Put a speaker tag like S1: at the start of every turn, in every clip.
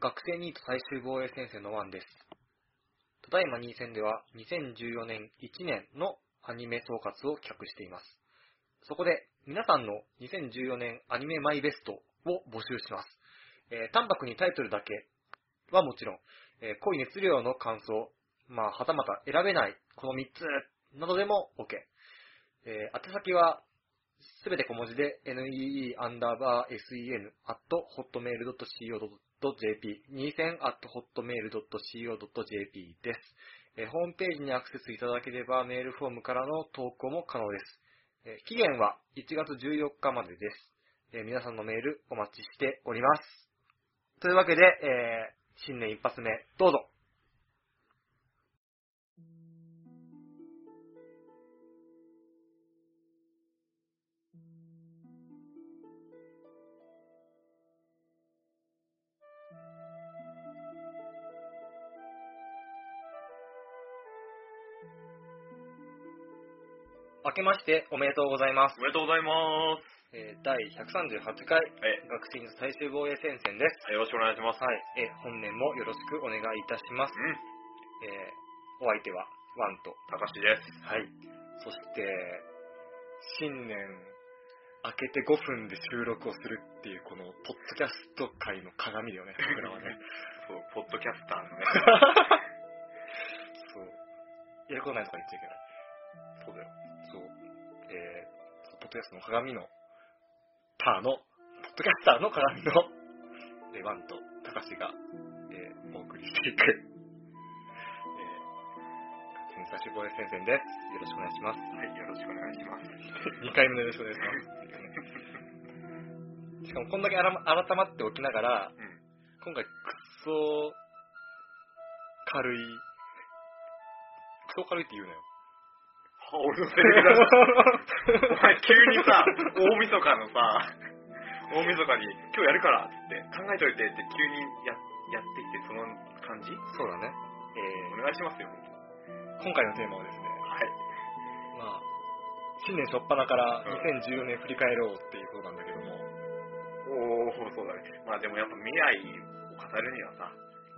S1: 学生ニート最終防衛戦線のワンです。ただいま2戦では2014年1年のアニメ総括を企画しています。そこで皆さんの2014年アニメマイベストを募集します。えー淡白にタイトルだけはもちろん、えー濃い熱量の感想、まあ、はたまた選べない、この3つなどでも OK。えー、宛先はすべて小文字で nee アンダーバー sen アットホットメールドット CO.jp 2000アットホットメールドット CO.jp です、えーホームページにアクセスいただければメールフォームからの投稿も可能です。えー期限は1月14日までです、えー皆さんのメールお待ちしております。というわけで、えー新年一発目、どうぞ。明けましておめでとうございます
S2: お。めでとうございます。
S1: えー第138回
S2: え、
S1: 学生の最終防衛戦線です。
S2: よろしくお願いします。
S1: はい、えー本年もよろしくお願いいたします。
S2: うん、
S1: えーお相手はワンと、
S2: 高橋です。
S1: はい、そして、新年明けて5分で収録をするっていう、この、ポッドキャスト界の鏡 だよね、僕らはね。
S2: そう、ポッドキャスターのね。
S1: そう。やることないとか言っちゃいけない。そうだよ。そう。えー、ポッドキャストの鏡の、ターの、ポッドキャスターの鏡の、えーワンと高橋が、えーお送りしていく、えー、天才志望衛先生です。よろしくお願いします。
S2: はい、よろしくお願いします。
S1: 2回目のよろしくお願いします。しかもこんだけあら改まっておきながら、
S2: うん。
S1: 今回くっそ軽い、くそ軽いって言う なよ。
S2: は、俺のセリフだ。お前急にさ、大晦日の さ、大晦日に今日やるからっつって、考えといてって急にややってきて、その感じ
S1: そうだね。
S2: お願いしますよ。
S1: えー今回のテーマはですね、
S2: はい。
S1: まあ、新年初っ端から
S2: うん
S1: 2014年振り返ろうっていうことなんだけども、
S2: おー、そうだね。まあでもやっぱ未来を語るにはさ、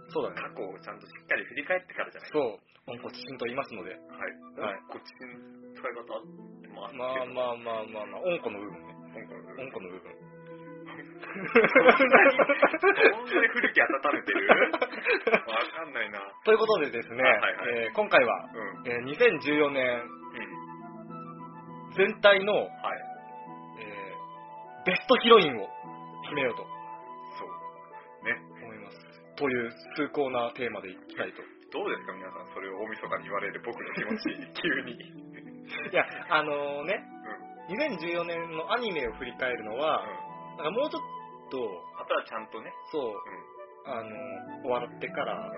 S1: そうだね。
S2: 過去をちゃんとしっかり振り返ってからじゃない
S1: そう、温故知新と言いますので、
S2: はい。
S1: はい。
S2: こっちの使い方ってまあ、
S1: まあまあまあまあまあ、温故の部分ね。
S2: あ、なんか
S1: 温故の部分。
S2: そんなに古き温めてるわかんないな。
S1: ということでですね、
S2: はい
S1: え
S2: はい
S1: ー今回は、
S2: うん。うん。
S1: えー2014年
S2: は
S1: 全体の、え
S2: い。
S1: ーベストヒロインを決めようと
S2: そう。
S1: 思います。という崇高なテーマでいきたいと。
S2: どうですか皆さん、それを大晦日に言われる僕の気持ち、 急に。
S1: いや、あのね、2014年のアニメを振り返るのは、
S2: あ
S1: なんかもうちょっと、
S2: とはちゃんとね。
S1: そう、
S2: う
S1: あの、終わってから、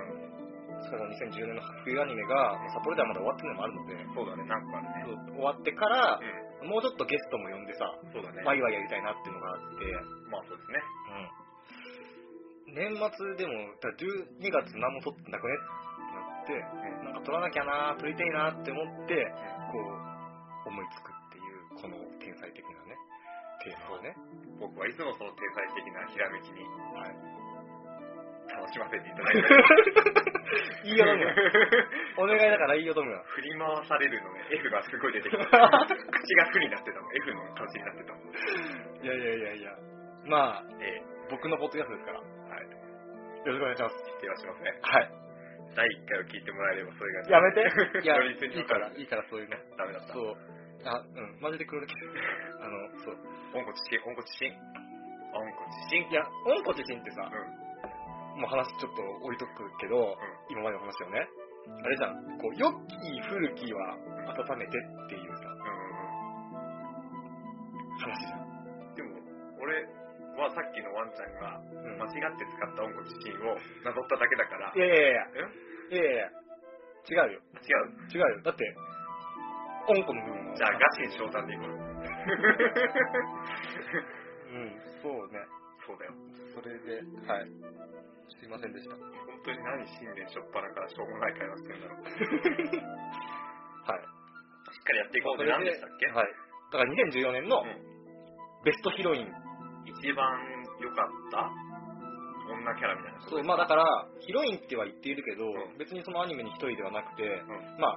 S1: しかも2010年の冬アニメが、札幌ではまだ終わってるのもあるので、
S2: ん。そうだね、なんかあるね。
S1: 終わってから、
S2: う
S1: もうちょっとゲストも呼んでさ、
S2: ん。そうだね。
S1: ワイワイやりたいなっていうのがあって、
S2: まあそうですね。
S1: 年末でも、だから12月何も撮ってなくねってなって、なんか撮らなきゃな撮りたいなって思って、こう、思いつくっていう、この天才的なね、テーマをね、
S2: 僕はいつもその天才的なひらめきに
S1: はい。
S2: 楽しませていただいてます。
S1: いいよ、どむ。お願いだからいいよ、どむ。
S2: 振り回されるのね、F がすごい出てき た。口が不になってたもん。F の形になってたもん。
S1: いやいやいやいや。まあ、
S2: ええ。
S1: 僕のポッドキャストですから、よ
S2: はい。
S1: ろしくお願いします。
S2: ではしません。
S1: はい。
S2: 第1回を聞いてもらえればそれが
S1: や めて。い や、
S2: 乗り継ぎ
S1: いいから、いいから、そういうの。
S2: ダメだった
S1: そう。あ、うん、マジで黒歴史。あの、そう。
S2: 温故知新温故知新温故知新
S1: いや、温故知新ってさ、
S2: う
S1: もう話ちょっと置いとくけど、今までの話をね、あれじゃん、こう、良き古きは温めてっていうさ、
S2: ん
S1: 話じゃん。
S2: うんうんでも俺はさっきのワンちゃんが
S1: うん
S2: 間違って使った温故知新をなぞっただけだから
S1: いやいやいやいやいやいや違うよ。
S2: 違う
S1: 違うよ。だって、温故の部分は。
S2: じゃあガチに称賛でいこう
S1: うん、そうね。
S2: そうだよ
S1: それで、はい。すいませんでした。は
S2: 本当に何新年初っ端からしょうもない会話してんだろうしっ
S1: い。
S2: かりやっていこうって何でしたっけ、
S1: はい。だから2014年の
S2: うん
S1: ベストヒロイン。
S2: 一番良かった女キャラみたいな。
S1: そう、まあだから、ヒロインっては言っているけど、
S2: うん
S1: 別にそのアニメに一人ではなくて、
S2: ん
S1: まあ、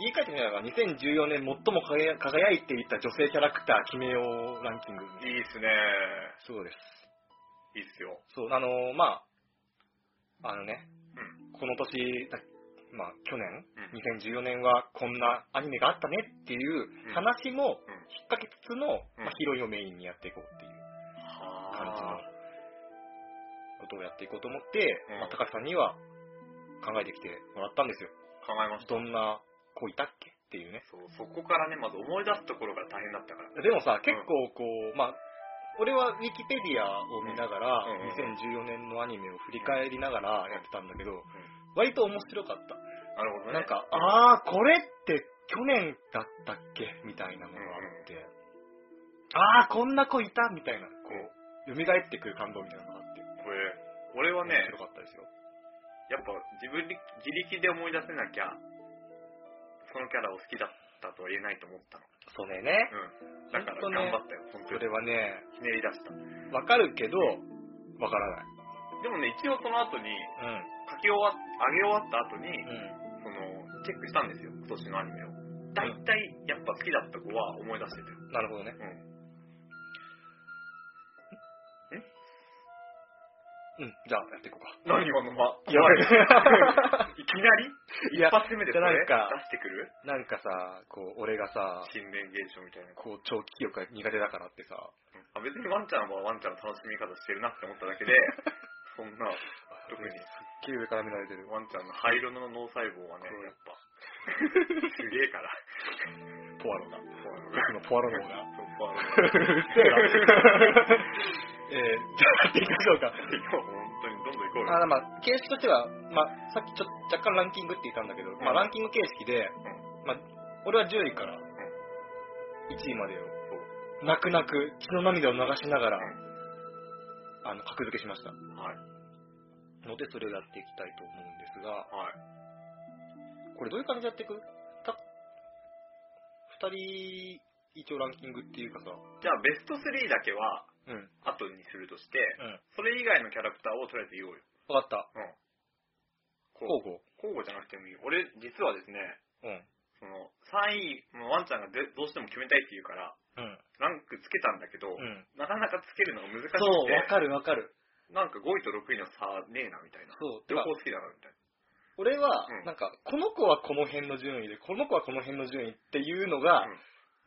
S1: 言い換えてみれば、2014年最も輝輝いていた女性キャラクター決めようランキング。
S2: いいっすね。
S1: そうです。
S2: いいっすよ。
S1: そう、あのーまあ、あのね、
S2: う
S1: この年、だまあ、去年、
S2: う
S1: 2014
S2: ん
S1: 年はこんなアニメがあったねっていう話も
S2: うん
S1: 引っ掛けつつの、
S2: うん
S1: まあ、ヒロインをメインにやっていこうっていう感じの
S2: はあ。
S1: ことをやっていこうと思って、
S2: う
S1: まあ、
S2: ん
S1: 高橋さんには考えてきてもらったんですよ。
S2: 考えました。
S1: どんな子いたっけっていうね。
S2: そう、そこからね、まず思い出すところが大変だったから。
S1: でもさ、結構こう、まあ、俺はウィキペディアを見ながら、
S2: うんうん
S1: 2014年のアニメを振り返りながらやってたんだけど、割と面白かった。
S2: なるほど
S1: な
S2: ね。
S1: んか、あー、これって去年だったっけみたいなのがあって、あー、こんな子いたみたいな、こう、蘇ってくる感動みたいなのがあって、
S2: これ、俺はね、
S1: 面白かったですよ。
S2: やっぱ自分で自力で思い出せなきゃ、そのキャラを好きだったとは言えないと思ったの。
S1: それね、
S2: うん。だから頑張ったよ、本
S1: そ
S2: 当に
S1: れ。はね、
S2: ひねり出した。
S1: わかるけど、わからない。
S2: でもね、一応その後に、書き終わっ、上げ終わった後に
S1: うん。、うん。
S2: その、チェックしたんですよ、今年のアニメを。大体、やっぱ好きだった子は思い出してたよ。
S1: なるほどね。
S2: うん。
S1: うん。じゃあ、やっていこうか。
S2: 何今の間
S1: やばい。
S2: いきなり
S1: い
S2: 一
S1: や、
S2: 発目でそれ
S1: なんか
S2: 出してくる
S1: なんかさ、こう、俺がさ、
S2: 心霊現象みたいな。
S1: こう、長期記憶が苦手だからってさ、
S2: あ別にワンちゃんはワンちゃんの楽しみ方してるなって思った だけで、そんな、特に
S1: きれい上から見られてる。
S2: ワンちゃんの灰色の脳細胞はね、
S1: うん
S2: やっぱ、すげえから。
S1: ポワロが。
S2: 僕
S1: のポワロ脳が。
S2: そう、ポワロ
S1: うっせ えな えー、じゃあ、やっていきましょうか。
S2: 脳。本当にどんどん行こうよ。
S1: あまあ、形式としては、まあ、さっきちょ若干ランキングって言ったんだけど、まあ、ランキング形式で、まあ、俺は10位から1位までを、泣く泣く血の涙を流しながら、あの、格付けしました。
S2: はい。
S1: ので、それをやっていきたいと思うんですが、
S2: はい。
S1: これどういう感じでやっていくた、二人、一応ランキングっていうかさ、
S2: じゃあ、ベスト3だけは、
S1: うん、うん。
S2: 後にするとして、それ以外のキャラクターをとりあえず言おうよ。
S1: わかった。
S2: うん。
S1: 交
S2: こう
S1: 互。
S2: 交互じゃなくてもいいよ。俺、実はですね、
S1: うん。
S2: その、3位、もうワンちゃんがでどうしても決めたいって言うから、
S1: うん。
S2: ランクつけたんだけど、
S1: うん。
S2: なかなかつけるのが難し くて、
S1: そう、わかるわかる。
S2: なんか5位と6位の差ねえな、みたいな。
S1: そう。て
S2: 両
S1: か
S2: 方、好きだな、みたいな。
S1: 俺は
S2: う、ん
S1: なんか、この子はこの辺の順位で、この子はこの辺の順位っていうのが、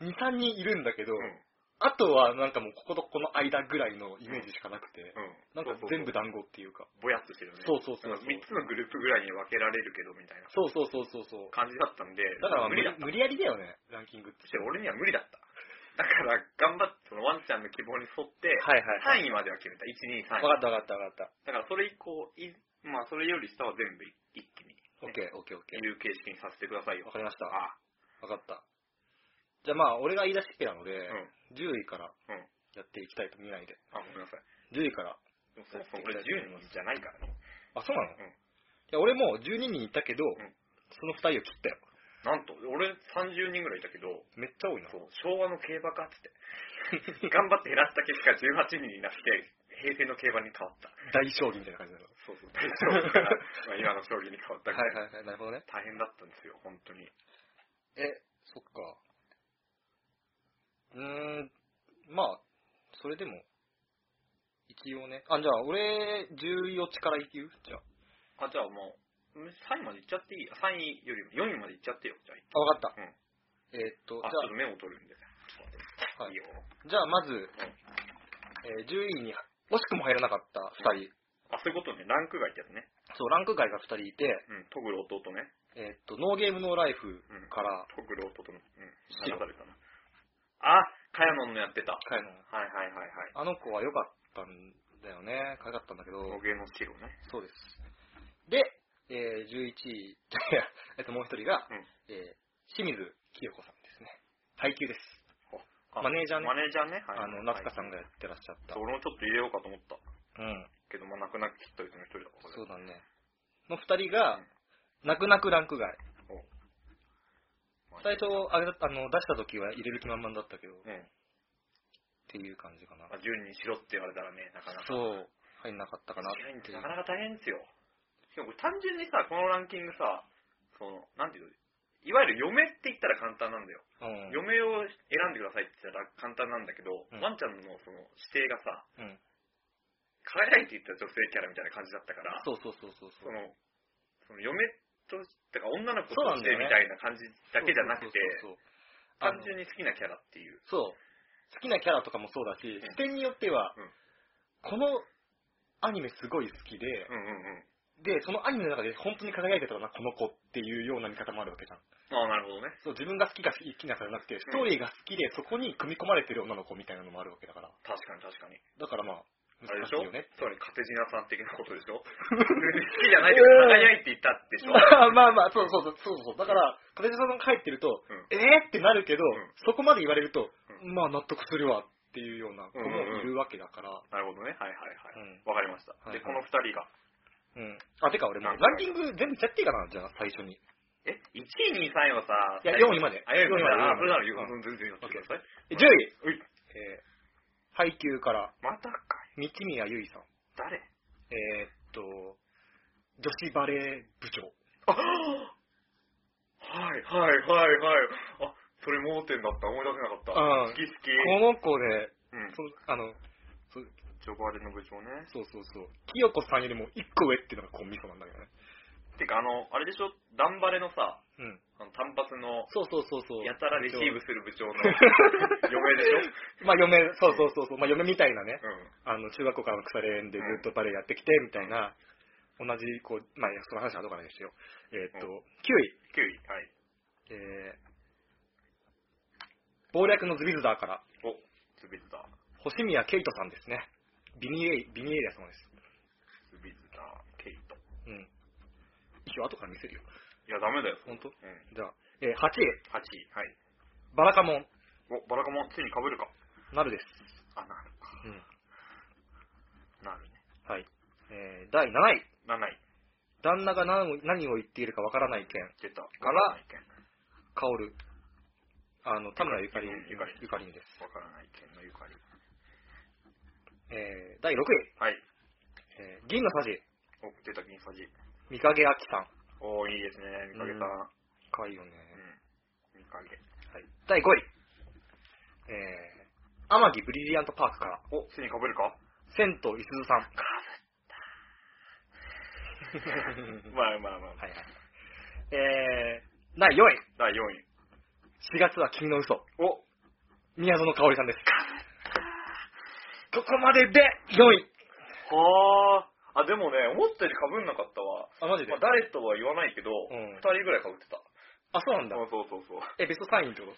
S1: 2、3人いるんだけど、
S2: うん。
S1: あとはなんかもうこことこの間ぐらいのイメージしかなくて、
S2: う。
S1: なんんか
S2: そうそうそう
S1: 全部団子っていうか。
S2: ぼやっとしてるよね。
S1: そうそうそうそう
S2: なんか3つのグループぐらいに分けられるけど、みたいな
S1: そうそうそうそうそう。
S2: 感じだったんで、
S1: だから無
S2: 無理
S1: 理
S2: だった。
S1: 無理やりだよね、ランキングって
S2: そし。て俺には無理だった。だから、頑張って、そのワンちゃんの希望に沿って、
S1: はいはいはい。
S2: 3位までは決めた。1、2、3
S1: わか
S2: 位。
S1: ったわかったわかった。
S2: だから、それ以降、いまあ、それより下は全部一気に、
S1: オッケーオッケーオッケ
S2: いう形式にさせてください
S1: ー。
S2: よ
S1: わ。かりました。わ
S2: あ
S1: かった。じゃあまあ、俺が言い出しっぺなので、
S2: うん。
S1: 10位から
S2: うん
S1: やっていきたいと見ないで。
S2: あ、ごめんなさい。
S1: 10位から。
S2: でもそもそも俺10人じゃないからね。
S1: あ、そうなの、
S2: うん
S1: いや、俺もう12人いたけど、
S2: ん
S1: その2人を切ったよ。
S2: なんと、俺30人ぐらいいたけど、
S1: めっちゃ多いな。
S2: そう、昭和の競馬かっつって。頑張って減らした結果18人になって、平成の競馬に変わった。
S1: 大将棋みたいな感じなの。
S2: そう そう、大将棋から、まあ今の将棋に変わった
S1: はい
S2: ぐらい。
S1: はいはい、なるほどね。
S2: 大変だったんですよ、本当に。
S1: え、そっか。うーん、まあ、それでも、一応ね。あ、じゃあ、俺、10位落ちからいくじゃあ。
S2: あ、じゃあもう、3位までいっちゃっていい ?3 位よりも4位までいっちゃってよ、じゃあ。
S1: あ、わかった。
S2: うん
S1: えーっと、じ
S2: あ、ちょっとメモ取るんで。
S1: ゃあ、はい
S2: い、いよ。
S1: じゃあ、まず、えー10位に、惜しくも入らなかった2人。
S2: あ、そういうことね、ランク外ってやつね。
S1: そう、ランク外が2人いて、
S2: うん、トグル弟ね。
S1: えーっと、ノーゲームノーライフ
S2: うん。
S1: から、
S2: トグル弟の、うん、
S1: 白
S2: 流されたな。あ、カヤノンのやってた。
S1: かいの、
S2: はいはいはいはい。
S1: あの子は良かったんだよね。可愛かったんだけど、
S2: 模型の白ね。
S1: そうです。で、えー11位、 いやえっと、もう一人が、
S2: うん
S1: えー清水清子さんですね。配給です。
S2: あ
S1: マネージャーね
S2: マネージャーね。はい
S1: あの、夏香さんが
S2: は
S1: やってらっしゃっ
S2: い
S1: た。
S2: 俺もちょっと入れようかと思った。
S1: うん。
S2: けど、まあ、泣く泣く切ったうちの一人だから。
S1: そうだね。の二人が、泣く泣くランク外。
S2: まあ
S1: 最初、あれだあの、出した時は入れる気満々だったけど、っ
S2: うん。
S1: ていう感じかな
S2: まあ、。10人しろって言われたらね、なかなか。
S1: そう。入んなかったかな
S2: 試合
S1: っ
S2: って
S1: てい
S2: な
S1: う
S2: か。なか大変ですよ。しかもこれ単純にさ、このランキングさ、その、なんていうの、いわゆる嫁って言ったら簡単なんだよ。
S1: うん。
S2: 嫁を選んでくださいって言ったら簡単なんだけど、
S1: うん
S2: ワンちゃんのその指定がさ、
S1: うん。
S2: 輝いていった女性キャラみたいな感じだったから、
S1: そうそうそうそうそ。
S2: そうの、その嫁として、だから女の子
S1: そうなん
S2: と
S1: だ
S2: して
S1: よね
S2: みたいな感じだけじゃなくて、
S1: そうそうそうそうあの
S2: 単純に好きなキャラっていう。
S1: そう。好きなキャラとかもそうだし、視点によっては、
S2: うん
S1: このアニメすごい好きで、
S2: うんうんうん。
S1: で、そのアニメの中で本当に輝いてたのはこの子っていうような見方もあるわけじゃん。
S2: ああ、なるほどね。
S1: そう、自分が好きが好きなさじゃなくて、ストーリーが好きで、そこに組み込まれてる女の子みたいなのもあるわけだから。
S2: 確かに確かに。
S1: だからまあ、
S2: あれ
S1: 難
S2: で
S1: し
S2: しょ
S1: いよね。
S2: つまりカテジナさん的なことでしょ好きじゃないけど輝いていたってし ょ
S1: まあまあまあ、そうそうそう、そうそう。だから、カテジさんが入ってると、
S2: うん
S1: えーってなるけど、
S2: ん
S1: そこまで言われると、
S2: う
S1: まあ納得するわっていうような子もいるわけだから。
S2: なるほどね。はいはいは
S1: うん
S2: い。わ、かりました。
S1: はいはい
S2: で、この二人が。
S1: うん。あ、てか俺もう
S2: なんか
S1: ランキング全部言っちゃっていいかな、じゃあ最初に。
S2: え ?1 位、2位、3位はさ、
S1: いや
S2: 最後
S1: 4位まで
S2: あ、4位まで。
S1: 4位まで
S2: あ、それなら
S1: うん
S2: うん全然やってください。
S1: 10
S2: 位
S1: 位、
S2: うい。
S1: えー、配給から、
S2: またかい。
S1: 三宮ゆいさん。
S2: 誰
S1: えー、っと、女子バレー部長。
S2: あはいはいはいはい。あ、それ盲点だった。思い出せなかった。
S1: うん
S2: 好き好き。
S1: この子ね、
S2: うん。
S1: そあの、そ
S2: ジョバレの部長ね。
S1: そうそうそう、きよこさんよりも一個上っていうのがコンビソなんだけどね。
S2: てか、あの、あれでしょ、ダンバレのさ、
S1: うん。
S2: あの単発の、
S1: そうそうそうそう。
S2: やたらレシーブ
S1: 部
S2: する部 長の
S1: 長
S2: 嫁でし
S1: まあ嫁、そうそうそうそう、まあ嫁みたいなね、
S2: ょうん。
S1: あの、中学校からの腐れ縁でずっとバレーやってきて、みたいな、同じ、こう、まあ、その話はどうかないですよ。えー、っと、
S2: う
S1: 9位、
S2: 9位。はい。
S1: えー、暴略のズビルダーから、
S2: お、ズビズだ。
S1: 星宮ケイトさんですね。ビニエイ、ビニエイリア様です。
S2: ズビズだ、ケイト。
S1: うん。一応後から見せるよ。
S2: いや、ダメだよ。
S1: 本当
S2: うん。
S1: じゃあ、えー、8位、
S2: 8位。はい。
S1: バラカモン、
S2: お、バラカモン、ついに被るか。
S1: なるです。
S2: あ、なるか。
S1: うん。
S2: なるね。
S1: はい。えー、第7位、
S2: 7位。
S1: 旦那が何を何を言っているかわからない件、
S2: 出た。か
S1: から
S2: ないけん。
S1: カオル、あの、田村ゆかりん
S2: ゆかりん、
S1: ゆかりんです。
S2: わからないけんのゆかり。
S1: えー、第6位、
S2: はい。
S1: えー、銀のさじ、
S2: お、出た、銀さじ。
S1: 三影あきさん。
S2: おー、いいですね。見かけた。う
S1: かわいいよね。
S2: ん。見かけ。
S1: はい。第5位、えー、天城ブリリアントパークから、
S2: お、ついに被る か
S1: 千と伊鈴さん。
S2: まあまあま
S1: は
S2: あ。
S1: いはい。えー、第4位、
S2: 第4位。
S1: 4月は君の嘘。
S2: お、
S1: 宮園香織さんです。ここまでで4位。
S2: はあ。あ、でもね、思ったより被んなかったわ。
S1: あ、マジ
S2: まあ、誰とは言わないけど、二
S1: ん
S2: 2人ぐらい被ってた。
S1: あ、そうなんだ。
S2: そうそうそうそう。
S1: え、ベスト3位ってこ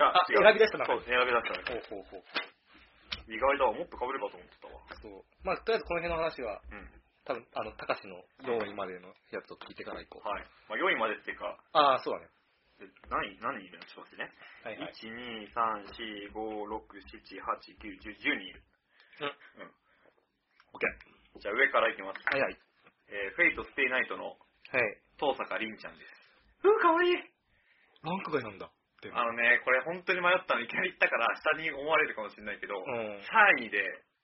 S2: あ
S1: 選び出したな
S2: そう、選び出した
S1: と
S2: ね。
S1: ほうほうほう。
S2: 意外だわ、もっと被るかと思ってたわ。
S1: そう。まあ、とりあえずこの辺の話は、
S2: うん。
S1: 多分あの、高志の4位までのやつを聞いてから行こう。
S2: はい。まあ、4位までっていうか、
S1: ああ、そうだね。
S2: で何位、何人いるのちょっと待ってね。
S1: はいはい。
S2: 1、2、3、4、5、6、7、8、9、10、10人いる。うん。
S1: OK。
S2: じゃあ上からいきます。
S1: はいはい。
S2: えー、フェイト・ステイ・ナイトの
S1: はい。
S2: 遠坂凛ちゃんです。うん、かわいい
S1: ランク外なんだ。でも
S2: あのね、これ本当に迷ったの、いきなり言ったから下に思われるかもしれないけど、
S1: うん。
S2: 3位で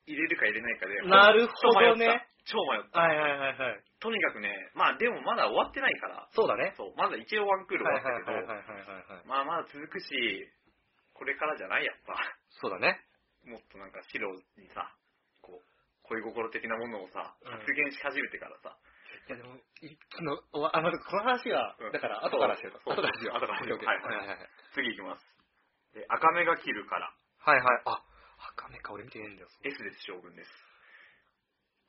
S2: 入れるか入れないかで、
S1: なるほどね
S2: 超迷った。超迷った。
S1: はいはいはいはい。
S2: とにかくね、まあでもまだ終わってないから、
S1: そうだね。
S2: そう、まだ一応ワンクール終わったけど、
S1: はいはいはいはいはい。
S2: まあまだ続くし、これからじゃないやっぱ。
S1: そうだね。
S2: もっとなんか資料にさ、こう、恋心的なものをさ、
S1: うん
S2: 発言し始めてからさ。
S1: いやでも、いつの、おわあの、この話は
S2: う、ん
S1: だから、後からしよう。
S2: そう
S1: 後からしよう。
S2: 後からしよう
S1: OK OK
S2: はいはい
S1: はいはい。
S2: 次いきます。え赤目が切るから、
S1: はいはい。あ、赤目か、俺見てねえんだよ。
S2: S です、将軍です。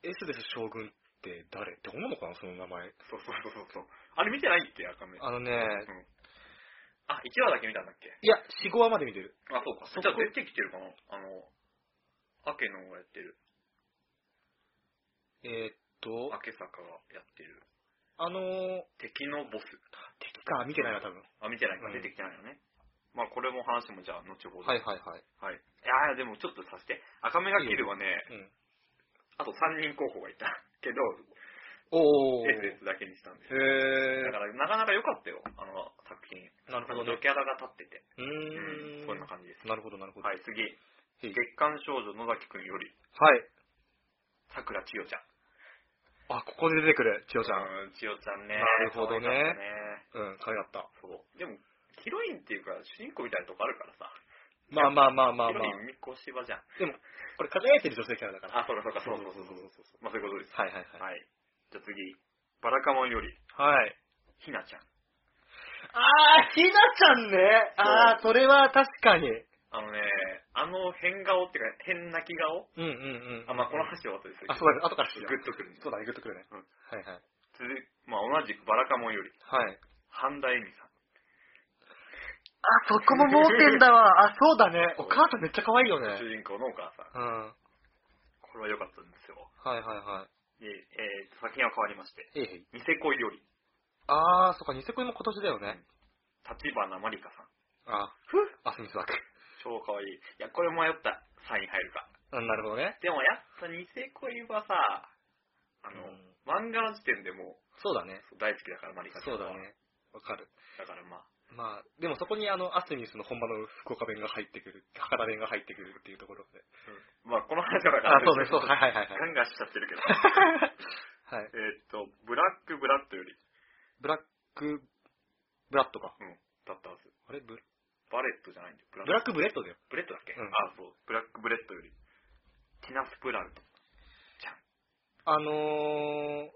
S1: S です将軍って誰って女の子なのその名前。
S2: そうそうそうそうそう。あれ見てないって、赤目。
S1: あのね、
S2: うんあ、1話だけ見たんだっけ
S1: いや、4、5話まで見てる。
S2: あ、そうか。
S1: そこ
S2: じゃあ出てきてるかなあの、アケノンがやってる。
S1: えー、っと
S2: ア、ケサカがやってる。
S1: あのー、
S2: 敵のボス。
S1: 敵か、見てないな、多分。
S2: あ、見てないか
S1: う。ん
S2: 出てきてないよね。まあ、これも話もじゃあ、後ほど。。
S1: はいいはいはい。
S2: はい。いやーでもちょっとさせて。赤目が切るはね、
S1: うん。
S2: あと3人候補がいたけど、
S1: おー。
S2: SS だけにしたんです
S1: へ
S2: よ。だからなかなか良かったよ、あの作品。
S1: ー。なるほど
S2: ド
S1: ね。
S2: キャラが立ってて。
S1: うーん。
S2: うん、こんな感じです。
S1: なるほど、なるほど。
S2: はい、次。
S1: へい
S2: 月刊少女野崎くんより、
S1: はい。
S2: さくら千代ちゃん。
S1: あ、ここで出てくる、千代ちゃん。
S2: うん、千代ちゃんね。
S1: なるほどね
S2: 可愛かった
S1: うん、可愛かった。
S2: そう。でも、ヒロインっていうか、主人公みたいなとこあるからさ。
S1: まあまあまあまあまあ
S2: ヒロ。イン、みこしばじゃん。
S1: でも、これ輝いてる女性キャラだから。
S2: あ、そうかそうか、そうそうそうそう。
S1: そうそう。
S2: まあ、そういうことです。
S1: はいはいはい。
S2: はい。じゃあ次、バラカモンより、
S1: はい。
S2: ひなちゃん。
S1: あー、ひなちゃんね。あー、それは確かに。う
S2: あのね、あの変顔っていうか、変泣き顔
S1: んうんうん。
S2: あ、まあ、この話は後です
S1: あ、そうだね。後から知
S2: グ
S1: る。
S2: ッとくるんです
S1: そうだね、グッとくるね。
S2: うん
S1: はいはい。
S2: 続いまあ、同じくバラカモンより、
S1: はい。
S2: 半田恵美さん。
S1: あ、そこも盲点だわ。あ、そうだね。お母さんめっちゃ可愛いよね。
S2: 主人公のお母さん。
S1: うん。は
S2: これは良かったんですよ。
S1: いはいは
S2: で、えーと、作品は変わりまして、
S1: い。えい。
S2: ニセ恋より、
S1: あー、そっか、ニセコイも今年だよね。
S2: 立花まりかさん。
S1: あ、アスミスワーク。
S2: 超可愛い。いや、これ迷った。3位入るか。
S1: あなるほどね。
S2: でもやっぱニセ恋はさ、あの、
S1: うん
S2: 漫画の時点でも
S1: そうだね。
S2: う大好きだから、マリカちゃ
S1: そ
S2: ん
S1: う
S2: は
S1: だ。ね。わかる。
S2: だからまあ、
S1: まあ、でもそこにあの、アスミスの本場の福岡弁が入ってくる、博多弁が入ってくるっていうところで。
S2: まあこの話はだから、
S1: あ、そうね、そう、はいはいはい
S2: ガ
S1: はい。
S2: ンガンしちゃってるけど。
S1: はい。
S2: えーっと、ブラックブラッドより、
S1: ブラック、ブラッドか。
S2: うん、だったはず。
S1: あれブ
S2: バレットじゃないんだよ。ブ
S1: ブラックブレッドだよ。
S2: ブレッドだっけ、
S1: うん
S2: あ、そう。ブラックブレッドより、ティナスプラウト。ちゃん、
S1: あのー、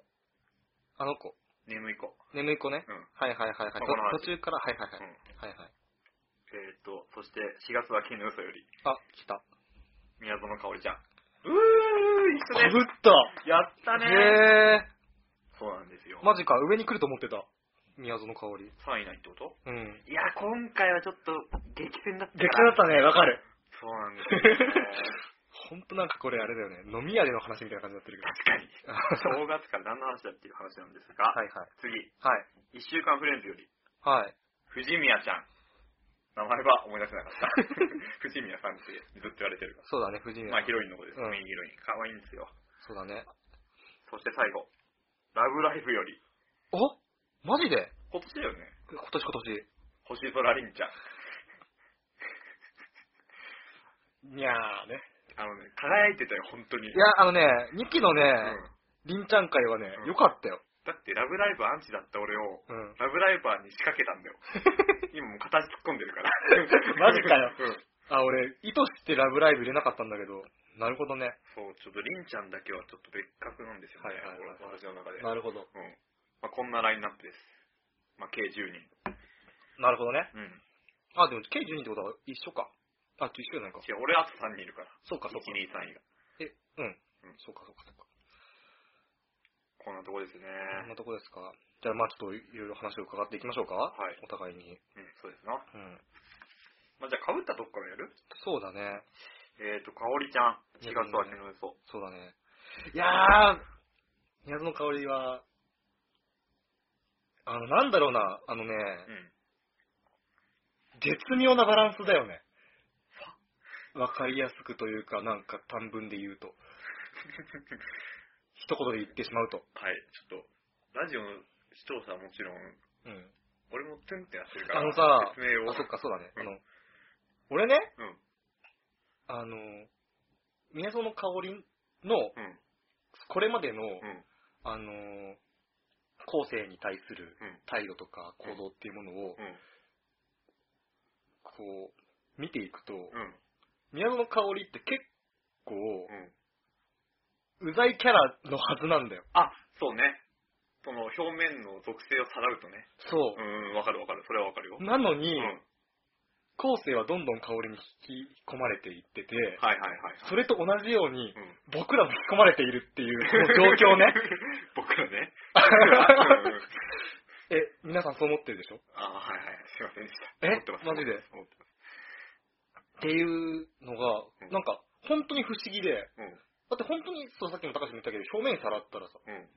S1: あの子。
S2: 眠い子。
S1: 眠い子ね。
S2: うん。
S1: はいはいはいはい。
S2: この話
S1: と途中から、はいはいはい。
S2: うん
S1: はいはい。
S2: えーっと、そして4月は絹の嘘より、
S1: あ、来た。
S2: 宮園かおりちゃん。うー、一緒です。
S1: った
S2: やったね
S1: へ
S2: そうなんですよ。
S1: ー。マジか、上に来ると思ってた。宮園香り。
S2: 3位ないってこと
S1: うん。
S2: いや、今回はちょっと激戦だった
S1: 激戦だったね、わかる。
S2: そうなんですよ、ね。
S1: ほんとなんかこれあれだよね、飲み屋での話みたいな感じになってるけど。
S2: 確
S1: は
S2: かに。正月から何の話だっていう話なんですが、
S1: いはい。
S2: 次、
S1: はい。
S2: 1週間フレンズより、
S1: はい。
S2: 藤宮ちゃん。名前は思い出せな かった。藤宮さんってずっと言われてるか
S1: そうだね、藤井
S2: ら。まあ、ヒロインの子です。
S1: うん
S2: メインヒロイン。可愛いんですよ。
S1: そうだね。
S2: そして最後、ラブライブより、
S1: おマジで
S2: 今年だよね。
S1: 今年今年。
S2: 星空凛ちゃん。
S1: にゃーね。
S2: あのね、輝いてたよ、本当に。
S1: いや、あのね、2期のね、
S2: うん、
S1: りんちゃん会はね
S2: う、ん
S1: 良かったよ。
S2: だって、ラブライブアンチだった俺を、
S1: うん。。
S2: ラブライバーに仕掛けたんだよ。今もう形突っ込んでるから
S1: マジかよ
S2: うん。
S1: あ、俺、意図してラブライブ入れなかったんだけど、なるほどね。
S2: そう、ちょっとりんちゃんだけはちょっと別格なんですよね。
S1: はいはいはい
S2: 俺私の中で。
S1: なるほど。
S2: うん。まあ、こんなラインナップです。まあ、計10人。
S1: なるほどね。
S2: うん。
S1: あ、でも、計12ってことは一緒か。あ、一緒じゃないか。
S2: 違う、俺あと3人いるから。
S1: そうか、
S2: 1、
S1: そうか。
S2: 2、3位が。
S1: え、うん
S2: うん。
S1: そうか、そうか、そうか。
S2: こんなとこですね。
S1: こんなとこですか。じゃあ、まあちょっといろいろ話を伺っていきましょうか。
S2: い
S1: お互いに。
S2: うん、そうですな。
S1: うん。
S2: まあ、じゃあ、被ったとこからやる
S1: そうだね。
S2: えーと、かおりちゃん。4月は昨日そう。
S1: そうだね。いやー、宮園香りは、あの、なんだろうな、あのね、
S2: うん。
S1: 絶妙なバランスだよね。わかりやすくというか、なんか短文で言うと。 一言で言ってしまうと。
S2: はい、ちょっと、ラジオの視聴者はもちろん、
S1: うん。
S2: 俺もツンってやってるから、
S1: あのさ、
S2: 説明を。
S1: あ、そっか、そうだね。
S2: うん
S1: あの、俺ね、
S2: うん。
S1: あの、宮園香りの、
S2: うん。
S1: これまでの、
S2: うん。
S1: あの、後世に対する
S2: うん。
S1: 態度とか行動っていうものを、
S2: うん。
S1: こう、見ていくと、
S2: うん。
S1: 宮園香りって結構、
S2: うん。
S1: うざいキャラのはずなんだよ。
S2: あ、そうね。その表面の属性をさらうとね。。
S1: そう
S2: ん、わかるわかる。それはわかるよ。
S1: う。なのに、
S2: うん。はい
S1: 後世はどんどん香りに引き込まれていってて、
S2: はいはい。
S1: それと同じように
S2: う、ん。
S1: 僕らも引き込まれているっていう、この状況 ね。。
S2: 僕 らね。うん
S1: え、皆さんそう思ってるでしょ
S2: あ、はいはい。すいませんでした。
S1: え
S2: 思ってます
S1: マジで
S2: 思ってま
S1: っていうのが
S2: う、ん
S1: なんか、本当に不思議で、
S2: す思って
S1: だって本当に、そうさっきも高橋も言ったけど、表面さらったらさ、
S2: ます。うん。うん。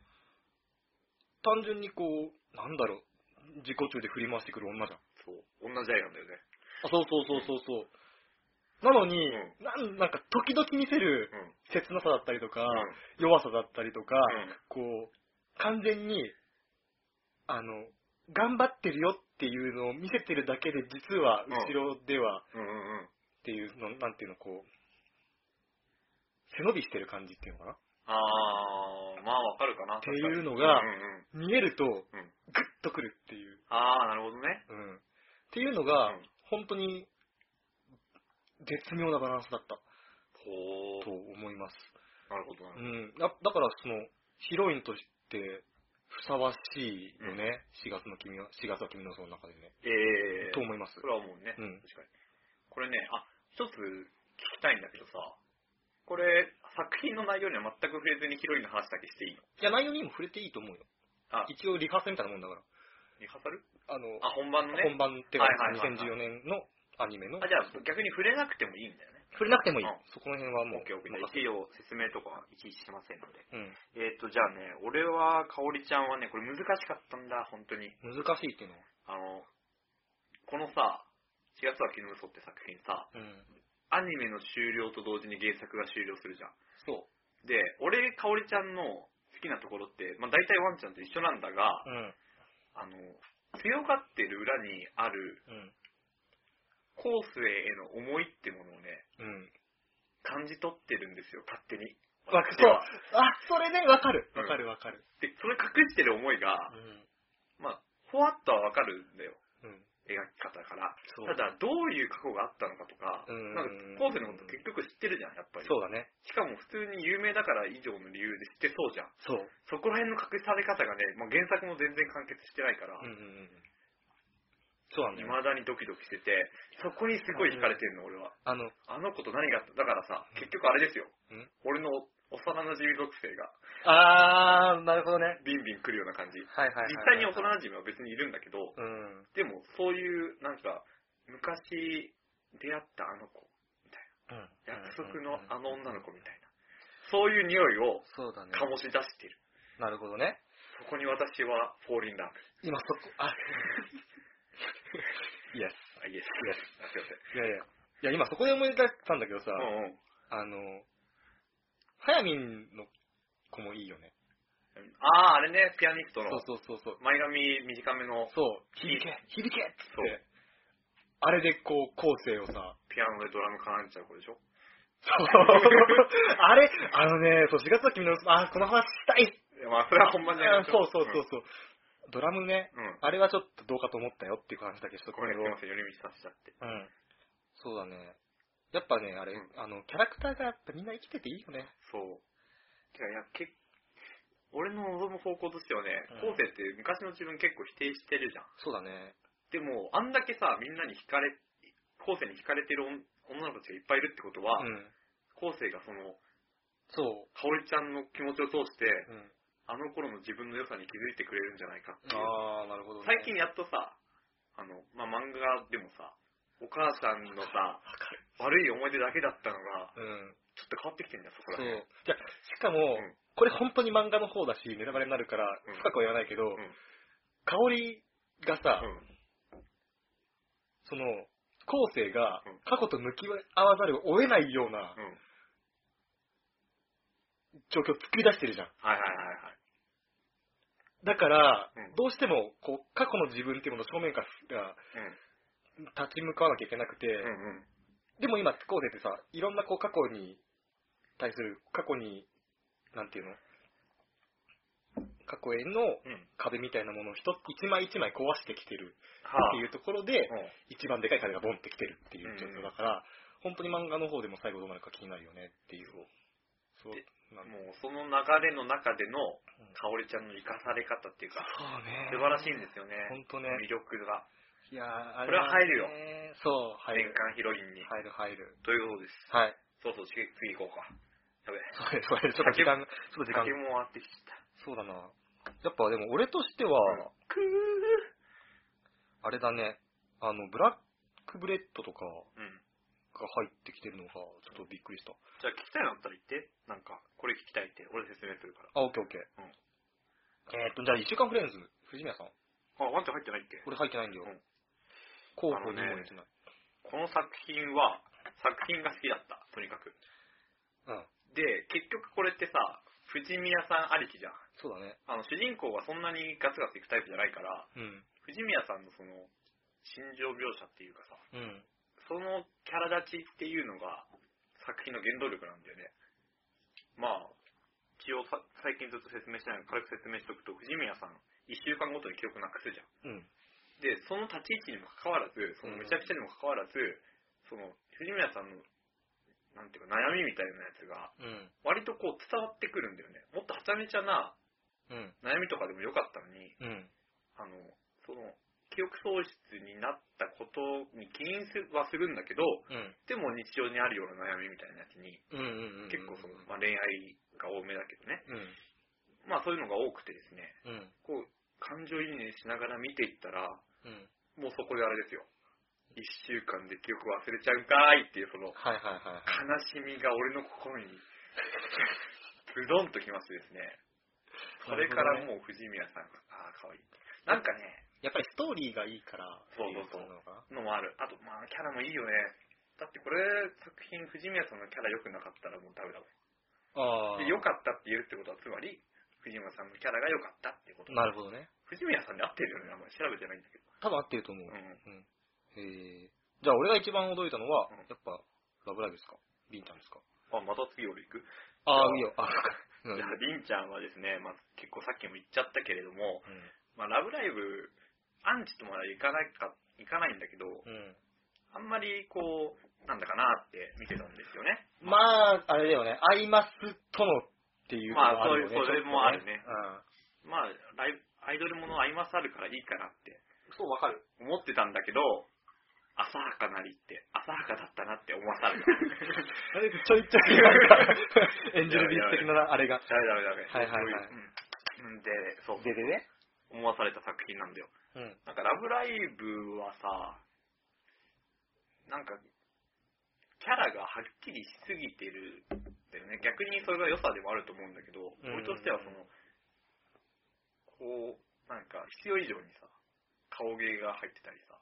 S1: 単純にこう、なんだろう、自己中で振り回してくる女じゃん。
S2: そう。同じ愛なんだよね。
S1: あ、そうそうそうそうそう。なのに、
S2: う
S1: なんなんか時々見せる
S2: うん。
S1: 切なさだったりとか、
S2: うん。
S1: 弱さだったりとか、
S2: うん
S1: こう、完全に、あの、頑張ってるよっていうのを見せてるだけで、実は
S2: うん
S1: 後ろではっ
S2: うんうんうん。
S1: ていうの、なんていうの、こう、背伸びしてる感じっていうのかな
S2: あー、まあわかるかな。
S1: ていうのが
S2: 確かにうんうん
S1: 逃げると、グッ
S2: うん
S1: とくるっていう。
S2: あー、なるほどね。
S1: うん。っていうのが
S2: うん、
S1: 本当に、絶妙なバランスだった
S2: ほ
S1: と思います。
S2: なるほどな
S1: う
S2: るほど。
S1: ん。だだから、その、ヒロインとして、ふさわしいよね。4月の君は、4月は君のその中でね。
S2: えー、
S1: と思います
S2: そ。れは思うね。
S1: うん
S2: 確かに。これね、あ、一つ聞きたいんだけどさ、これ、作品の内容には全く触れずにヒロインの話だけしていいの
S1: いや、内容にも触れていいと思うよ。
S2: あ、
S1: 一応、リハーサルみたいなもんだから。
S2: リハーサル
S1: あの、
S2: あ、本番のね。
S1: 本番っていうか
S2: はいはいはいはい
S1: 2014年のアニメの
S2: あ、。じゃあ逆に触れなくてもいいんだよね。
S1: 触れなくてもいい
S2: うん。
S1: そこの辺はもう
S2: オッケーオッケー。
S1: 任せ
S2: じゃあ一応説明とかはいちいちしませんので。
S1: うん。
S2: えっ、と、じゃあね、俺は、かおりちゃんはね、これ難しかったんだ、本当に。
S1: 難しいっていうのは。
S2: あの、このさ、4月は絹嘘って作品さ、
S1: うん。
S2: アニメの終了と同時に原作が終了するじゃん。
S1: そ
S2: で、俺、かおりちゃんの好きなところって、まあ大体ワンちゃんと一緒なんだが
S1: う。、うん。
S2: あの、強がってる裏にある、
S1: うん。
S2: 後世への思いってものをね、
S1: うん。
S2: 感じ取ってるんですよ、勝手に。
S1: わかる。あ、それね、わかる。わかるわかる。
S2: で、それ隠してる思いが、まあ、ふわっとはわかるんだよ、
S1: うん。うん。
S2: 描き方から。
S1: そう
S2: ただ、どういう過去があったのかとか、
S1: うん
S2: なんか、後世のこと結局知ってるじゃん、やっぱり。
S1: そうだね。
S2: しかも、普通に有名だから以上の理由で知ってそうじゃん。
S1: そう。
S2: そこら辺の隠され方がね、まあ、原作も全然完結してないから、
S1: うんうんうん。そうなんだ
S2: 未
S1: よ。
S2: だにドキドキしてて、そこにすごい惹かれてるの、俺は。
S1: あの、
S2: あの子と何があった、だからさ、結局あれですよ
S1: うん。
S2: 俺の幼馴染属性が、
S1: あー、なるほどね。
S2: ビンビン来るような感じ。
S1: はいはいはい。
S2: 実際に幼馴染は別にいるんだけど、
S1: うん。
S2: でも、そういう、なんか、昔出会ったあの子、
S1: うん。
S2: 約束のあの女の子みたい
S1: い。
S2: な、そういう匂いを
S1: そうだね。
S2: 醸し出してる。
S1: なるほどね。
S2: そこに私は、フォーリンラブ。
S1: 今そこ、あ、 いや、い
S2: あ、イエス、イエス。あすいま
S1: やいや。いや、今そこで思い出したんだけどさ、
S2: せん。うんうん。
S1: あの、はやみんの子もいいよね。
S2: ああ、あれね、ピアニストの
S1: そう、そうそうそう。
S2: 前髪短めの
S1: そう、響け、響けっつっ
S2: そう
S1: て、あれでこう、後世をさ、
S2: ピアノでドラム絡んじゃう子でしょ
S1: そう。 あれ、あのね、そう、4月は君の、あ、この話したい
S2: いやまあ、それは本番じゃない
S1: あそうそうそうそう。ドラムね、
S2: うん。うん。
S1: あれはちょっとどうかと思ったよっていう話だけしとく
S2: ごめ
S1: け
S2: ん
S1: ど
S2: な、さい、寄り道させちゃって。
S1: うん。そうだね。やっぱね、あれ、
S2: うん
S1: あの、キャラクターがやっぱみんな生きてていいよね。
S2: そう。てか、いや、け俺の望む方向としてはね、
S1: うん
S2: 後世って昔の自分結構否定してるじゃん。
S1: そうだね。
S2: でも、あんだけさ、みんなに惹かれ、後世に惹かれてる女女の子たちがいっぱいいるってことは、
S1: うん。
S2: 後世がその、
S1: そ
S2: かおりちゃんの気持ちを通して、
S1: う。うん。
S2: あの頃の自分の良さに気づいてくれるんじゃないかっていう。
S1: あー、なるほど、ね。
S2: 最近やっとさ、あの、まあ、漫画でもさ、お母さんのさ、悪い思い出だけだったのが、
S1: うん。
S2: ちょっと変わってきてんだよ、そこ
S1: そ
S2: ら
S1: う。
S2: 辺。
S1: じゃあしかも、
S2: うん
S1: これ本当に漫画の方だし、ネタバレになるから
S2: うん、
S1: 深くは言わないけど、
S2: ん
S1: 香りがさ、
S2: うん。
S1: その、後世が
S2: うん
S1: 過去と向き合わざるを得ないような
S2: うん。
S1: 状況を作り出してるじゃん。
S2: はいはいはいはい。
S1: だから、
S2: うん
S1: どうしても、こう、過去の自分っていうものを正面から立ち向かわなきゃいけなくて、
S2: うん。うんうん。
S1: でも今、高生ってさ、いろんなこう、過去に対する、過去に、なんていうの過去への
S2: うん。
S1: 壁みたいなものを一つ一枚一枚壊してきてる
S2: は
S1: っていうところで、
S2: うん
S1: 一番でかい壁がボンってきてるっていう状況だから、本当に漫画の方でも最後どうなるか気になるよねっていう。そう。
S2: で
S1: なん
S2: もうその流れの中での、かおりちゃんの生かされ方っていうか、
S1: そうね。
S2: 素晴らしいんですよね。
S1: 本当ね。
S2: 魅力が。
S1: いやーあ
S2: これは入るよ
S1: ねそう、入
S2: 年
S1: る。
S2: 間ヒロインに。
S1: 入る、入る。
S2: ということです。
S1: はい。
S2: そうそう、次次行こうか。やべえ。
S1: それ、それ、ちょっと時間、ちょっと時間
S2: 酒。も終わってきちゃっ
S1: そうだな。やっぱでも俺としては、
S2: た。くー
S1: あれだね、あの、ブラックブレッドとか
S2: うん。
S1: が入ってきてるのが、ちょっとびっくりした。
S2: じゃあ聞きたいのあったら言って。なんか、これ聞きたいって。俺説明するから。
S1: あ、オッケーオッケー。
S2: うん
S1: えーっと、じゃあ、一週間フレンズ、藤宮さん。
S2: あ、ワンちゃん入ってないっけ
S1: これ入ってないんだよ。
S2: うん
S1: 候補
S2: あの
S1: に
S2: ね
S1: も入れてない。
S2: この作品は、作品が好きだった。とにかく。
S1: うん。
S2: で、結局これってさ、藤宮さんありきじゃん。
S1: そうだね。
S2: あの、主人公がそんなにガツガツいくタイプじゃないから、
S1: うん。
S2: 藤宮さんのその、心情描写っていうかさ、
S1: うん。
S2: そのキャラ立ちっていうのが、作品の原動力なんだよね。まあ、一応さ最近ずっと説明してないので軽く説明しておくと、藤宮さん、一週間ごとに記憶なくすじゃん。
S1: うん。
S2: で、その立ち位置にもかかわらず、そのむちゃくちゃにもかかわらず、その、藤宮さんの、なんていうか、悩みみたいなやつが、
S1: うん。
S2: 割とこう伝わってくるんだよね。もっとはちゃめちゃな
S1: うん。
S2: 悩みとかでもよかったのに、
S1: うん。
S2: あの、その、記憶喪失になったことに起因すはするんだけど、
S1: うん。
S2: でも日常にあるような悩みみたいなやつに、
S1: うん。うん。うん。
S2: 結構その、まあ、恋愛が多めだけどね。
S1: うん。
S2: まあそういうのが多くてですね、
S1: うん。
S2: こう、感情移入しながら見ていったら、
S1: うん。
S2: もうそこであれですよ。一週間で記憶忘れちゃうんかーいっていうその、
S1: はいはいはいはい。
S2: 悲しみが俺の心に、ズドンときましてですね。それからもう藤宮さんが、ああ、かわいい。なんかね、
S1: やっぱりストーリーがいいから、
S2: そうそうそ
S1: っ
S2: う
S1: ていのが
S2: のもある。あと、まあ、キャラもいいよね。だってこれ、作品、藤宮さんのキャラ良くなかったらもうダメだもん。
S1: ああ。
S2: で良かったって言えるってことは、つまり、藤宮さんのキャラが良かったってこと。
S1: なるほどね。
S2: 藤宮さんで合ってるよね。あんまり調べてないんだけど。
S1: 多分合ってると思う。
S2: うん。
S1: うん。へえ。じゃあ俺が一番驚いたのは
S2: うん、
S1: やっぱ、ラブライブですかビンタンですか
S2: あ、また次俺行く。
S1: ああ、いいよ。あ、う
S2: じゃ
S1: ん。
S2: あ、りんちゃんはですね、まあ、結構さっきも言っちゃったけれども、
S1: うん
S2: まあ、ラブライブ、アンチとまではいかないか、いかないんだけど、
S1: うん。
S2: あんまりこう、なんだかなって見てたんですよね。
S1: まあ、あれだよね。アイマスとのっていうのもあるよね。
S2: まあそういうそれもあるね
S1: ちょっとうん。
S2: まあ、ライブアイドルもの合いますあるからいいかなって
S1: そう、わかる。
S2: 思ってたんだけど、浅はかなりって、浅はかだったなって思わ さ れた。
S1: あれ、ちょいちょい、なんか、エンジェルビーツ的なあれが。
S2: ダメダメダメ。
S1: はいはいはい
S2: そういううん。うんで、そう、
S1: ででね。
S2: 思わされた作品なんだよ。
S1: うん。
S2: なんか、ラブライブはさ、なんか、キャラがはっきりしすぎてるんだよね。逆にそれが良さでもあると思うんだけど、
S1: ん
S2: 俺としてはその、こう、なんか、必要以上にさ、顔芸が入ってたりさ、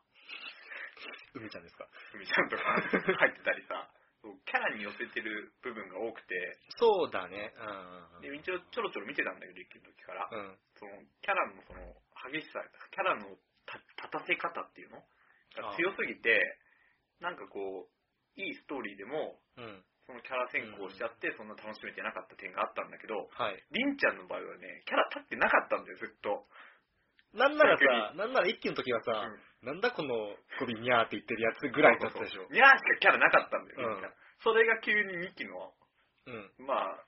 S1: 海ちゃんですか。
S2: ふみちゃんとか入ってたりさ、そうキャラに寄せてる部分が多くて、
S1: そうだね。うん
S2: で、一応ちょろちょろ見てたんだけど、一期の時から、
S1: うんうん。うん。
S2: その、キャラのその、激しさ、キャラのた立たせ方っていうの
S1: あ
S2: が
S1: あ
S2: 強すぎて、なんかこう、いいストーリーでも、
S1: うん。
S2: そのキャラ選考しちゃって、そんな楽しめてなかった点があったんだけど、
S1: はい。
S2: りんちゃんの場合はね、キャラ立ってなかったんだよ、ずっと。
S1: なんならさ、なんなら一期の時はさ、なんだこのゴビニャーって言ってるやつぐらいだったでしょ。
S2: にゃーしかキャラなかったんだよ、
S1: うん
S2: りんちゃん。それが急に2期の、
S1: うん。
S2: まあ、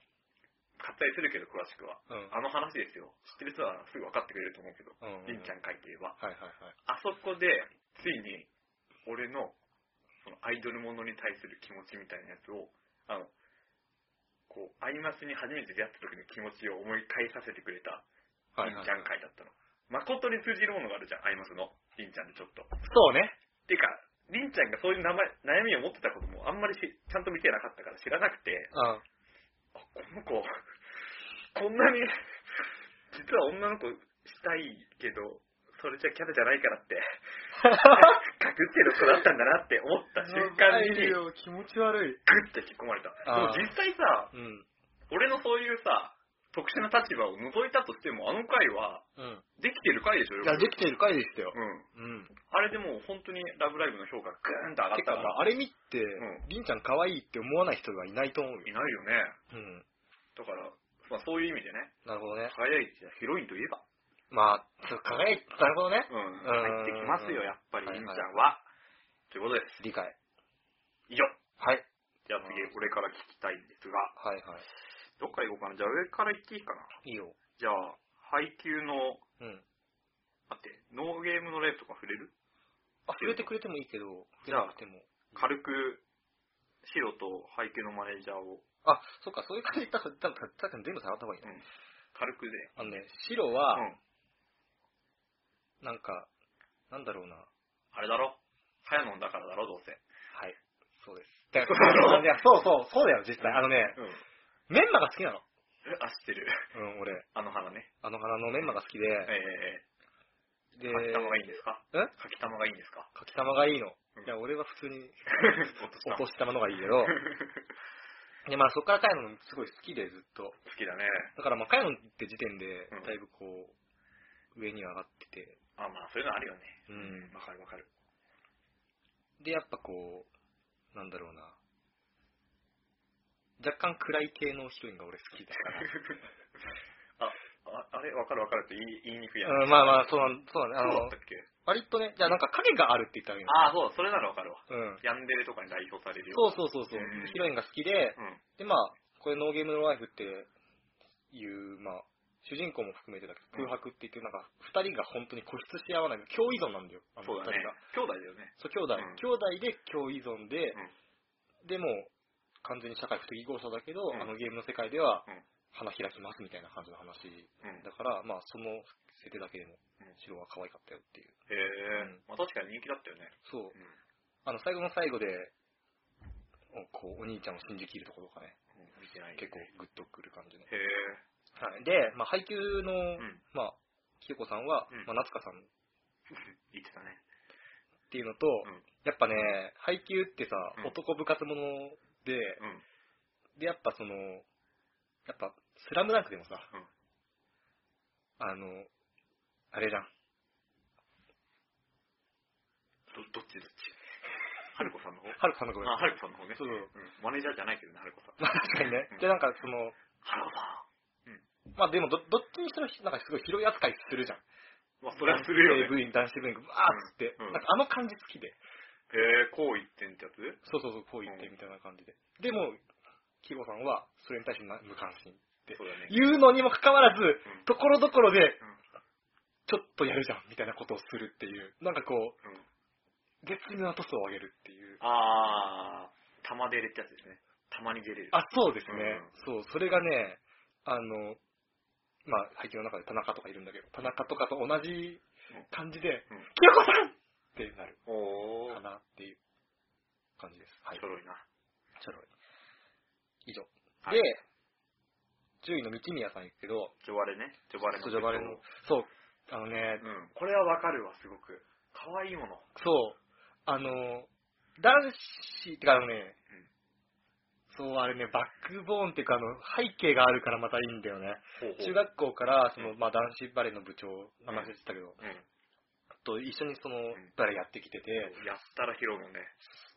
S2: 割愛するけど、詳しくは。
S1: うん。
S2: あの話ですよ。知ってる人はすぐ分かってくれると思うけど、
S1: うん
S2: りんちゃん書いて言えば。
S1: はいはいはい。
S2: あそこで、ついに、俺の、そのアイドルものに対する気持ちみたいなやつを、あの、こう、アイマスに初めて出会った時の気持ちを思い返させてくれた、
S1: はい
S2: りん
S1: はい
S2: ちゃん会だったの。誠に通じるものがあるじゃん、アイマスの。りんちゃんでちょっと。
S1: そうね。
S2: てか、りんちゃんがそういう名前、悩みを持ってたこともあんまりしちゃんと見てなかったから知らなくて、
S1: うん。
S2: あ、この子、こんなに、実は女の子したいけど、それじゃキャラじゃないから って、隠してる子だったんだなって思った 瞬間に、グ
S1: よ、気持ち悪い。
S2: ッて引っ込まれた。で
S1: あ
S2: も
S1: ー
S2: 実際さ、
S1: うん。
S2: 俺のそういうさ、特殊な立場を除いたとしても、あの回は、
S1: うん。
S2: できてる回でしょ、よ
S1: い
S2: く
S1: や、できてる回でしたよ。
S2: うん。
S1: うん。
S2: あれでもう本当にラブライブの評価がグーンと上がってた
S1: か、
S2: か
S1: ま
S2: ら、
S1: ああれ見て、
S2: ん
S1: りんちゃん可愛いって思わない人がいないと思うよ
S2: い。ないよね。
S1: うん。
S2: だから、まあそういう意味でね、
S1: なるほどね。
S2: 早いヒロインといえば、
S1: まあ、そう輝いて、なるほどね。
S2: うん、入ってきますよ、やっぱり、
S1: はい
S2: りんち
S1: は
S2: ゃ
S1: い
S2: んは。ということです。
S1: 理解。
S2: 以上。
S1: はい。
S2: じゃあ次、これから聞きたいんですが、
S1: はいは
S2: どっから行こうかな。じゃあ上から行っていいかな。
S1: い。いいよ。
S2: じゃあ、配給の、
S1: うん。
S2: 待って、ノーゲームの例とか触れる
S1: あ、触れてくれてもいいけど、触れなくても。
S2: 軽く、白と配給のマネージャーを、
S1: あ、そっか、そういう感じだったら、多分多分全部触った方がいいね。
S2: うん軽くで。
S1: あのね、白
S2: う
S1: は、
S2: ん。
S1: なんか、なんだろうな。
S2: あれだろ早野だからだろ、どうせ。
S1: はい。そう です。だか
S2: から
S1: ら、いやそうそう、そうだよ、実際。あのね、
S2: うん。
S1: メンマが好きなの。
S2: え あ、知ってる。
S1: うん、俺。
S2: あの花ね。
S1: あの花のメンマが好きで、
S2: ええ
S1: で
S2: ー、、かきたまがいいんですか
S1: え
S2: かきたまがいいんです か
S1: かきたまがいいの
S2: うん。
S1: いや、俺は普通に、
S2: お年
S1: お
S2: 玉好
S1: 年玉の方がいいけど、で、まあそこからカヤノンすごい好きで、ずっと。
S2: きだね。
S1: だからまあカヤノンって時点で
S2: うん、
S1: だいぶこう、上に上がってて、
S2: あ、まあ、そういうのあるよね。
S1: うん
S2: わかる わかる。
S1: で、やっぱこう、なんだろうな。若干暗い系のヒロインが俺好きだ から。
S2: あ、ああれわかるわかるって言い言いにくいやん。
S1: うん、まあまあ、そうなんそうだね。あ
S2: そう
S1: の
S2: だったっけ
S1: 割とね、じゃあなんか影があるって言ったらいいの
S2: ああ、そう、それならわかるわ。
S1: うん。
S2: ヤンデレとかに代表されるよ
S1: そうそうそうそう
S2: うん。
S1: ヒロインが好きで、
S2: う。うん。
S1: で、まあ、これノーゲームのライフっていう、まあ、主人公も含めてだけど、空白って言って、なんか、二人が本当に固執し合わない。共依存なんだよ、あの
S2: そうだね
S1: 二人が。。
S2: 兄弟だよね。
S1: そう、兄弟。兄弟で共依存
S2: うん
S1: で、でも、完全に社会不適合者だけど、
S2: う
S1: あ
S2: ん
S1: のゲームの世界では
S2: うん、
S1: 花開きますみたいな感じの話
S2: うん。うん。
S1: だから、まあ、その設定だけでも
S2: うん、
S1: シロは可愛かったよっていう。
S2: へえ、まあ確かに人気だったよね。
S1: そう
S2: う。ん。
S1: あの、最後の最後で、おこう、お兄ちゃんを信じきるところがね、
S2: うん見てないよね。
S1: 結構グッとくる感じの。
S2: へえ。
S1: はい。で、まあ、配給の、
S2: ん
S1: まあ、きよこさんは、
S2: うん
S1: まあ、夏香さんっ
S2: 言ってたね。
S1: ていうのと、
S2: うん
S1: やっぱね、配給ってさ、
S2: うん
S1: 男部活者で、
S2: うん。
S1: で、やっぱその、やっぱ、スラムダンクでもさ、
S2: うん
S1: あの、あれじゃん。
S2: ど、どっちどっちはるこさんの方
S1: はるかさんの声。
S2: あ、はるこさんの方ね。
S1: そうそう。
S2: うん。マネージャーじゃないけどね、はるこさん。
S1: まあ、確かにね
S2: うん。
S1: で、なんかその、
S2: はるこさん。
S1: まあでもど、どっちにしろ、なんかすごい広い扱いするじゃん。
S2: まあ、それはするよね。
S1: AV 男子部員がわーっつって、
S2: うんうん
S1: なんかあの感じ好きで、
S2: へえ、こう言ってんってやつ
S1: そうそうそう、こう言ってみたいな感じで。でも、キゴさんは、それに対してな無関心。
S2: そうだね。
S1: 言うのにもかかわらず、
S2: ん
S1: ところどころで、ちょっとやるじゃん、みたいなことをするっていう。なんかこ
S2: うん。うん。
S1: う、絶妙なトスを上げるっていう。
S2: あー、玉出れってやつですね。玉に出れる。
S1: あ、そうですね。そう、それがね、あの、まあ、配給の中で田中とかいるんだけど、田中とかと同じ感じで、
S2: うん
S1: キヨコさんってなる
S2: お
S1: か
S2: ー、
S1: なっていう感じです。はい。
S2: ちょろいな。
S1: ちょろい。以上。
S2: はい
S1: で、10位の道宮さん行くけど、
S2: ジョバレね。ジョバレの。
S1: そう、ジョバレの。そう、あのね、
S2: うん。これはわかるわ、すごく。可愛いもの。
S1: そう、あの、男子、ってかあのね、
S2: うん
S1: そう、あれね、バックボーンっていうか、あの、背景があるからまたいいんだよね。
S2: ほうほう
S1: 中学校から、その、
S2: うん
S1: まあ、男子バレーの部長、名前忘れてたけど、
S2: うん。
S1: と一緒にその
S2: ん、
S1: バレーやってきてて、
S2: やったら拾うのね。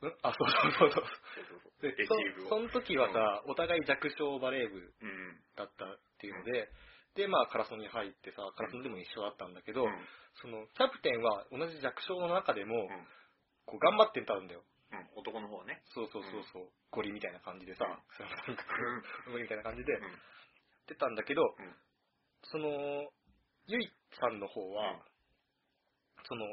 S1: うんあ、そうそうそうそう。
S2: そうそうそう。
S1: で
S2: レシーブ
S1: そ、そ
S2: を。
S1: の時はさ、お互い弱小バレー部
S2: うん。
S1: だったっていうので、で、まあ、カラソンに入ってさ、カラソンでも一緒だったんだけど、
S2: うん
S1: その、キャプテンは同じ弱小の中でも、
S2: ん
S1: こう、頑張ってたんだよ。
S2: うん。男の方はね。
S1: そうそうそうそう、ゴリみたいな感じでさ、
S2: うん
S1: そのなんか
S2: うん。
S1: ゴリみたいな感じで、や
S2: うん
S1: ってたんだけど、
S2: うん
S1: その、ゆいさんの方は、
S2: うん
S1: その、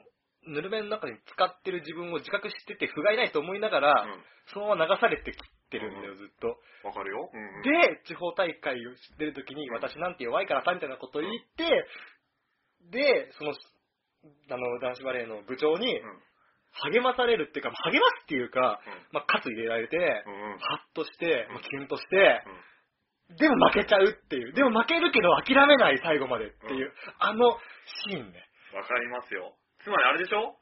S1: ぬるめの中に使ってる自分を自覚してて、不甲斐ないと思いながら、
S2: うん
S1: そのまま流されてきってるんだよ、ずっと。
S2: わかるよ。うんうん
S1: で、地方大会を出るときに、私なんて弱いからさ、みたいなことを言って、で、その、あの、男子バレーの部長に
S2: うん、
S1: 励まされるっていうか、励ますっていうか、まあ、喝入れられて、
S2: うん。うんうん。
S1: ハッとして、まあ、キュンとし
S2: うん
S1: て、でも負けちゃうっていう。でも負けるけど諦めない最後までっていう、あのシーンね。
S2: わかりますよ。つまりあれでしょ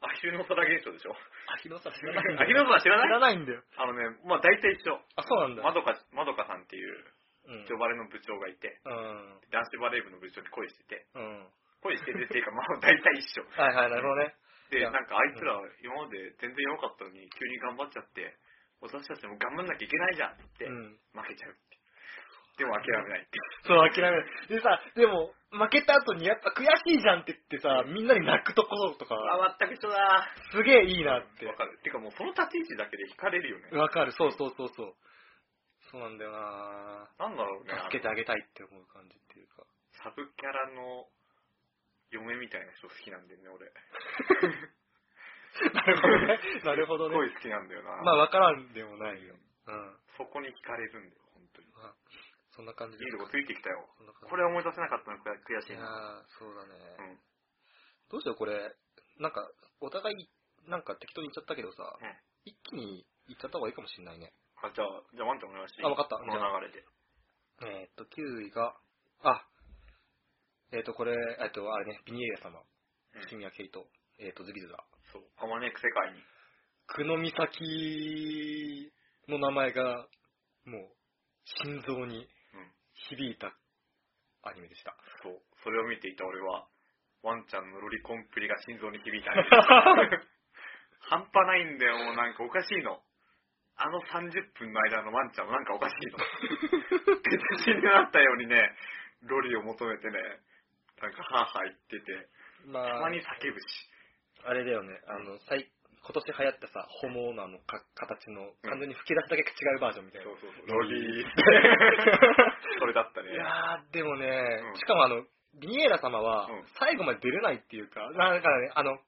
S2: アヒルの皿現象でしょ
S1: アヒノさん知らないんだ
S2: アヒ
S1: よ。
S2: ルの皿知ら
S1: 知ら
S2: ない
S1: ないんだよ。
S2: あのね、まあ大体一緒。
S1: あ、そうなんだ。
S2: まどか、まどかさんっていう、
S1: うん
S2: ジョバレの部長がいて、
S1: うん。
S2: 男子バレー部の部長に恋してて、
S1: うん。
S2: 恋して てっていうか、まあ大体一緒。
S1: はいはい、なるほどね。い
S2: で、
S1: や
S2: なんかあいつら今まで全然弱かったのに、急に頑張っちゃって、私たちも頑張んなきゃいけないじゃんって
S1: う
S2: 言って、
S1: ん。
S2: 負けちゃうって。でも諦めないって。
S1: そう、諦めない。でさ、でも、負けた後にやっぱ悔しいじゃんって言ってさ、みんなに泣くところとか、
S2: あ、全く一緒だ
S1: すげえいいなって。
S2: わかる。てかもうその立ち位置だけで惹かれるよね。
S1: わかる、そうそうそうそう。そうなんだよな
S2: なんだろうね。あの
S1: 助けてあげたいって思う感じっていうか。
S2: サブキャラの嫁みたいな人好きなんだよね、俺。
S1: なるほどね。なるほどね。
S2: すごい好きなんだよな。
S1: まあ、わからんでもないよ。うん。
S2: そこに惹かれるんだよ、本当に。い
S1: まあ、そんな感じ
S2: いとこついてきたよ。
S1: そんな感じ
S2: これは思い出せなかったの悔悔し
S1: い
S2: い
S1: やー
S2: な。
S1: そうだね。
S2: うん。
S1: どうしよう、これ。なんか、お互い、なんか適当に言っちゃったけどさ、
S2: うん
S1: 一気に言っちゃった方がいいかもしれないね。
S2: あ、じゃあ、じゃあワンちゃんお願いしていい
S1: あわかった
S2: この流れで。
S1: えーっと、9位が、あ、えーっと、これ、えーっと、あれね、ビニエリア様、
S2: うん
S1: シミヤケイト、えーっと、ズビズラ。
S2: そう。あまねく世界に。
S1: 久野美咲の名前が、もう、心臓に
S2: うん。
S1: 響いたアニメで した。
S2: そう。それを見ていた俺は、ワンちゃんのロリコンプ リが心臓に響いた。半端ないんだよ、もうなんかおかしいの。あの30分の間のワンちゃんもなんかおかしい と。別人になったようにね、ロリを求めてね、なんかハーハー言ってて、
S1: ま
S2: た
S1: あ、
S2: まに叫ぶし。
S1: あれだよね、あの、最、今年流行ったさ、ホモのあの、か、形の、完全に吹き出すだけ違うバージョンみたいな。
S2: そうそうそう。ロリーって。 それだったね。
S1: いやー、でもね、
S2: ん
S1: しかもあの、ビニエラ様は
S2: うん、
S1: 最後まで出れないっていうか、なだからね、あの、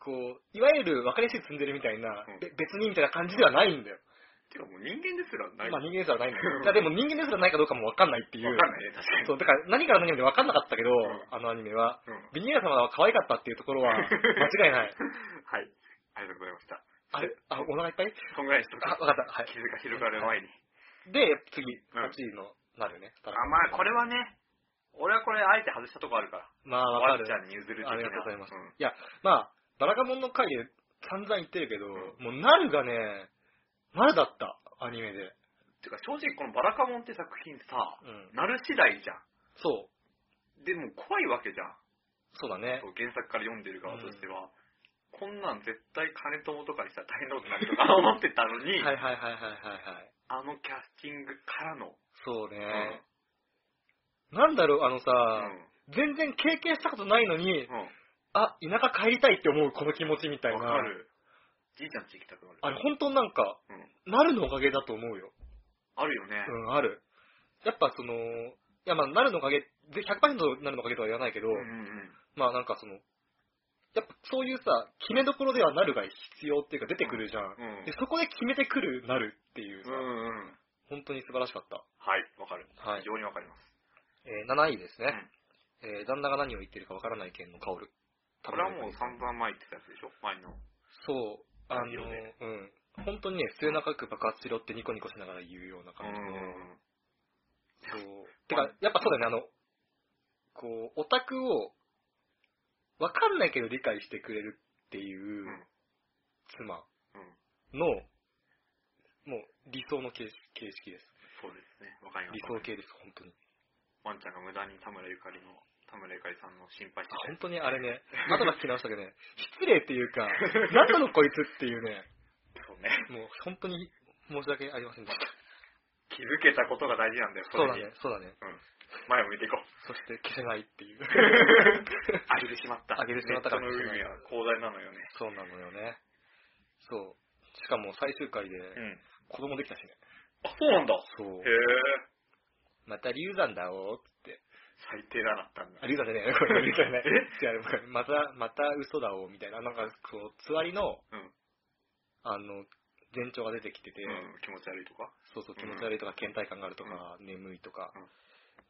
S1: こう、いわゆる分かりやすい積んでるみたいな、
S2: うん
S1: べ別にみたいな感じではないんだよ。
S2: てかもう人間ですらない。
S1: まあ人間ですらないんだよ
S2: う。ん
S1: だからでも人間ですらないかどうかも分かんないっていう。
S2: わかんないね、確かに。
S1: そう、だから何から何まで分かんなかったけど、
S2: ん
S1: あのアニメは。
S2: うん
S1: ビニエラ様は可愛かったっていうところ は、間違いない。
S2: はい。ありがとうございました。
S1: あれあ、お腹いっぱい
S2: そんぐらいにしとく。
S1: あ、分かった。はい。
S2: 傷が広がる前に。
S1: で、次、8位の、なるね。
S2: あ、まあこれはね、俺はこれあえて外したとこあるから。
S1: まあ、わ
S2: ワ
S1: か
S2: ン
S1: る
S2: ち。ゃんに譲る的な。
S1: ありがとうございます。
S2: ん
S1: いや、まあ、バラカモンの回で散々言ってるけど、
S2: ん
S1: もう、なるがね、なるだった、アニメで。
S2: てか正直このバラカモンって作品さ、
S1: うん。
S2: なる次第じゃ
S1: そ
S2: ん。でも怖いわけじゃん。
S1: う。そうだね
S2: そ。う原作から読んでる側としては。こんなん絶対金友とかにしたら大変なことになるとか思ってたの
S1: は
S2: に
S1: い、はいはいはいはいはい。
S2: あのキャスティングからの。
S1: そうね。
S2: うん
S1: なんだろう、あのさ、
S2: うん
S1: 全然経験したことないのに、
S2: うん。
S1: あ、田舎帰りたいって思うこの気持ちみたいな。
S2: わかる。じいちゃんち行きたくなる。
S1: あれ、本当になんか、
S2: うん。
S1: なるのおかげだと思うよ。
S2: あるよね。
S1: うん、ある。やっぱその、いやまあ、なるのおかげ、ぜ100%なるのおかげとは言わないけど、
S2: うんうんうん。
S1: まあなんかその、やっぱそういうさ、決めどころではなるが必要っていうか出てくるじゃん。
S2: うん
S1: で、そこで決めてくるなるっていうさ、
S2: うんうん。
S1: 本当に素晴らしかった。
S2: はい、わかる。
S1: はい
S2: 非常にわかります。
S1: えー、7位ですね。えー、旦那が何を言ってるかわからない件の薫。
S2: これはもう散々前言ってたやつでしょ前の。
S1: そう、あの、
S2: いいよね
S1: うん。本当にね、末永く爆発しろってニコニコしながら言うような感じの。
S2: うん。
S1: そう。てか、やっぱそうだよね、あの、こう、オタクを、わかんないけど理解してくれるっていう
S2: うん
S1: 妻
S2: うん。
S1: の、もう理想の形式形式です。
S2: そうですね。わかりま
S1: 理
S2: す。
S1: 想形です、本当に。
S2: ワンちゃんが無駄に田村ゆかりの、田村ゆかりさんの心配し
S1: あ
S2: て
S1: 本当にあれね、後から聞き直したけどね、 失礼っていう か、何なのこいつっていうね、
S2: た。そうね。
S1: もう本当に申し訳ありませんでした。
S2: 気づけたことが大事なんだよ、
S1: そうだ
S2: れに
S1: ね。、そうだね。
S2: うん。前を向いて いこう。
S1: そして消せないって いう。
S2: あげてしまった。
S1: あげてしまったか
S2: からの海は広大なのよね。
S1: そうなのよね。そう。しかも最終回で
S2: うん。
S1: 子供できたしね。
S2: あ、そうなんだ。へ
S1: そう
S2: え。。
S1: また流産だおーっつって。
S2: 最低だなったんだ。
S1: あ、 流産じゃねえよ。これ流産じゃない。違う、また、また嘘だおーみたいな。なんか、こう、つわりの、
S2: うん
S1: あの、前兆が出てきてて、
S2: うん。気持ち悪いとか。
S1: そうそう、気持ち悪いとか、倦怠感があるとか、眠いとか。
S2: うん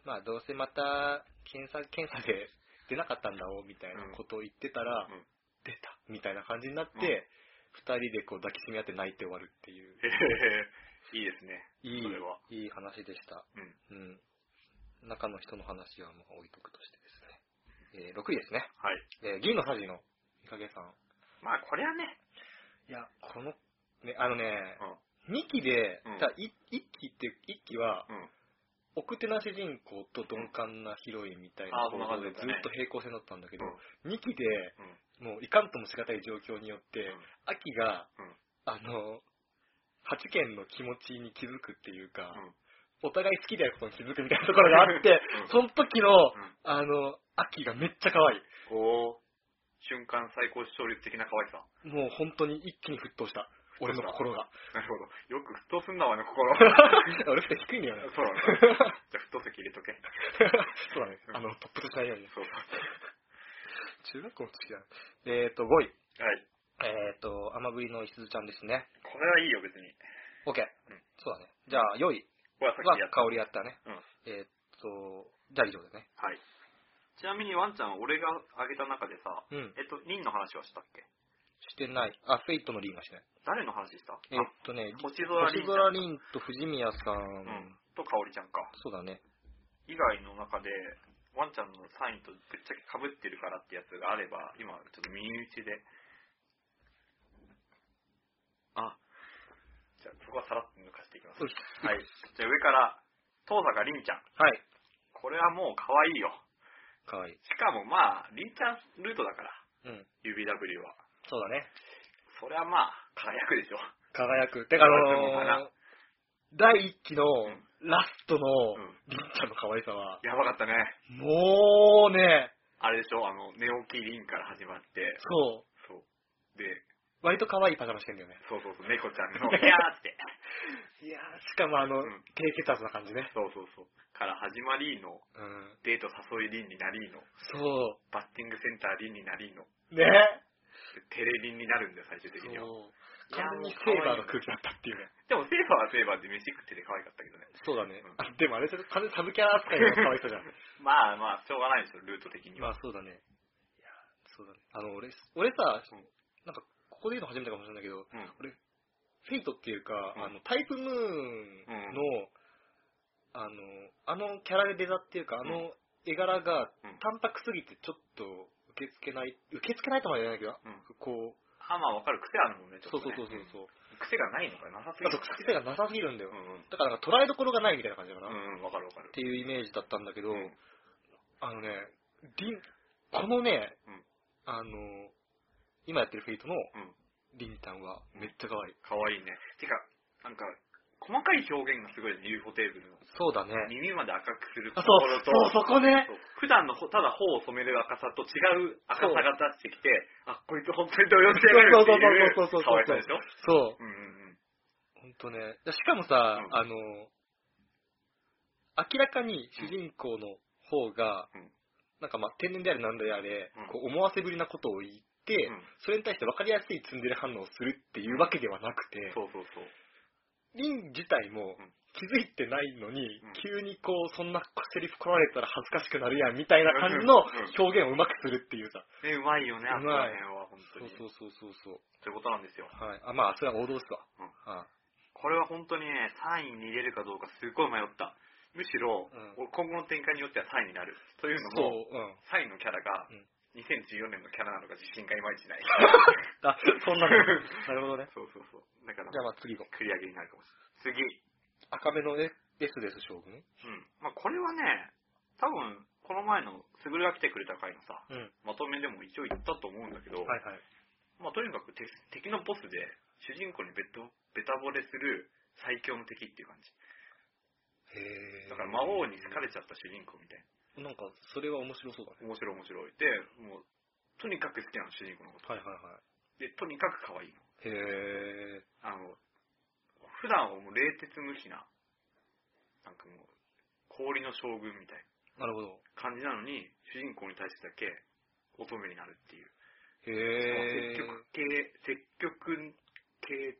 S1: まあ、どうせまた、検査、検査で出なかったんだおーみたいなことを言ってたら、
S2: うん。
S1: 出たみたいな感じになって、
S2: うん
S1: 二人でこう抱きしめ合って泣いて終わるっていう。
S2: へえ。いいですね。
S1: いい
S2: それは。、
S1: いい話でした。
S2: うん。
S1: うん。中の人の話はもう置いとくとしてですね。えー6位ですね。
S2: はい。
S1: えー銀のサジのイカゲさん。
S2: まあ、これはね。
S1: いや、この、ね、あのね、
S2: うん。
S1: 2期で、
S2: うん
S1: ただい1期って、1期は、
S2: うん。
S1: 奥手な主人公と鈍感なヒロインみたい
S2: あ
S1: な
S2: ーそんな感じ
S1: で
S2: だ
S1: ず
S2: ったね
S1: っと平行線だったんだけど、
S2: うん
S1: 2期で、
S2: うん。
S1: もういかんともしがたい状況によって、
S2: うん
S1: 秋が、
S2: うん
S1: あの、8件の気持ちに気づくっていうか、
S2: うん
S1: お互い好きであることに気づくみたいなところがあって、
S2: うん
S1: その時の、
S2: うん
S1: あの、秋がめっちゃ可愛い。
S2: おー瞬間最高視聴率的な可愛さ。
S1: もう本当に一気に沸騰した。俺の心が。
S2: なるほど。よく沸騰すんだわ ね、心。
S1: 俺って低いんだよね。
S2: そうなんだ。じゃあ、沸騰席入れとけ。
S1: そうだね。あの、トップとしないように。
S2: そうそう。
S1: 中学校の時だな。えっ、ー、と、5位。
S2: はい。
S1: えっ、ー、と、甘栗のいすずちゃんですね。
S2: これはいいよ、別に。
S1: OK。
S2: ん
S1: そうだね。じゃあ、4位
S2: これはさっ
S1: は
S2: きやった。
S1: 香りやったね。
S2: うん。
S1: えっ、ー、と、じゃあ以上だね。
S2: はい。ちなみにワンちゃん、俺があげた中でさ、
S1: うん。
S2: えっと、リンの話はしたっけ
S1: してない。あ、フェイトのリンがしてない。
S2: 誰の話した
S1: えー、っとね
S2: あ、星空
S1: 星
S2: リンちゃ
S1: 空
S2: ん。
S1: リンと藤宮さん、
S2: うん。と、香織ちゃんか。
S1: そうだね。
S2: 以外の中で、ワンちゃんのサインとぶっちゃけ被ってるからってやつがあれば、今、ちょっと身内で。あ、じゃあ、そこはさらっと抜かしていきます。
S1: うん
S2: はい。じゃあ、上から、遠坂凛ちゃん。
S1: はい。
S2: これはもう可愛いよ。
S1: かわいい。
S2: しかもまあ、凛ちゃんルートだから、
S1: うん。
S2: UBW は。
S1: そうだね。
S2: それはまあ、輝くでしょ。
S1: 輝く。てか、あ
S2: 輝くの
S1: の
S2: かな
S1: ー第一期の
S2: ん
S1: ラストの
S2: ん
S1: りんちゃんの可愛さは、
S2: やばかったね。
S1: もうね、
S2: あれでしょあの、寝起きリンから始まって、
S1: そう、
S2: そう。で、
S1: 割と可愛いパジャマしてんだよね。
S2: そうそうそう、猫ちゃんの、 いやーって。
S1: いやー、しかもあの、
S2: うん
S1: 低血圧な感じね。
S2: そうそうそう。から始まりの、
S1: うん。
S2: デート誘いリンになりの、
S1: そ
S2: バッティングセンターリンになりの、
S1: う。ね。
S2: でテレリンになるんだよ、最終的
S1: そう
S2: には。。いや
S1: 完全に
S2: もう可
S1: セ
S2: 愛い
S1: ーバーの空気だったっていうね。
S2: でも、セーバーはセーバーで飯食ってて可愛かったけどね。
S1: そうだね
S2: うん。
S1: あでもあれ、ちょっと完全にサブキャラ扱いの可愛さじゃん。
S2: まあまあ、しょうがないでしょ、ルート的に
S1: ま
S2: は。
S1: あそうだね。いや、そうだね。あの、俺、俺さ、
S2: うん
S1: なんか、ここで言うの初めてかもしれないけど、
S2: うん。
S1: フェイトっていうか、
S2: うん
S1: あの、タイプムーンの、あの、あのキャラデザっていうか、あの絵柄が
S2: うん、
S1: 淡白すぎてちょっと受け付けない、受け付けないとまで言わないけど、
S2: うん
S1: こう、
S2: あ、まあわかる。癖あるもんね、ち
S1: そ
S2: ょ
S1: う
S2: っと、
S1: そう
S2: ね。
S1: そうそうそう。
S2: うん癖がないのかな、なさすぎ
S1: あと、癖がなさすぎるんだよ。
S2: うんうん。
S1: だから、捉えどころがないみたいな感じだかな、っ
S2: うんうん、わかるわかる。
S1: ていうイメージだったんだけど、
S2: うん
S1: あのね、リン、このね、
S2: うん
S1: あの、今やってるフェイトの
S2: うん。
S1: リンタンはめっちゃ可愛い。
S2: 可愛いね。てか、なんか、細かい表現がすごいね、ニューホテーブルの。
S1: そうだね。
S2: 耳まで赤くする
S1: あ、
S2: と
S1: そう
S2: ころ、と、
S1: そう、そこね。
S2: そう普段のほただ頬を染める赤さと違う赤さが出してきて、あ、こいつ本当に動揺してやがるって
S1: そうそうそうそうそうそうそ
S2: いうう可愛さでしょ
S1: そう。
S2: うんうんうん。
S1: ほんとね。しかもさ、
S2: ん
S1: あの、明らかに主人公の方が、
S2: うん
S1: なんかまあ天然であれなんであれ、
S2: うん
S1: こう思わせぶりなことを言って、
S2: うん
S1: それに対して分かりやすいツンデレ反応をするっていうわけではなくて、
S2: そうそうそう。
S1: リン自体も
S2: うん
S1: 気づいてないのに、
S2: ん
S1: 急にこう、そんなセリフ来られたら恥ずかしくなるやんみたいな感じの
S2: うん
S1: 表現をうまくするっていうさ。
S2: ね、うまいよね、あ
S1: う
S2: そこ
S1: ま
S2: ら
S1: い
S2: 辺は、本
S1: そ
S2: 当
S1: う
S2: に。
S1: そうそうそうそう。
S2: ということなんですよ。
S1: はい。あ、まあ、それは王道ですわ。
S2: うん
S1: はい
S2: これは本当にね、3位に入れるかどうかすごい迷った。むしろ、
S1: う
S2: 俺今後の展開によっては3位になる。という
S1: そう、
S2: のも、
S1: うん。
S2: 3位のキャラが
S1: うん、
S2: 2014年のキャラなのか自信がいまい ちない。
S1: あ、 そんなの。なるほどね。
S2: そうそうそう。だから
S1: じ、ゃあまあ次の。
S2: 繰り上げになるかもしれない。次。
S1: 赤目の S です、将軍。
S2: うん。まあ、これはね、多分、この前の、スグルが来てくれた回のさ、
S1: うん。
S2: まとめでも一応言ったと思うんだけど、
S1: はいはい。
S2: まあ、とにかく敵敵のボスで、主人公にベトベタ惚れする最強の敵っていう感じ。
S1: へ
S2: だから、魔王に好かれちゃった主人公みたい
S1: なんか、それは面白そうだね。
S2: な。面白い面白い。で、もう、とにかく好きなの主人公のこと。
S1: はいはいは
S2: で、とにかく可愛いの。
S1: い。へえ。
S2: あの、普段はもう冷徹無比な、なんかもう、氷の将軍みたい
S1: な
S2: な。
S1: るほど。
S2: 感じなのに、主人公に対してだけ乙女になるっていう。
S1: へえ。
S2: 積極系、積極系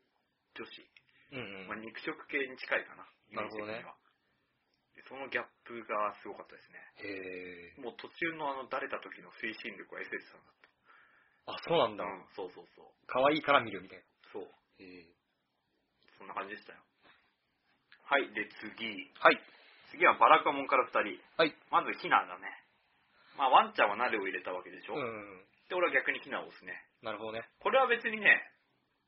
S2: 女子。
S1: うんうん。
S2: まあ、肉食系に近いかな、イメ
S1: なる
S2: ージ
S1: ほ
S2: 的
S1: どね
S2: には。でそのギャップがすごかったですね。
S1: へえ。
S2: もう途中のあの、だれた時の推進力は SS さんだっ
S1: あ、そうなんだ
S2: た。。うん、そうそうそう。
S1: 可愛いから見るみたいな。
S2: そう。
S1: へえ。
S2: そんな感じでしたよ。はい、で、次。
S1: はい。
S2: 次はバラカモンから2人。
S1: はい。
S2: まず、ヒナだね。まあ、ワンちゃんはナルを入れたわけでしょ。
S1: うん。
S2: で、俺は逆にヒナを押すね。
S1: なるほどね。
S2: これは別にね、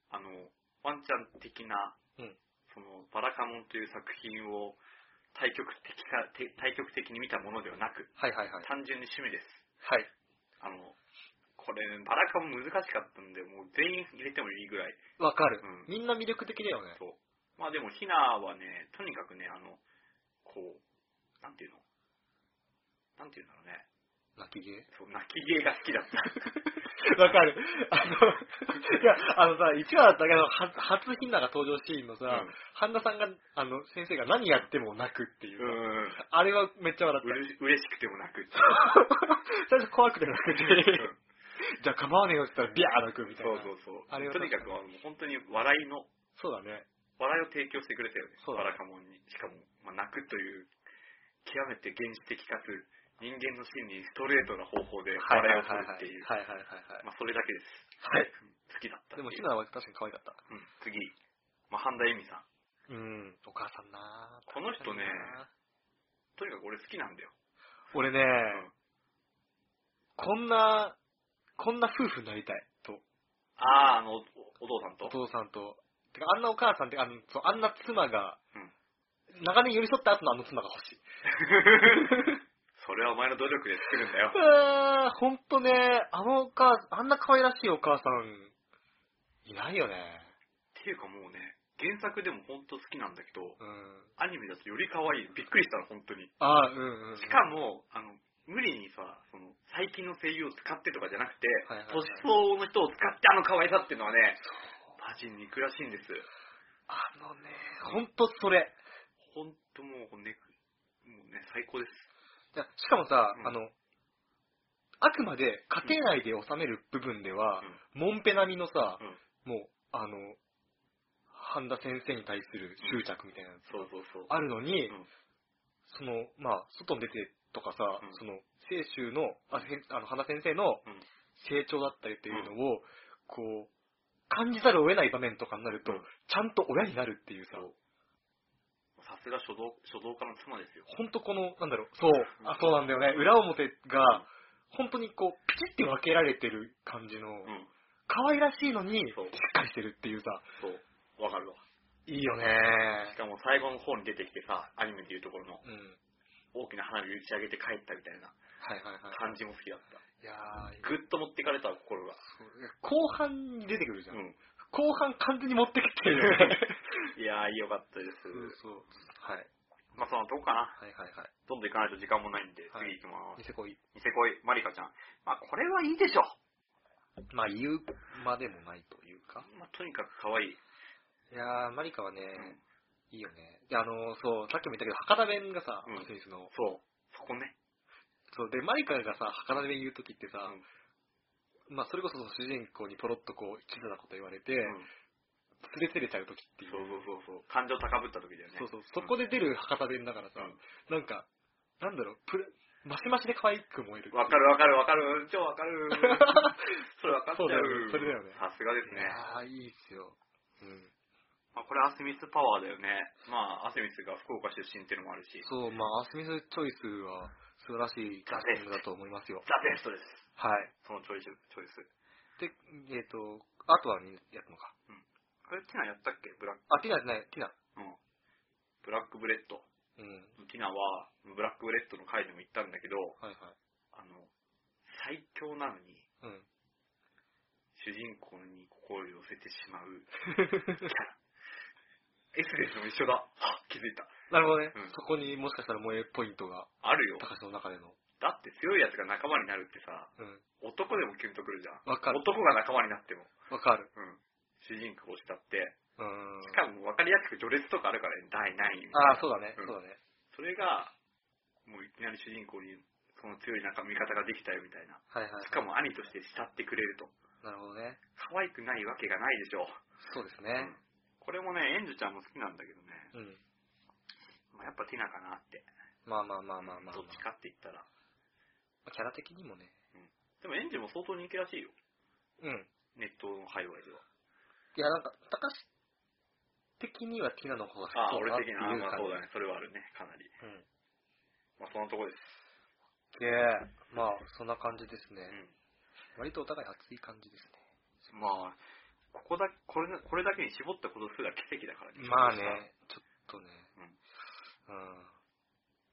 S2: あの、ワンちゃん的な、
S1: うん
S2: その、バラカモンという作品を対極的か、て対極的に見たものではなく、
S1: はいはいはい。
S2: 単純に趣味です。
S1: はい。
S2: あの、これ、バラカモン難しかったんで、もう全員入れてもいいぐらい。
S1: わかる、
S2: うん
S1: みんな魅力的だよね。
S2: そう。まあでも、ヒナはね、とにかくね、あの、こう、なんていうのなんていうんだろうね。
S1: 泣き芸
S2: そう、泣き芸が好きだっ た。
S1: わかる。 あの、いや、あのさ、1話だったけど、は初ひなが登場シーンのさ、
S2: うん
S1: 半田さんが、あの、先生が何やっても泣くっていう
S2: う。ん。
S1: あれはめっちゃ笑
S2: う
S1: っ
S2: れ嬉しくても泣くっていう。
S1: た。 最初怖くて泣くて、
S2: うん
S1: じゃ あ構わねえよって言ったらビャー泣くみたい
S2: そ
S1: な。
S2: うそうそう。
S1: あれは
S2: とにかくあの本当に笑いの、
S1: そうだね。
S2: 笑いを提供してくれたよね。
S1: そうだ
S2: バラカモンに。しかも、まあ、泣くという、極めて原始的かつ、人間の心にストレートな方法で笑いを取るっていう。
S1: はいはいはいはい。
S2: まあ、それだけです。
S1: はい。
S2: 好きだったって
S1: で
S2: いう。
S1: もひなは確かに可愛かった。
S2: うん、次。まあ、半田恵美さん。
S1: うん。お母さんな
S2: この人ね
S1: 確かにな
S2: とにかく俺好きなんだよ。
S1: 俺ね、
S2: ん
S1: こんな、こんな夫婦になりたい。と。
S2: ああ、あの、おお父さんと
S1: お。父さんと。てか、あんなお母さんってか、あのそうあんな妻が、
S2: うん
S1: 長年寄り添った後のあの妻が欲しい。
S2: それはお前の努力で作る んだよ。
S1: あー、ほんとね、あのお母あんな可愛らしいお母さん、いないよね。
S2: ってていうかもうね、原作でもほんと好きなんだけど、
S1: うん。
S2: アニメだとより可愛い。びっくりしたの、本当に。
S1: ああ、うんうんうん。
S2: しかも、あの、無理にさ、その、最近の声優を使ってとかじゃなくて、
S1: はいはいはい
S2: 年相応の人を使ってあの可愛さっていうのはね、マジ憎らしいんです。
S1: あのね、ほんとそれ。
S2: ほんともうね、もうね、最高です。
S1: いやしかもさ、
S2: うん
S1: あの、あくまで家庭内で収める部分では、モンペ並みのさ、もう、あの、半田先生に対する執着みたいなの
S2: そうそうそう。
S1: あるのに、
S2: うん
S1: その、まあ、外に出てとかさ、
S2: うん
S1: その、清州の、あ、せんあの、花先生の
S2: うん
S1: 成長だったりっていうのを、こう、感じざるを得ない場面とかになると、
S2: うん
S1: ちゃんと親になるっていうさ、
S2: さすが書道、書道家の妻ですよ。
S1: ほんとこの、なんだろう、そう、
S2: うん
S1: あ、そうなんだよね、裏表が、本当にこう、ピチって分けられてる感じの、
S2: うん。
S1: 可愛らしいのに、しっ
S2: そう
S1: かりしてるっていうさ、
S2: そう。わかるわ。
S1: いいよね
S2: しかも最後の方に出てきてさ、アニメでいうところの
S1: うん。
S2: 大きな花火打ち上げて帰ったみたいな
S1: はいはいはい。
S2: 感じも好きだった。
S1: いやー
S2: ぐっと持ってかれた心が。
S1: 後半に出てくるじゃん。
S2: うん。
S1: 後半完全に持ってきてるよ ね。
S2: いやー、よかったです。
S1: そう。はい。
S2: まあそのとこかな。
S1: はいはいはい。
S2: どんどん行かないと時間もないんで、
S1: はい
S2: 次行きます
S1: ニ。セコイ。
S2: ニセ恋、マリカちゃん。まあこれはいいでしょ。
S1: まあ言うまでもないというか。
S2: まあとにかく可愛い。
S1: いやー、マリカはね、
S2: うん
S1: いいよね。で、あのーそう、さっきも言ったけど、博多弁がさ、
S2: うん
S1: アスリスの。
S2: そう。そこね。
S1: そう、で、マリカがさ、博多弁言うときってさ、
S2: うん
S1: まあそれこそその主人公にポロッとこう、キザなこと言われて、
S2: うん
S1: すれつれちゃうときっていう。
S2: そうそうそうそう。感情高ぶった時だよね。
S1: そうそう、そこで出る博多弁だからさ、
S2: うん
S1: なんか、なんだろう、プレ、マシマシで可愛く燃える。
S2: わかるわかるわかる。超わかる。それわかっちゃう。
S1: そうだよねそれだよね
S2: さすがです
S1: い
S2: ね。
S1: やー、いいっすよ。うん。
S2: まあ、これアスミスパワーだよね。まあ、アスミスが福岡出身っていうのもあるし。
S1: そう、まあ、アスミスチョイスは素晴らしいキャスティングだと思いますよ。
S2: ザ・ベストです。
S1: はい。
S2: そのチョイス、チョイス。
S1: で、えっ、と、あとはみんなやったのか。
S2: これティナやったっけブラッ
S1: あ、ティナじゃない、ティナ。
S2: ク。うん。ブラックブレッド。
S1: うん。
S2: ティナは、ブラックブレッドの回でも言ったんだけど、
S1: はいはい。
S2: あの、最強なのに、
S1: うん。
S2: 主人公に心を寄せてしまう。 エスレスも一緒だ。あ、気づいた。
S1: なるほどね、
S2: うん
S1: そこにもしかしたら萌えポイントが、
S2: あるよ。
S1: 高橋の中での。
S2: だって強いやつが仲間になるってさ、
S1: うん。
S2: 男でもキュンとくるじゃん。
S1: わかる。
S2: 男が仲間になっても。
S1: わかる。
S2: うん。主人公を慕って、
S1: うーん。
S2: しかも分かりやすく序列とかあるからね、第何位み
S1: あ
S2: たいな
S1: あ、そうだね、
S2: うん
S1: そうだね。
S2: それが、もういきなり主人公に、その強い仲味方ができたよみたいな。
S1: はいはい。
S2: しか。も兄として慕ってくれると。
S1: なるほどね。
S2: 可愛くないわけがないでしょう。
S1: そうです
S2: うん
S1: ね。
S2: これもね、エンジュちゃんも好きなんだけどね、
S1: うん。
S2: まあ、やっぱティナかなって。
S1: まあまあまあまあまあ、まあ
S2: どっちかって言ったら。
S1: キャラ的にもね。
S2: でもエンジュも相当人気らしいよ。
S1: うん。
S2: ネットの界隈では。
S1: いや、なんか、高橋的にはティナの方が
S2: ああ、
S1: 好き
S2: 俺
S1: だなって
S2: 的
S1: いう
S2: な、あーまあ
S1: 感じ
S2: そうだね。それはあるね、かなり。
S1: うん。
S2: まあそんなとこです。
S1: で、まあ、そんな感じですね。
S2: う
S1: 割とお互い熱い感じです
S2: ん。まあ、ここだ、これな、これだけに絞ったことすら奇跡だから
S1: ね。まあね、ちょっとね。うん。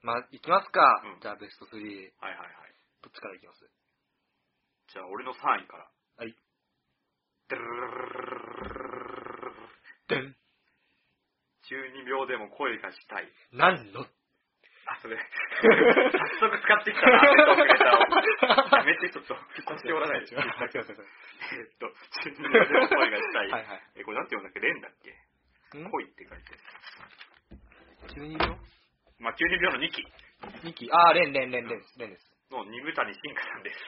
S1: まあ、いきますか。
S2: うん
S1: じゃあ、ベスト3。ど
S2: はいはいはい。
S1: っちからいきます
S2: じゃあ、俺の3位から。
S1: はい。でん
S2: 12秒でも声がしたい。
S1: 何の
S2: あ、それ。 早速使ってきたな、ネットのネタをやめて、ちょっと。腰折らない でしょ。えっと、12秒でも声がしたい。
S1: はい はい。
S2: え、これなんて言うんだっけレンだっけ
S1: ん
S2: 恋って書いて。
S1: ?12 秒
S2: まあ、12秒の2期
S1: ?2 期。ああ、レン、レン、レン、レンです。レンです。
S2: の二部谷進化さんです。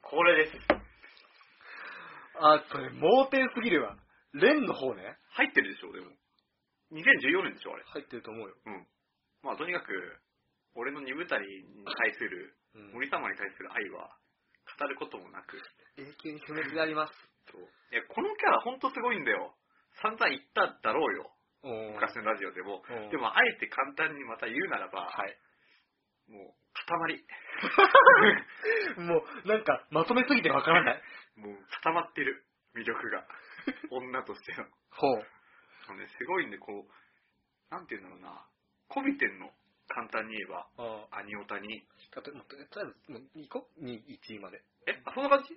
S2: これです。
S1: あ、それ、盲点すぎるわ。レンの方ね。
S2: 入ってるでしょ、でも。2014年でしょ、あれ。
S1: 入ってると思うよ。
S2: うん。まあ、とにかく、俺の二部谷に対する、
S1: うん
S2: 森様に対する愛は、語ることもなく、
S1: 永久に不滅であります。
S2: そう。いや、このキャラほんとすごいんだよ。散々言っただろうよ。
S1: おー
S2: 昔のラジオでも
S1: うん。
S2: でも、あえて簡単にまた言うならば、
S1: はい。
S2: もう、 塊。
S1: もう、なんか、まとめすぎてわからない。
S2: もう、固まってる。魅力が。女としての。
S1: ほう。
S2: あのね、すごいんで、こう、なんて言うんだろうな。こびてんの。簡単に言えば、
S1: あ
S2: アニオタに。
S1: あ。とりあえず、もう行こう ?2、1位まで。
S2: え、あそんな感じ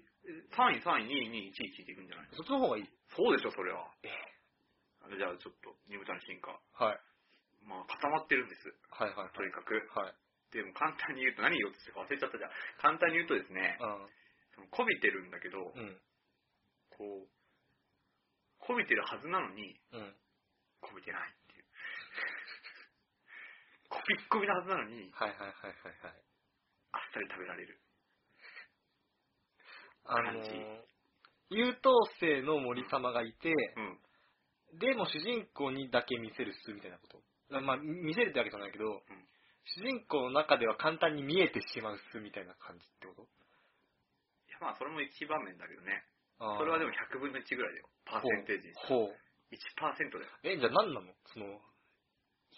S2: ?3 位、3位、2位、2位、1位、1位っていくんじゃない
S1: そっちの方がいい。
S2: そうでしょ、それは。あじゃあちょっと、煮豚の進化。
S1: はい。
S2: まあ、固まってるんです。
S1: はいはいはい。
S2: とにかく。
S1: はい。
S2: でも簡単に言うと、何言おうとしてたか忘れちゃったじゃん。簡単に言うとですね、そのこびてるんだけど、
S1: うん。うん。
S2: こう、こびてるはずなのに、
S1: うん。
S2: こびてないっていう。 こびっこびなはずなのに、
S1: はいはいはいはいはい。
S2: あっさり食べられる。
S1: あのー
S2: 感じ
S1: 優等生の森様がいて、
S2: うん。
S1: でも主人公にだけ見せる巣みたいなこと。まあ、見せるってわけじゃないけど、
S2: ん
S1: 主人公の中では簡単に見えてしまう巣みたいな感じってこと
S2: いや、まあ、それも一場面だけどね。
S1: あー
S2: それはでも100分の1ぐらいだよ。パーセンテージにしたら。
S1: ほう。ほう
S2: 1%だよ。
S1: え、じゃあ何なのその、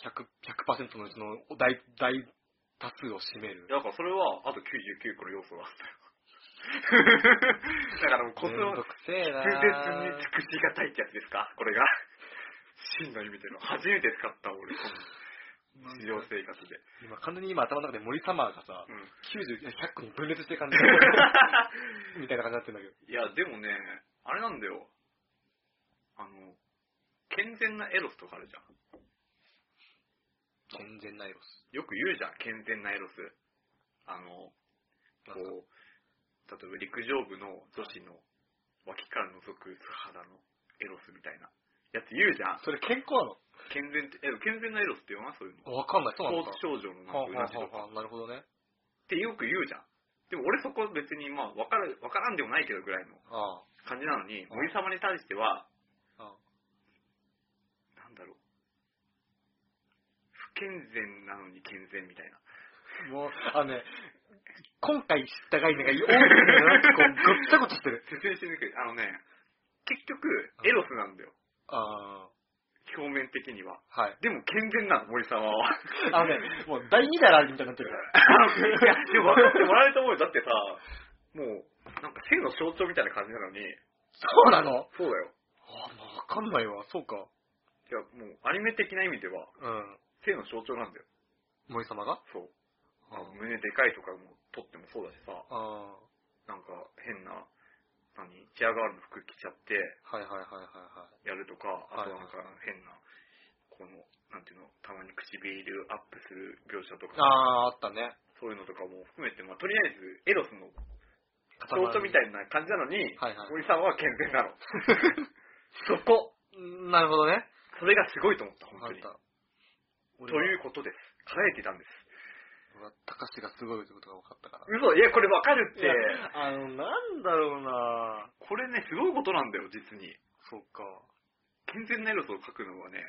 S1: 100%, 100のうちの大、大多数を占める。
S2: だからそれは、あと99個の要素があったよ。 だからもうコ
S1: め
S2: ツ
S1: ん
S2: を
S1: どくせえな
S2: 別に 尽くしがたいってやつですかこれが。真の意味での。初めて使った俺、この日常生活で。
S1: 今、完全に今頭の中で森様がさ、
S2: うん。
S1: 90、100個に分裂してる感じ。みたいな感じになってんだけど。
S2: いや、でもね、あれなんだよ。あの、健全なエロスとかあるじゃん。
S1: 健全なエロス。
S2: よく言うじゃん、健全なエロス。あの、
S1: なんか
S2: こう、例えば陸上部の女子の脇から覗く素肌のエロスみたいなやつ言うじゃん。
S1: それ健康なの
S2: 健全って、え健全なエロスって言わないそういうの。
S1: わかんない、
S2: ス
S1: そうなの
S2: ポ
S1: か
S2: ーツ。少女の
S1: はあ、
S2: なん
S1: は
S2: かうなじ
S1: あ
S2: と
S1: は
S2: か。
S1: あはあ、なるほどね。
S2: ってよく言うじゃん。でも俺そこ別にまあ分から分からんでもないけどぐらいの
S1: あ
S2: 感じなのに、
S1: うん
S2: 森様に対しては、
S1: あ。あ
S2: なんだろう。不健全なのに健全みたいな。
S1: あもう、あのね、今回知った概念が多いんだよな。こう、ごっちゃごちゃしてる。
S2: 説明してみるけど、あのね、結局、エロスなんだよ。
S1: あ
S2: 表面的には。
S1: あ、はい。
S2: でも健全なの、森様は。
S1: あの ね、もう第二弾あるみたいになってるから。
S2: いや、でも分かってもらえると思うよ。だってさ、もう、なんか性の象徴みたいな感じなのに、
S1: そうなの
S2: そうだよ。
S1: あまあわかんないわ。そうか。
S2: いや、もう、アニメ的な意味では、
S1: うん。
S2: 性の象徴なんだよ。
S1: 森様が
S2: そう。
S1: あ
S2: あ胸でかいとかも撮ってもそうだしさ、
S1: あ、は
S2: なんか変な、何、チアガールの服着ちゃって
S1: いはいはいはいは
S2: やるとか、あ
S1: はい
S2: となんか変な、この、なんていうの、たまに唇アップする描写と
S1: い。
S2: か、
S1: ああー、あったね。
S2: そういうのとかも含めて、まあ、とりあえずエロスの
S1: 片
S2: 象
S1: 割れ
S2: 徴みたいな感じなのに、
S1: はいはい
S2: 森さんは健 全なの。そこ、
S1: うんなるほどね。
S2: それがすごいと思った、
S1: わか
S2: 本当
S1: っ
S2: に。
S1: た。
S2: という
S1: う。
S2: ことです。輝いてたんです。
S1: 俺は高志がすごいってことが分かったから。
S2: 嘘、いや、これわかるっ
S1: い
S2: て
S1: や、あの、なんだろうな
S2: これね、すごいことなんだよ、実に。
S1: そうか。
S2: 健全なエロスを描くのはね、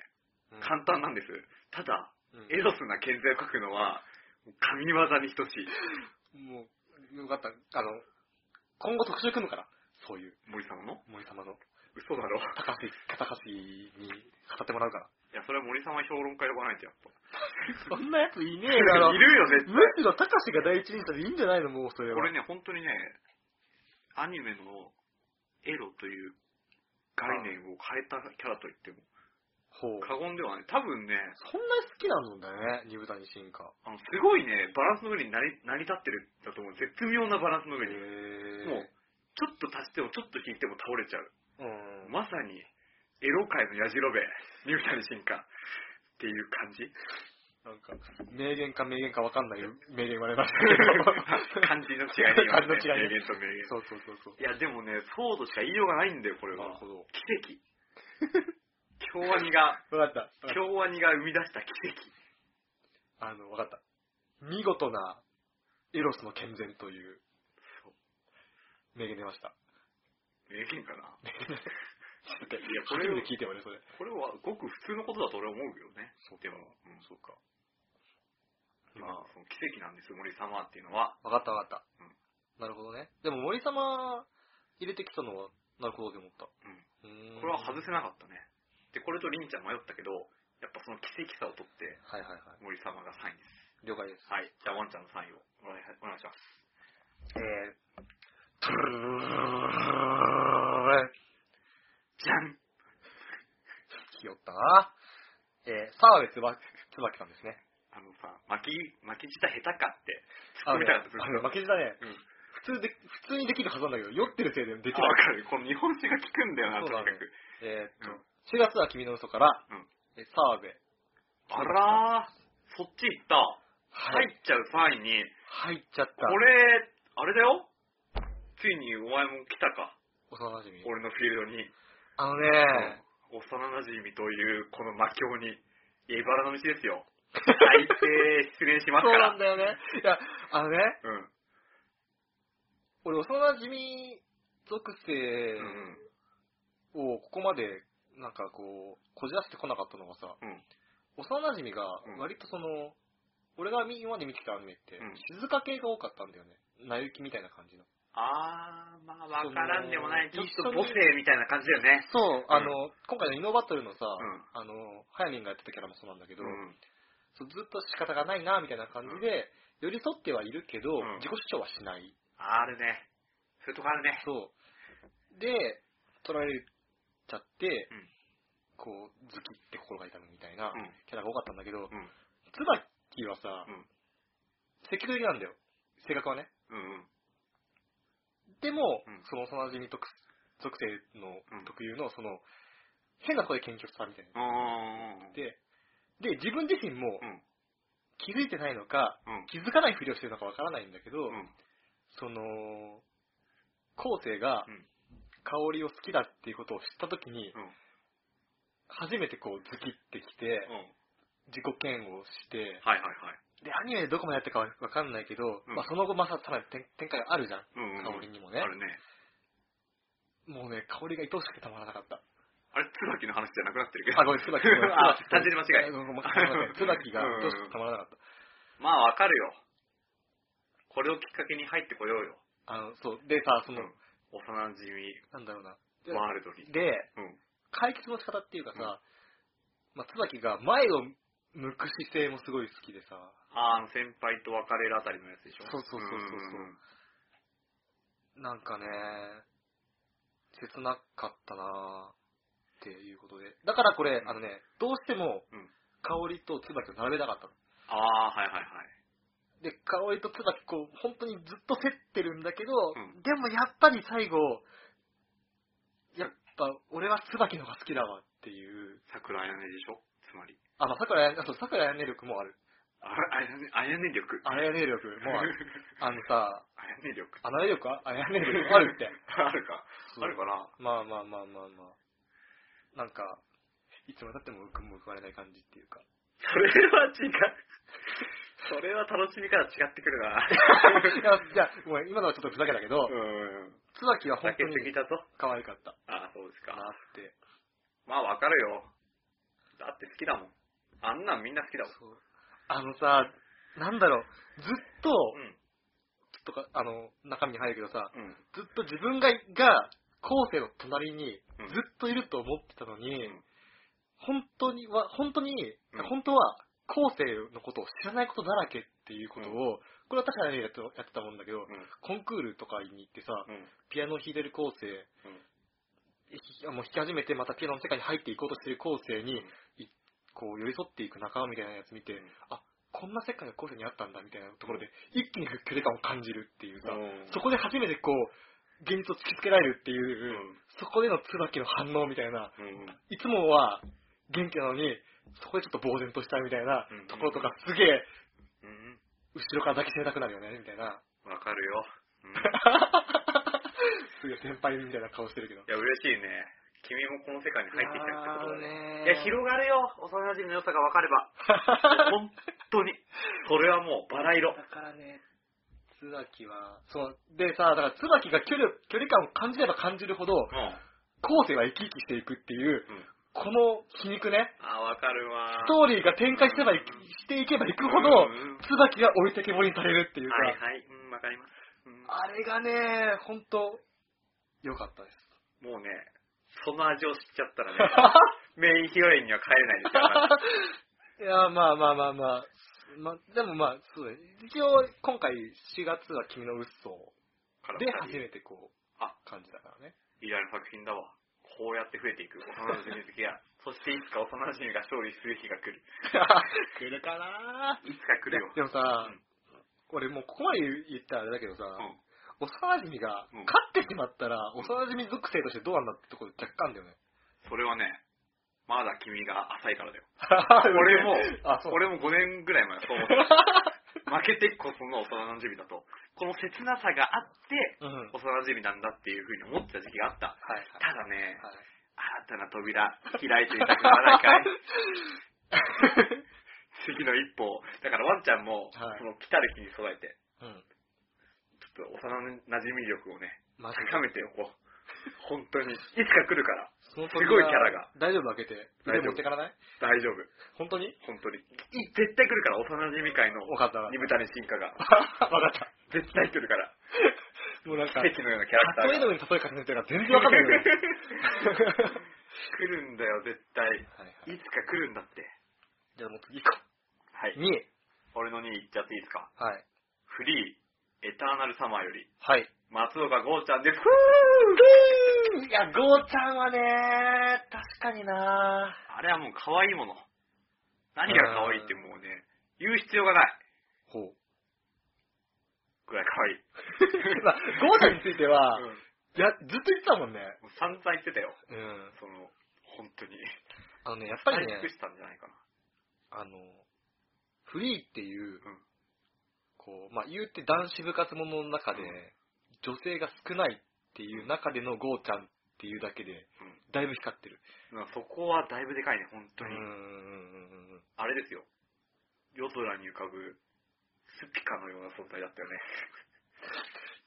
S1: うん
S2: 簡単なんです。ただ、
S1: うん
S2: エロスな健全を描くのは、神業に等しい。
S1: もう、よかった。あの、今後特集組むから。そういう、
S2: 森様の
S1: 森様の、
S2: 嘘だろ。
S1: 高橋、高橋に語ってもらうから。
S2: いや、それは森様評論家呼ばないと、やっぱ。
S1: そんなや ついねえだろ
S2: い。るよ、絶対
S1: む。しろ高橋が第一人者でいいんじゃないのもうそれは。
S2: これね、本当にね、アニメのエロという概念を変えたキャラと言っても
S1: ほう。
S2: 過言ではない。多分ね、
S1: そんなに好きなんだね、二部谷進化。
S2: あの、すごいね、バランスの上に成り成り立ってるんだと思う。絶妙なバランスの
S1: へ
S2: 上に。もう、ちょっと足してもちょっと引いても倒れちゃう。
S1: う。うん。
S2: まさに、エロ界のやじろべ、ニュータに進化っていう感 じ
S1: なんか、名言か名言かわかんない名言言われましたけ ど。
S2: 漢字の違いね。今ね
S1: 漢字の違いね
S2: 名言と名言。
S1: そうそうそうそう。
S2: いや、でもね、そうとしか言いようがないんだよ、これ
S1: なる
S2: は。
S1: ほど。
S2: 奇跡。京アニが、
S1: わかった。
S2: 京アニが生み出した奇跡。
S1: あの、わかった。見事なエロスの健全という
S2: そう
S1: 名言出ました。
S2: 名言かな。
S1: だって
S2: いやこ
S1: 初
S2: れを
S1: めて聞いてもね、それ。
S2: これはごく普通のことだと俺は思うけどね。
S1: そう
S2: でも、うん
S1: そうか。
S2: でも
S1: まあ
S2: その奇跡なんです、森様っていうのは。
S1: わかったわかった、
S2: うん
S1: なるほどね。でも森様入れてきたのは、なるほどって思った。うーん
S2: これは外せなかったね。で、これとりんちゃん迷ったけど、やっぱその奇跡さを取って、
S1: はいはいは
S2: 森様が3位です。
S1: い。了解です。
S2: はい。じゃあ、ワンちゃんの3位をお願いお願いします。
S1: えー、トゥルルルルルルルルル
S2: じゃん
S1: ひよったな。えー、澤部つば、つばきさんですね。
S2: あのさ、巻き、巻き舌下手かって、
S1: あ
S2: 突
S1: の
S2: っ込
S1: ね
S2: みたかった。
S1: あの負けじだね。
S2: うん。
S1: 普通で、普通にできるはずなんだけど、酔ってるせいででき
S2: あ、わ
S1: ない。
S2: かる。この日本酒が効くんだよな、
S1: そう
S2: と
S1: だ
S2: に
S1: ね
S2: かく。
S1: えーっと、
S2: うん
S1: 4月は君の嘘から、
S2: うん
S1: え澤部。
S2: あらー、そっち行った。
S1: は
S2: 入っちゃう3位に、
S1: 入っちゃった。
S2: これ、あれだよ。ついにお前も来たか。
S1: 幼馴染。
S2: 俺のフィールドに。
S1: あのね、
S2: 幼馴染というこの魔境に、いや、茨の道です よ。最低失恋します
S1: そう
S2: か
S1: なん
S2: ら。
S1: だよね。いや、あのね、
S2: うん。
S1: 俺幼馴染属性
S2: うんうん。
S1: をここまで、なんかこう、こじらせてこなかったのがさ、
S2: うん
S1: 幼馴染が
S2: うん
S1: 割とその、俺が今まで見てきたアニメって、
S2: うん
S1: 静か系が多かったんだよね。なゆきみたいな感じの。
S2: あー、まあ、わからんでもない。ち
S1: そ
S2: ょ
S1: の
S2: っと母性みたいな感じだよね。
S1: そう、あの、今回のイノバトルのさ、
S2: ん
S1: あの、ハヤミンがやってたキャラもそうなんだけど、
S2: うん。
S1: そうずっと仕方がないな、みたいな感じで、寄り添ってはいるけど、
S2: うん
S1: 自己主張はしない。
S2: あるね。そういうとこあるね。
S1: そう。で、取られちゃって、
S2: うん
S1: こう、ズキって心が痛むみたいな
S2: うん
S1: キャラが多かったんだけど、
S2: うん。
S1: つばきはさ、
S2: うん
S1: 積極的なんだよ。性格はね。
S2: うんうん。
S1: でも、
S2: うん
S1: その幼馴染特属性の
S2: うん
S1: 特有の、その、変な声謙虚さみたいな。
S2: あー
S1: で、で、自分自身も
S2: うん
S1: 気づいてないのか、
S2: うん
S1: 気づかないふりをしてるのかわからないんだけど、
S2: うん。
S1: その、昴生が
S2: うん
S1: 香りを好きだっていうことを知ったときに、
S2: うん
S1: 初めてこう、ズキってきて、
S2: うん。
S1: 自己嫌悪をして、
S2: はいはいはい。
S1: で、アニメでどこまでやったかわわかんないけど、
S2: うん
S1: まあその後まさ、さらに展展開があるじゃん。
S2: うんうんうん。
S1: 香りにもね
S2: あ。るね。
S1: もうね、香りが愛おしくてたまらなかった。
S2: あれ、椿の話じゃなくなってるけど。
S1: あ、ごめん、椿
S2: あ、単純に間違え。
S1: ごめんごめんごめん椿が
S2: うん
S1: 愛おしくてたまらなかった。
S2: まあ、わかるよ。これをきっかけに入ってこようよ。
S1: あの、そう。でさ、その、
S2: うん幼馴染
S1: なんだろうな。で
S2: ワールドに。
S1: で、
S2: うん。
S1: 解決の仕方っていうかさ、まあ、椿が前を向く姿勢もすごい好きでさ、
S2: あーあの、先輩と別れるあたりのやつでしょ。
S1: そうそうそうそうそうん
S2: んん
S1: なんかね、切なかったなっていうことで。だからこれ、あのね、どうしても
S2: うん、
S1: 香りと椿を並べたかったの。
S2: ああ、はいはいはい。
S1: で、香りと椿、こう、本当にずっと競ってるんだけど、
S2: うん
S1: でもやっぱり最後、やっぱ、俺は椿の方が好きだわっていう。
S2: 桜あやねでしょつまり。
S1: あ、まあ、桜や、あそう、桜やね力もある。
S2: ああやね、あやね力。
S1: あやね力も ある。あのさ、
S2: あやね力。
S1: あの力はあやね 力あるって。
S2: あるか。あるかな。
S1: まあまあまあまあまあ。なんか、いつまでたっても浮くも浮かれない感じっていうか。
S2: それは違う。 それは楽しみから違ってくる な。
S1: いや、じゃあ、ごめん今のはちょっとふざけだけど、
S2: うん。
S1: 椿は本
S2: 避
S1: 当
S2: け
S1: に
S2: すぎたと。
S1: 可愛かった
S2: ああ、そうです
S1: な
S2: か。
S1: って。
S2: まあ、わかるよ。だって好きだもん。あんなんみんな好きだもん。
S1: そうあのさ、なんだろう、ずっと、
S2: うん。
S1: とか、あの、中身に入るけどさ、
S2: うん。
S1: ずっと自分が、が、後世の隣に
S2: うん
S1: ずっといると思ってたのに、
S2: うん
S1: 本当には、本当に、
S2: うん
S1: 本当は、後世のことを知らないことだらけっていうことを、
S2: う
S1: これは確かにやってやってたもんだけど、
S2: うん。
S1: コンクールとかに行ってさ、
S2: うん。
S1: ピアノを弾いてる後世、ひもう弾き始めてまたピアノの世界に入っていこうとしてる後世に、いこう寄り添っていく仲間みたいなやつ見て、
S2: うん
S1: あこんな世界が後世にあったんだみたいなところで、一気に距離感を感じるっていうさ、
S2: うん
S1: そこで初めてこう、現実を突きつけられるっていうう、
S2: ん。
S1: そこでの椿の反応みたいな、
S2: うん。
S1: いつもは元気なのに、そこでちょっと呆然としたみたいな
S2: うん
S1: ところとか、すげえ、
S2: うん。
S1: 後ろから抱きしめたくなるよね、みたいな。
S2: わかるよ。うん。
S1: すげえ先輩みたいな顔してるけど。
S2: いや、嬉しいね。君もこの世界に入ってきたってことだね。
S1: ね
S2: いや、広がるよ。幼馴染の良さが分かれ ば。本当に。それはもう、バラ色。
S1: だからね、椿は、そう、でさ、だから椿が距離距離感を感じれば感じるほど、
S2: うん。
S1: 後世は生き生きしていくっていう、
S2: うん。
S1: この皮肉ね、
S2: あ、わかるわ。
S1: ストーリーが展開してばいしていけばいくほど
S2: うん、
S1: 椿が置いてけぼりにされるっていうか、
S2: はいはい。うん、わかります。うん
S1: あれがね、ほんと、良かったです。
S2: もうね、その味を知っちゃったらね、 メインヒロインには帰れないですから。
S1: いや、まあまあまあまあ、まあ、でもまあ、そうだね。一応、今回4月は君の嘘で
S2: から
S1: 初めてこう
S2: あ、
S1: 感じたから ね。
S2: いられる作品だわ。こうやって増えていく、幼馴染好きや。 そしていつか幼馴染が勝利する日が来る。
S1: 来るかない
S2: つか来るよ。
S1: でもさ、
S2: うん
S1: 俺もうここまで言ったらあれだけどさ、
S2: うん。
S1: 幼馴染が
S2: うん
S1: 勝ってしまったら、幼馴染属性としてどうなんだってところ若干だよね。
S2: それはね、まだ君が浅いからだ よ。
S1: 俺
S2: 俺も
S1: あ、そう。
S2: 俺も5年ぐらい前はそう思ってた。負けてこその幼馴染だと、この切なさがあって、
S1: うん。はい
S2: 幼馴染なんだっていうふうに思ってた時期があった。
S1: はい。
S2: ただね、
S1: はい
S2: 新たな扉開いていたくならないか い次の一歩をだからワンちゃんも、
S1: はい
S2: その来たる日に備えて、
S1: うん。
S2: ちょっと幼馴染み力をね、
S1: マジで。
S2: 高めておこう。本当に。いつか来るから。
S1: すごい
S2: すごいキャラが。
S1: 大丈夫開けて。
S2: 大丈
S1: 腕持
S2: 夫
S1: ってかない
S2: 大丈夫。
S1: 本当に
S2: 本当に。い絶対来るから、幼馴染会の
S1: 分か った。
S2: 二豚に進化が。
S1: わかっ
S2: 絶対来るから。
S1: た。もうなんか、
S2: 奇跡のようなキャラクター
S1: 例え
S2: が。
S1: の上に例えかけてるから全然わかんないけど
S2: 来るんだよ、絶対。
S1: はいはい
S2: いつか来るんだって。
S1: じゃあもう次行こ
S2: は
S1: う。
S2: い。
S1: 2位。
S2: 俺の2位いっちゃっていいですか。
S1: はい。
S2: フリー、エターナルサマーより、
S1: はい。
S2: 松岡剛ちゃんです。
S1: いや、ゴーちゃんはね、確かにな
S2: あれはもう可愛いもの。何が可愛いってもうね、言う必要がない
S1: ほう。
S2: ぐらい可愛い。
S1: まあ、ゴーちゃんについては、
S2: うん
S1: いや、ずっと言ってたもんね。
S2: もう散々言ってたよ。
S1: うん。
S2: その、本当に。
S1: あのね、やっぱ
S2: 回
S1: りね
S2: 復、したんじゃないかな。
S1: あの、フリーっていう、
S2: ん
S1: こう、まあ、言うて男子部活ものの中で、
S2: うん
S1: 女性が少ないっていう中でのゴーちゃんっていうだけで、
S2: うん
S1: だいぶ光ってる。
S2: まあそこはだいぶでかいね、本当
S1: うん
S2: に。
S1: うんうんうん。
S2: あれですよ。夜空に浮かぶ、スピカのような存在だったよ ね。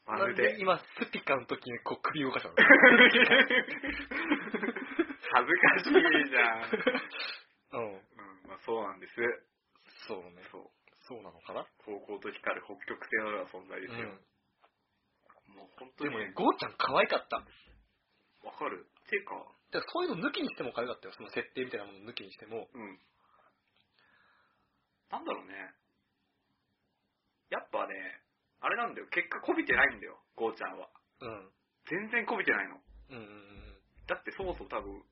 S2: ま
S1: な
S2: る
S1: んで
S2: で。
S1: 今、スピカの時にこう首動 かしたの
S2: 恥ずかしいじゃん。
S1: うん。
S2: うん、まあそうなんです。
S1: そうね。
S2: そう。
S1: そうなのかな
S2: 高校と光る北極星のような存在ですよ。
S1: う
S2: もう本
S1: ん。
S2: 当
S1: で
S2: に
S1: もね
S2: ね、、
S1: ゴーちゃん可愛かった。
S2: わかる。てか、
S1: だからそういうの抜きにしても可愛かったよ。その設定みたいなもの抜きにしても。
S2: うん。なんだろうね。やっぱね、あれなんだよ。結果こびてないんだよ、ゴーちゃんは。
S1: うん。
S2: 全然こびてないの。
S1: うんうんうん
S2: だってそもそも多分、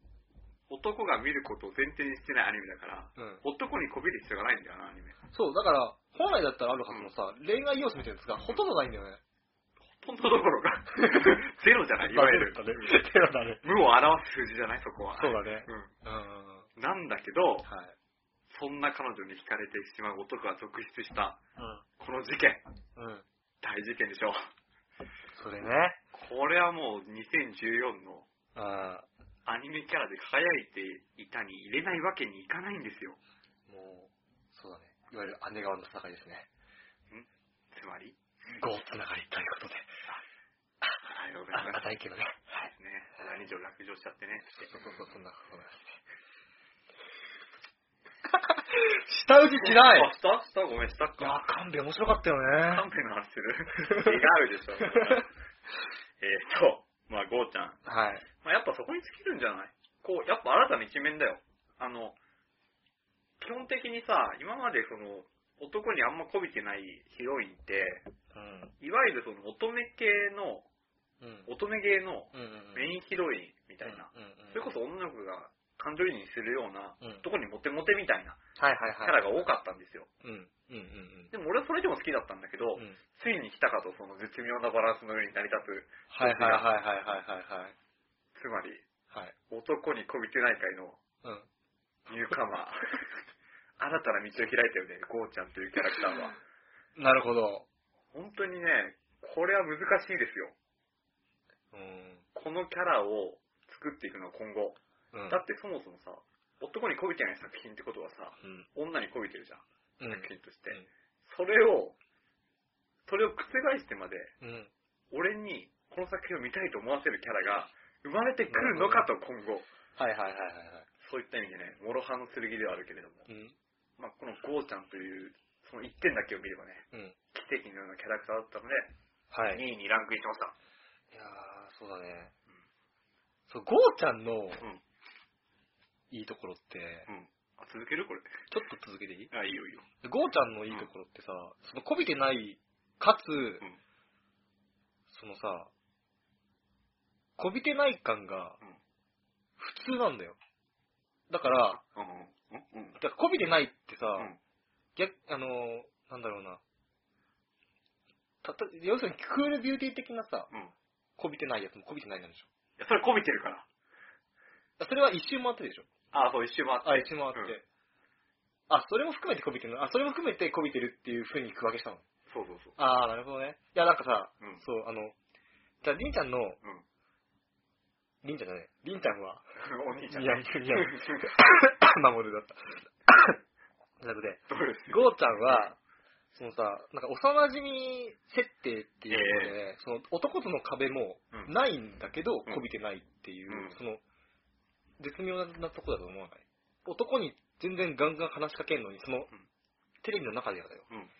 S2: 男が見ることを前提にしてないアニメだから、
S1: うん。うん。
S2: 男にこびる必要がないんだよな、アニメ。
S1: そう、だから、本来だったらあるはずのさ、恋愛要素みたいなやつがほとんどないんだよね。
S2: ほとんどどころか、 ゼロじゃない、いわゆる
S1: だ。ね。ゼロだね。
S2: 無を表す数字じゃない、そこは。
S1: そうだね。
S2: うん。
S1: うん。は
S2: なんだけど、
S1: い。
S2: そんな彼女に惹かれてしまう男が続出した、
S1: う
S2: この事件、
S1: ん。うん。
S2: 大事件でしょう。
S1: それね。
S2: これはもう2014の
S1: あ
S2: アニメキャラで輝いていたに入れないわけにいかないんですよ。
S1: あ、もう、そうだね。いわゆる姉川のつながりですね。
S2: つまり、
S1: ゴーつながりということで。
S2: ありがとうござい
S1: あ、
S2: ます。
S1: 硬いけどね。はい。
S2: ね、何女落城しちゃってね。
S1: そうそうそう、そんなことなんですね。下打ちしない
S2: あ、したしたごめん、したっ
S1: いや
S2: か。、
S1: カンベ面白かったよ
S2: カ
S1: ね
S2: ン。ペの話する違うでしょ。 えーっと、まあ、ゴーちゃん。
S1: はい。
S2: まあ、やっぱそこに尽きるんじゃないこう、やっぱ新たな一面だよ。あの、基本的にさ、今までその、男にあんま媚びてないヒロインって、
S1: うん。
S2: いわゆるその乙女系の、
S1: うん。
S2: 乙女系の
S1: うんうん。
S2: メインヒロインみたいな。
S1: うんうんうん。
S2: それこそ女の子が感情移入するような、
S1: うん
S2: とこにモテモテみたいな
S1: はいはいはい。
S2: キャラが多かったんですよ。
S1: うん。うんうん
S2: でも俺はそれでも好きだったんだけど、
S1: うん。うん。
S2: ついに来たかとその絶妙なバランスの上に成り立
S1: はいはいはいはいはいはい。
S2: つ、つまり
S1: はい。
S2: 男に媚びてない界の
S1: うん。
S2: ニューカ マー。新たな道を開いたよね、ゴーちゃんというキャラクターは。
S1: なるほど。
S2: 本当にね、これは難しいですよ。
S1: うん。
S2: このキャラを作っていくのは今後。
S1: うん。
S2: だってそもそもさ、男に媚びてない作品ってことはさ、
S1: うん。
S2: 女に媚びてるじゃん、
S1: うん。
S2: 作品として
S1: うん。
S2: それを、それを覆してまで、
S1: うん。
S2: 俺にこの作品を見たいと思わせるキャラが生まれてくるのかと今後。
S1: はいはいはいはい
S2: そういった意味でね、諸刃の剣ではあるけれども、
S1: はい。うん。
S2: まあ、このゴーちゃんという、その一点だけを見ればね、
S1: うん。
S2: 奇跡のようなキャラクターだったので、
S1: はい。
S2: 2位にランクインしました。
S1: いやー、そうだね。そう、ゴーちゃんの
S2: うん。
S1: いいところって、
S2: うん。あ、続けるこれ。
S1: ちょっと続けていい
S2: あ、いいよいいよ。
S1: ゴーちゃんのいいところってさ、そのこびてない、かつ、
S2: ん
S1: そのさ、こびてない感が
S2: うん、
S1: 普通なんだよ。だから、
S2: うん。うん。うん。
S1: だからこびてないってさ、
S2: うん
S1: 逆、あのーなんだろうな。たと要するにクールビューティー的なさ、
S2: うん。い
S1: こびてないやつもこびてないなんでしょ
S2: や、それこびてるから。
S1: だから。それは一周回ってるでしょ。
S2: あ、そう、一周回って。
S1: あ、一周回って、
S2: うん
S1: あ、それも含めてこびてるのあ、それも含めてこびてるっていう風に区分けしたの。
S2: そうそうそう。
S1: ああ、なるほどね。いや、なんかさ、
S2: うん
S1: そう、あの、じゃあ、りんちゃんの、
S2: うん。
S1: りんちゃんじゃない、りんちゃん は、
S2: お兄ちゃん。
S1: いやいやいや 守るだった。じ ゃなくて、
S2: どうです
S1: ゴーちゃんは、そのさ、なんか幼馴染設定っていうので、ねその男との壁も
S2: うん
S1: ないんだけど、
S2: うん
S1: こびてないっていう、
S2: うん
S1: その、絶妙なとこだと思わない男に全然ガンガン話しかけんのに、その、テレビの中ではだよ。
S2: うん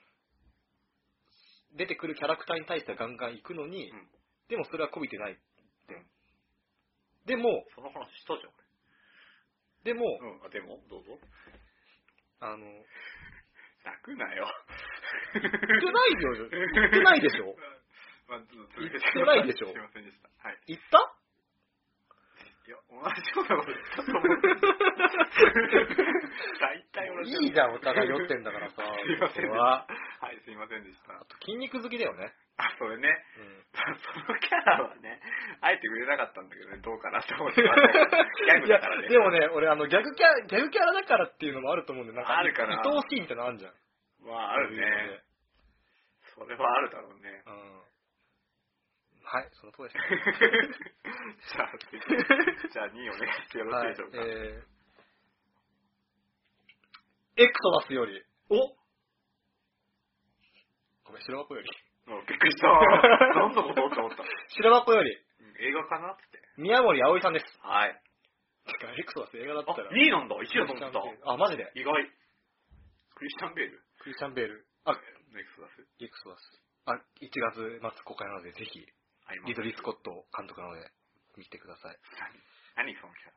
S1: 出てくるキャラクターに対してはガンガン行くのに、
S2: うん
S1: でもそれはこびてない。
S2: うん
S1: でも、
S2: その話したじゃん。
S1: でも、
S2: うん、あ、でも、どうぞ。
S1: あの、
S2: 泣くなよ。
S1: 言ってないよ、言ってないでしょ
S2: まあ、ちょっと
S1: 言っ
S2: 続けて
S1: てないでしょ
S2: すいませんでした。はい。
S1: 言った
S2: いや、同じようなこと言ったと思う。大体同じようなこと。
S1: いいじゃんお互い酔ってんだからさ
S2: すいませんで
S1: そ
S2: した。
S1: こは
S2: はい、すいませんでした。
S1: あと筋肉好きだよね。
S2: あ、それね。
S1: うん。
S2: そのキャラはね、あえて売れなかったんだけどね、どうかなって思っ てましたけど。ギャグだからね。
S1: いやでもね、俺、あの、ギャグキャラ、ギャグキャラだからっていうのもあると思うんで、なんか、
S2: あるかな
S1: 愛おしいみたいなのあるじゃん。
S2: まあ、あるね。それはあるだろうね。
S1: うん。はい、その通りですね。
S2: じゃあ、 次じゃあ、2位お願いしてよろ
S1: はい
S2: しいでしょう、か。
S1: えー、エクソダスより、
S2: お
S1: ごめん、白箱より、
S2: もうびっく り した。なんのことって思った。
S1: 白箱より、
S2: うん映画かなって。
S1: 宮森葵さんです。
S2: はい。
S1: てか、エクソダス映画だっ
S2: あ、
S1: たら、
S2: 2位なんだ。1位だと思った。
S1: あ、マジで
S2: 意外。クリスチャン・ベール
S1: クリスチャン・ベール。あ、
S2: ネクストダス。
S1: エクソダス。あ、1月末公開なので、ぜひ、
S2: あります
S1: リドリー・スコット監督なので、見てください。
S2: 何何そのキャ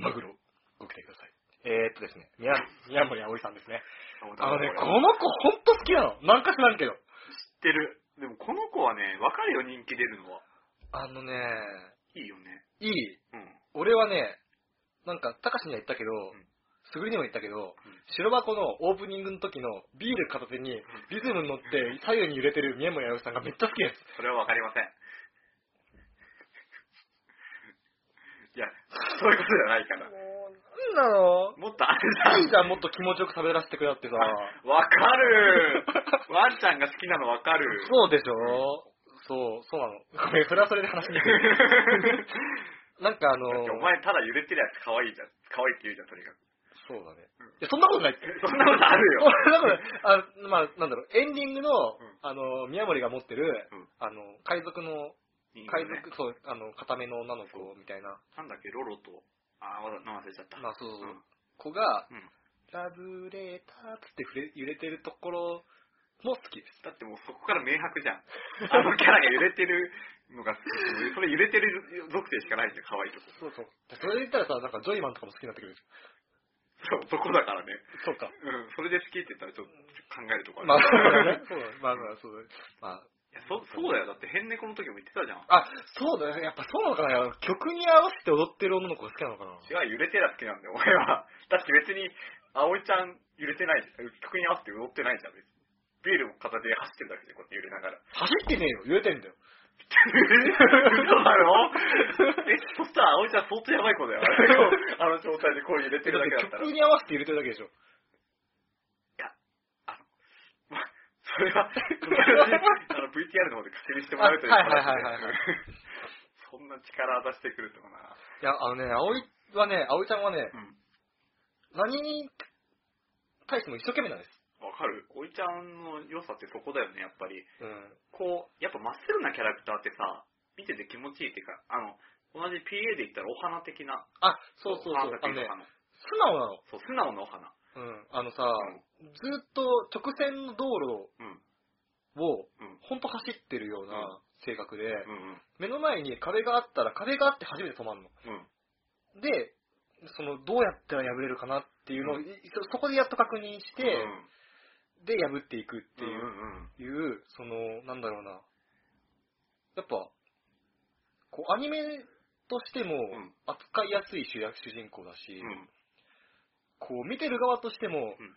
S2: ラ。
S1: マグロ、ご期待ください。えー、っとですね、宮宮森葵さんですね。あのね、こ
S2: こ
S1: の子ほんと好きなの。何かしらあるけど。
S2: 知ってる。でもこの子はね、わかるよ、人気出るのは。
S1: あのね、
S2: いいよね。
S1: いい。
S2: うん。
S1: 俺はね、なんか、たかしには言ったけど
S2: ん、
S1: すぐりにも言ったけど、白箱のオープニングの時のビール片手にリズムに乗って左右に揺れてる宮森葵さんがめっちゃ好きです。
S2: それはわかりません。いや、そういうことじゃないから。
S1: なんなの
S2: もっとあ
S1: い
S2: れ
S1: いじゃん、もっと気持ちよく喋らせてくれってさ。
S2: だ。わかる。ワンちゃんが好きなのわかる。
S1: そうでしょそう、そうなの。ごめん、それはそれで話にくい。 なんかあの
S2: だってお前ただ揺れてるやつ可愛いじゃん。可愛いって言うじゃん、とにかく。
S1: そうだね
S2: うん。
S1: いや、そんなことないって。
S2: そんなことあるよ
S1: そんなことない。あまあ、なんだろう、エンディングの
S2: ん、
S1: あの、宮森が持ってる
S2: うん、
S1: あの、海賊の、
S2: いいよ
S1: 海
S2: ね。
S1: 賊、そう、あの、固めの女の子みたいな、
S2: なんだっけ、ロロと。あー、わざ名忘れちゃった。
S1: まあそうそうそうん子が
S2: うん、
S1: ラブレターっつって触れ揺れてるところも好きです。
S2: だってもうそこから明白じゃん。あのキャラが揺れてるのが、それ揺れてる属性しかないじゃん、可愛いとこ。
S1: そうそう。それで言ったらさ、なんかジョイマンとかも好きになってくる。
S2: そう、そこだからね。
S1: そうか。
S2: うん、それで好きって言ったらちょっと考えるとこ
S1: まあ、そうだ
S2: る
S1: ね。そうだね。まあまあ、そうだね。まあ、
S2: いやそそうだよ、だって変猫の時も言ってたじゃん。
S1: あ、そうだね。やっぱそうなのかな。曲に合わせて踊ってる女の子が好きなのかな。
S2: 違う、揺れてりゃ好きなんだよ、俺は。だって別に、葵ちゃん揺れてない、曲に合わせて踊ってないじゃん、別に。ビールも片手で走ってるだけで、こうやって揺れな がら。
S1: 走ってねえよ。揺れてんだよ。
S2: 嘘だろ え、そしたら葵ちゃん相当やばい 子だよ、あれこうあの状態でこう揺れてるだけだったら。
S1: 曲に合わせて揺れてるだけでしょ。
S2: まあそれは、あの VTR の方で確認してもらうという
S1: あはいはいはいはいはい
S2: そんな力出してくるとかな。
S1: いや、あのね、葵はね、葵ちゃんはね、
S2: うん
S1: 何に対しても一生懸命なんです。
S2: わかるおいちゃんの良さってそこだよね、やっぱり。
S1: うん。
S2: こう、やっぱまっすぐなキャラクターってさ、見てて気持ちいいっていうか、あの、同じ PA で言ったらお花的な。
S1: あ、そうそうそう。あの
S2: 花咲
S1: ね
S2: く、花
S1: 素直なの。
S2: そう、素直なお花。
S1: うん。あのさ、ず
S2: うん
S1: っと直線の道路
S2: うん。
S1: を、
S2: うん。
S1: ほんと走ってるよう
S2: うん
S1: な性格で、
S2: うんうん。
S1: 目の前に壁があったら、壁があって初めて止まるの。
S2: うん。
S1: で、その、どうやったら破れるかなっていうのを、
S2: うん
S1: いそそこでやっと確認して、
S2: うん
S1: で、破っていくって
S2: うん
S1: いう、
S2: うん
S1: いう、その、なんだろうな。やっぱ、こう、アニメとしても
S2: うん
S1: 扱いやすい主役、主人公だし、
S2: うん。うん。
S1: こう、見てる側としても
S2: うん、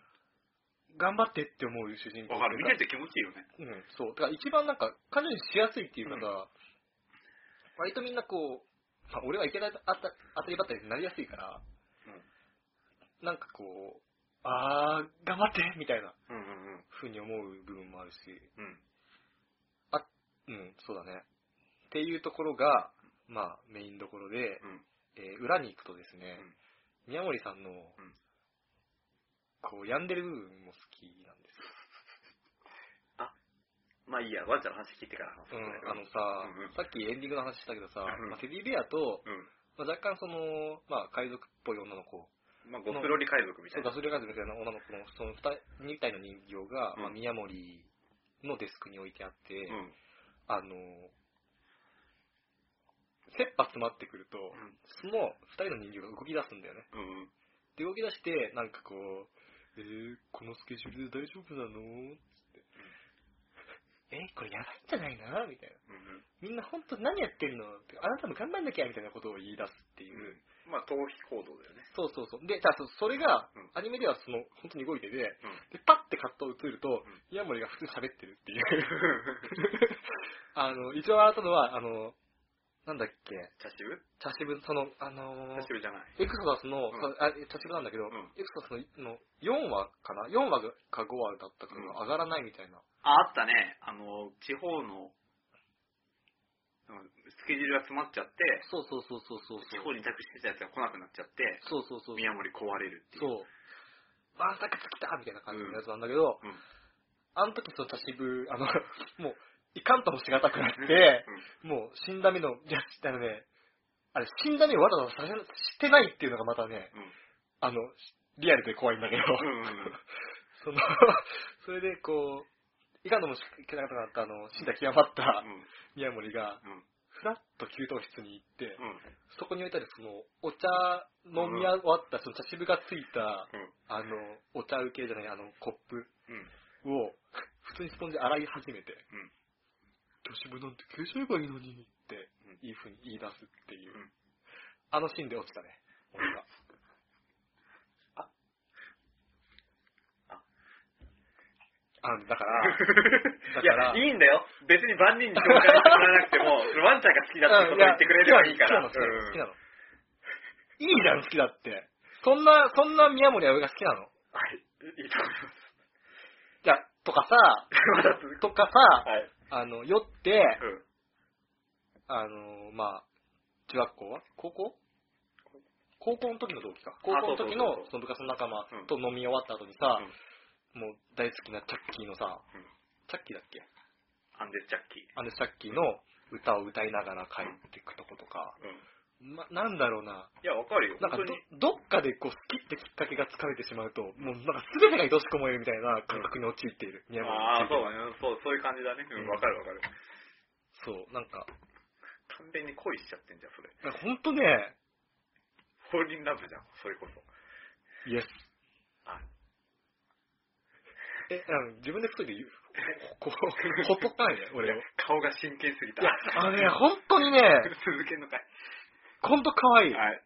S1: 頑張ってって思う主人公
S2: わかる。見
S1: という
S2: てて気持ちいいよね。
S1: うん、そう。だから一番なんか、彼女にしやすいっていうのが、割とみんなこう、まあ、俺はいけないあた当たりばったりになりやすいから、
S2: うん
S1: なんかこう、あー、頑張ってみたいな
S2: うんうんうん。
S1: 風に思う部分もあるし、
S2: うん。
S1: うん、そうだね。っていうところが、まあ、メインどころで、
S2: うん
S1: えー裏に行くとですね、宮森さんの、こう、病んでる部分も好きなんです
S2: まあいいや、ワンちゃんの話聞いてから話そう
S1: よ。
S2: ね
S1: うん、あのさ、
S2: うんうん
S1: さっきエンディングの話したけどさ、
S2: うん
S1: まあ、テディベアと、
S2: うん。
S1: まあ、若干その、まあ、海賊っぽい女の子、
S2: まあ、ゴスロリ海賊みた
S1: そう
S2: いな。
S1: ガスレガスみたいな女の子のその 2, 二体の人形が、
S2: うん
S1: まあ、宮森のデスクに置いてあって、
S2: うん。
S1: あの、切羽詰まってくると、その2人の人形が動き出すんだよね。
S2: うん。うん。
S1: で、動き出して、なんかこう、えー、このスケジュールで大丈夫なのつって。え、これやばいんじゃないなみたいな。
S2: うん
S1: みんな本当何やってるのってあなたも頑張んなきゃみたいなことを言い出すっていう。
S2: うん。まあ、逃避行動だよね。
S1: そうそうそう。で、ただそそれが
S2: うん、
S1: アニメではその、本当に動いてて、
S2: うん
S1: で、パッてカットを映ると
S2: ん、
S1: ヤモリが普通に喋ってるっていう。 あの、一応笑ったのは、あの、なんだっけ、
S2: 茶渋
S1: 茶渋、その、あのー
S2: 茶渋じゃない。
S1: エクソダスの、
S2: ん
S1: さあ茶渋なんだけど、
S2: ん
S1: エクソダスのの4話かな ?4 話か5話だったか
S2: うん
S1: が上がらないみたいな。
S2: あ、あったね。あの、地方の、うんスケジュールが詰まっちゃって、
S1: そうそうそうそうそう
S2: 地
S1: そ
S2: 方
S1: う。
S2: に委託してたやつが来なくなっちゃって、
S1: そうそうそう。
S2: 宮森壊れるっていう。
S1: そう。万作尽きたみたいな感じのやつなんだけど、
S2: うんうん
S1: あの時その茶渋、あの、 もう、いかんともしがたくな って、
S2: うん
S1: もう死んだ目の、いや、あのね、あれ死んだ目をわざわざさせしてないっていうのがまたね、
S2: うん
S1: あの、リアルで怖いんだけど、
S2: うんうんうん
S1: その、それでこう、いかんともしがたくなった、あの、死んだ極まった
S2: うん
S1: 宮森が、
S2: うん
S1: ふらっと給湯室に行って、
S2: うん
S1: そこに置いてあるその、お茶飲み終わった、その茶渋がついた、
S2: うん
S1: あの、お茶受けじゃない、あの、コップ
S2: うん
S1: を、 普通にスポンジで洗い始めて、
S2: うん
S1: 茶渋なんて消しちゃえばいいのにって
S2: うん、
S1: いい風に言い出すっていう、
S2: うん
S1: あのシーンで落ちたね、俺が。あ
S2: あ
S1: あの、だから、 だ
S2: い
S1: から
S2: や、いいんだよ。別に万人に紹介してもらわなくても、 ワンちゃんが好きだってこと言ってくれればいいから。
S1: 好きなの、好きな
S2: うん
S1: の。好きなのいいじゃん、好きだって。そんな、そんな宮森駿が好きなの。
S2: はい。いいと思います。
S1: じゃ、とかさ、
S2: まだ続 く。
S1: とかさ、
S2: はい。
S1: あの、酔って、
S2: うん。
S1: あの、まあ、中学校は高校高校の時の同期か。高校の時
S2: そうそう
S1: の
S2: そう
S1: その部活の仲間と飲み終わった後にさ、もう大好きなチャッキーのさ、
S2: うん
S1: チャッキーだっけ
S2: アンデス・ジャッキー。
S1: あのチャッキーの歌を歌いながら帰ってくとことか、
S2: うん。
S1: ま、なんだろうな、
S2: いや、わかるよ。
S1: なん
S2: 本
S1: か
S2: 当
S1: ど
S2: に。
S1: どっかでこう好きってきっかけがつかれてしまうと、もうなんか全てが愛しく思えるみたいな感覚に陥っている。宮
S2: ああ、そう
S1: 本に
S2: だね。そう、そういう感じだね。う
S1: うん
S2: ん、わかるわかる。
S1: ついてはそう、なんか、
S2: 完全に恋しちゃってんじゃん、それ。
S1: なんかほんとね、
S2: フォーリンラブじゃん、それこそ。
S1: イエス。
S2: あ
S1: え、あの自分で太いで言う。こう、ほっとかないね、俺を。い
S2: 顔が真剣すぎた。
S1: や、あのね、ほんとにね、
S2: 続けんのかい。
S1: ほんと可愛い。
S2: はい。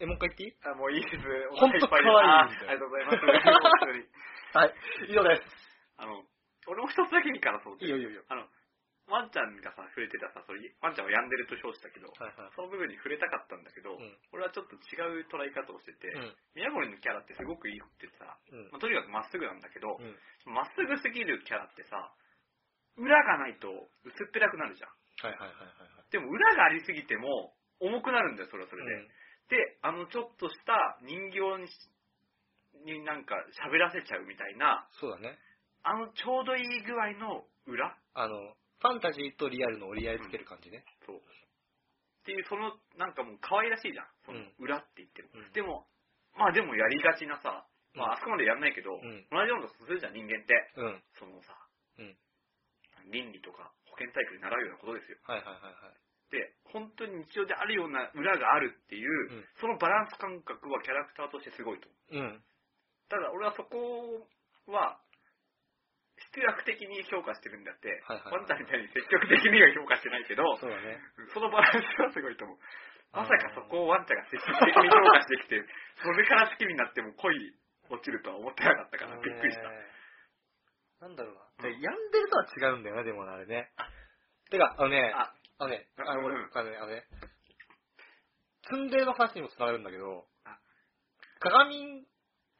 S1: え、もう一回言っていい
S2: あ、もういいです。
S1: ほんと可愛いんだよ
S2: あーありがとうございます。本当に。
S1: はい、以上で
S2: あの、俺も一つだけいいからそう
S1: す。いいよ、いいよ、いいよ。
S2: あの、ワンちゃんがさ、触れてたさ、それ、ワンちゃんは病んでると称したけど、
S1: はいはい。
S2: その部分に触れたかったんだけど、
S1: うん
S2: 俺はちょっと違う捉え方をしてて、
S1: うん、
S2: 宮森のキャラってすごくいいってさ、
S1: うん
S2: まあ、とにかくまっすぐなんだけど、
S1: うん。
S2: まっすぐすぎるキャラってさ、裏がないと薄っぺらくなるじゃん。
S1: はいはいはいはい
S2: でも裏がありすぎても重くなるんだよ、それはそれ
S1: はい。
S2: で。で、あのちょっとした人形にしになんか喋らせちゃうみたいな、
S1: そうだね。
S2: あのちょうどいい具合の裏
S1: あの、ファンタジーとリアルの折り合いつける感じね。
S2: そう。っていう、その、なんかもう可愛らしいじゃん。その
S1: うん
S2: 裏って言っても。
S1: うん
S2: でも、まあでもやりがちなさ、まああそこまでやんないけど、
S1: ん
S2: 同じようなことするじゃん、人間って。
S1: うん。はい
S2: そのさ、
S1: うん
S2: 倫理とか保健体育に習うようなことですよ。
S1: はいはいはい。
S2: で、本当に日常であるような裏があるっていう、
S1: うん
S2: そのバランス感覚はキャラクターとしてすごいと。
S1: うん。
S2: ただ俺はそこは、出力的に評価してるんだって、
S1: はいはいはい
S2: ワンタンみたいに積極的には評価してないけど、
S1: そうだね。
S2: そのバランスはすごいと思う。まさかそこをワンちゃんが積極的に評価して きて、それから好きになっても恋落ちるとは思ってなかったから、びっくりした
S1: あの。ね。なんだろうな。
S2: うん
S1: やんでるとは違うんだよね、でもあれね。てか、あのね、
S2: あ、
S1: あのね、あ
S2: う
S1: の、
S2: ん
S1: 俺、あのね、あのね、ツンデレの話にもつながるんだけど
S2: あ、
S1: 鏡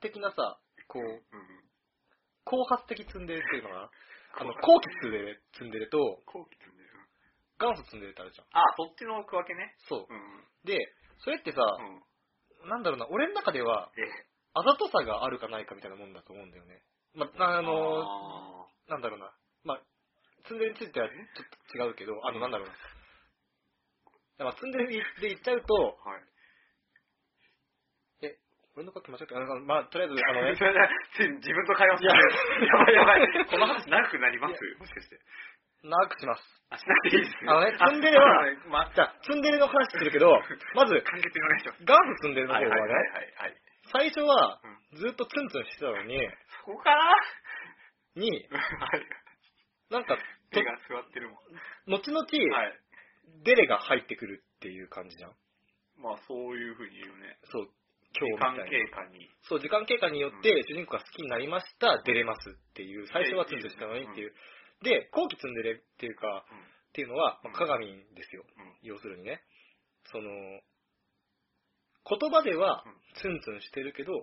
S1: 的なさ、こう、
S2: うん。
S1: 後発的ツンデレっていうのが、あの、
S2: こう
S1: 後期ツンデレ、ツンデレと、
S2: 後期積んでる。
S1: 元祖ツンデレってあるじゃん。
S2: あ、そっちの区分けね。
S1: そうう。
S2: ん。うん。
S1: で、それってさ、なんだろうな、俺の中では、
S2: で、
S1: あざとさがあるかないかみたいなもんだと思うんだよね。まあ、あの、
S2: あ
S1: なんだろうな、まあ、ツンデレについてはちょっと違うけど、あの、なんだろうな。だからツンデレで言っちゃうと、
S2: ーはい。
S1: 俺のこと間違って、あのまあ、とりあえず、あのね、
S2: 自分と会話して
S1: いや
S2: る。やばいやばい。この話長くなりますもしかして。
S1: 長くします。
S2: あ、しなくていいですね。
S1: あのねツンデレは
S2: あそうだねまあ、
S1: じゃあ、ツンデレの話するけ ど、まず、
S2: 簡潔にお願いします。
S1: 元祖ツンデレの方はね、
S2: はいはいはいはい。
S1: 最初は、ずっとツンツンしてたのに、
S2: そこから
S1: に、
S2: はい。
S1: なんか、
S2: 手が座ってるもん。
S1: と後々、
S2: はい。
S1: デレが入ってくるっていう感じじゃん。
S2: まあ、そういうふうに言うね。
S1: そう、今日みた
S2: 関
S1: い
S2: 係
S1: な。
S2: 下に。
S1: そう、時間経過によって、主人公が好きになりました、デレますっていう、最初はツンツンしてたのにっていう。で、後期ツンデレっていうか、
S2: うん
S1: っていうのは、ま
S2: うん
S1: あ、鏡ですよ。
S2: うん。
S1: 要するにね。その、言葉では
S2: うん
S1: ツンツンしてるけど、
S2: ん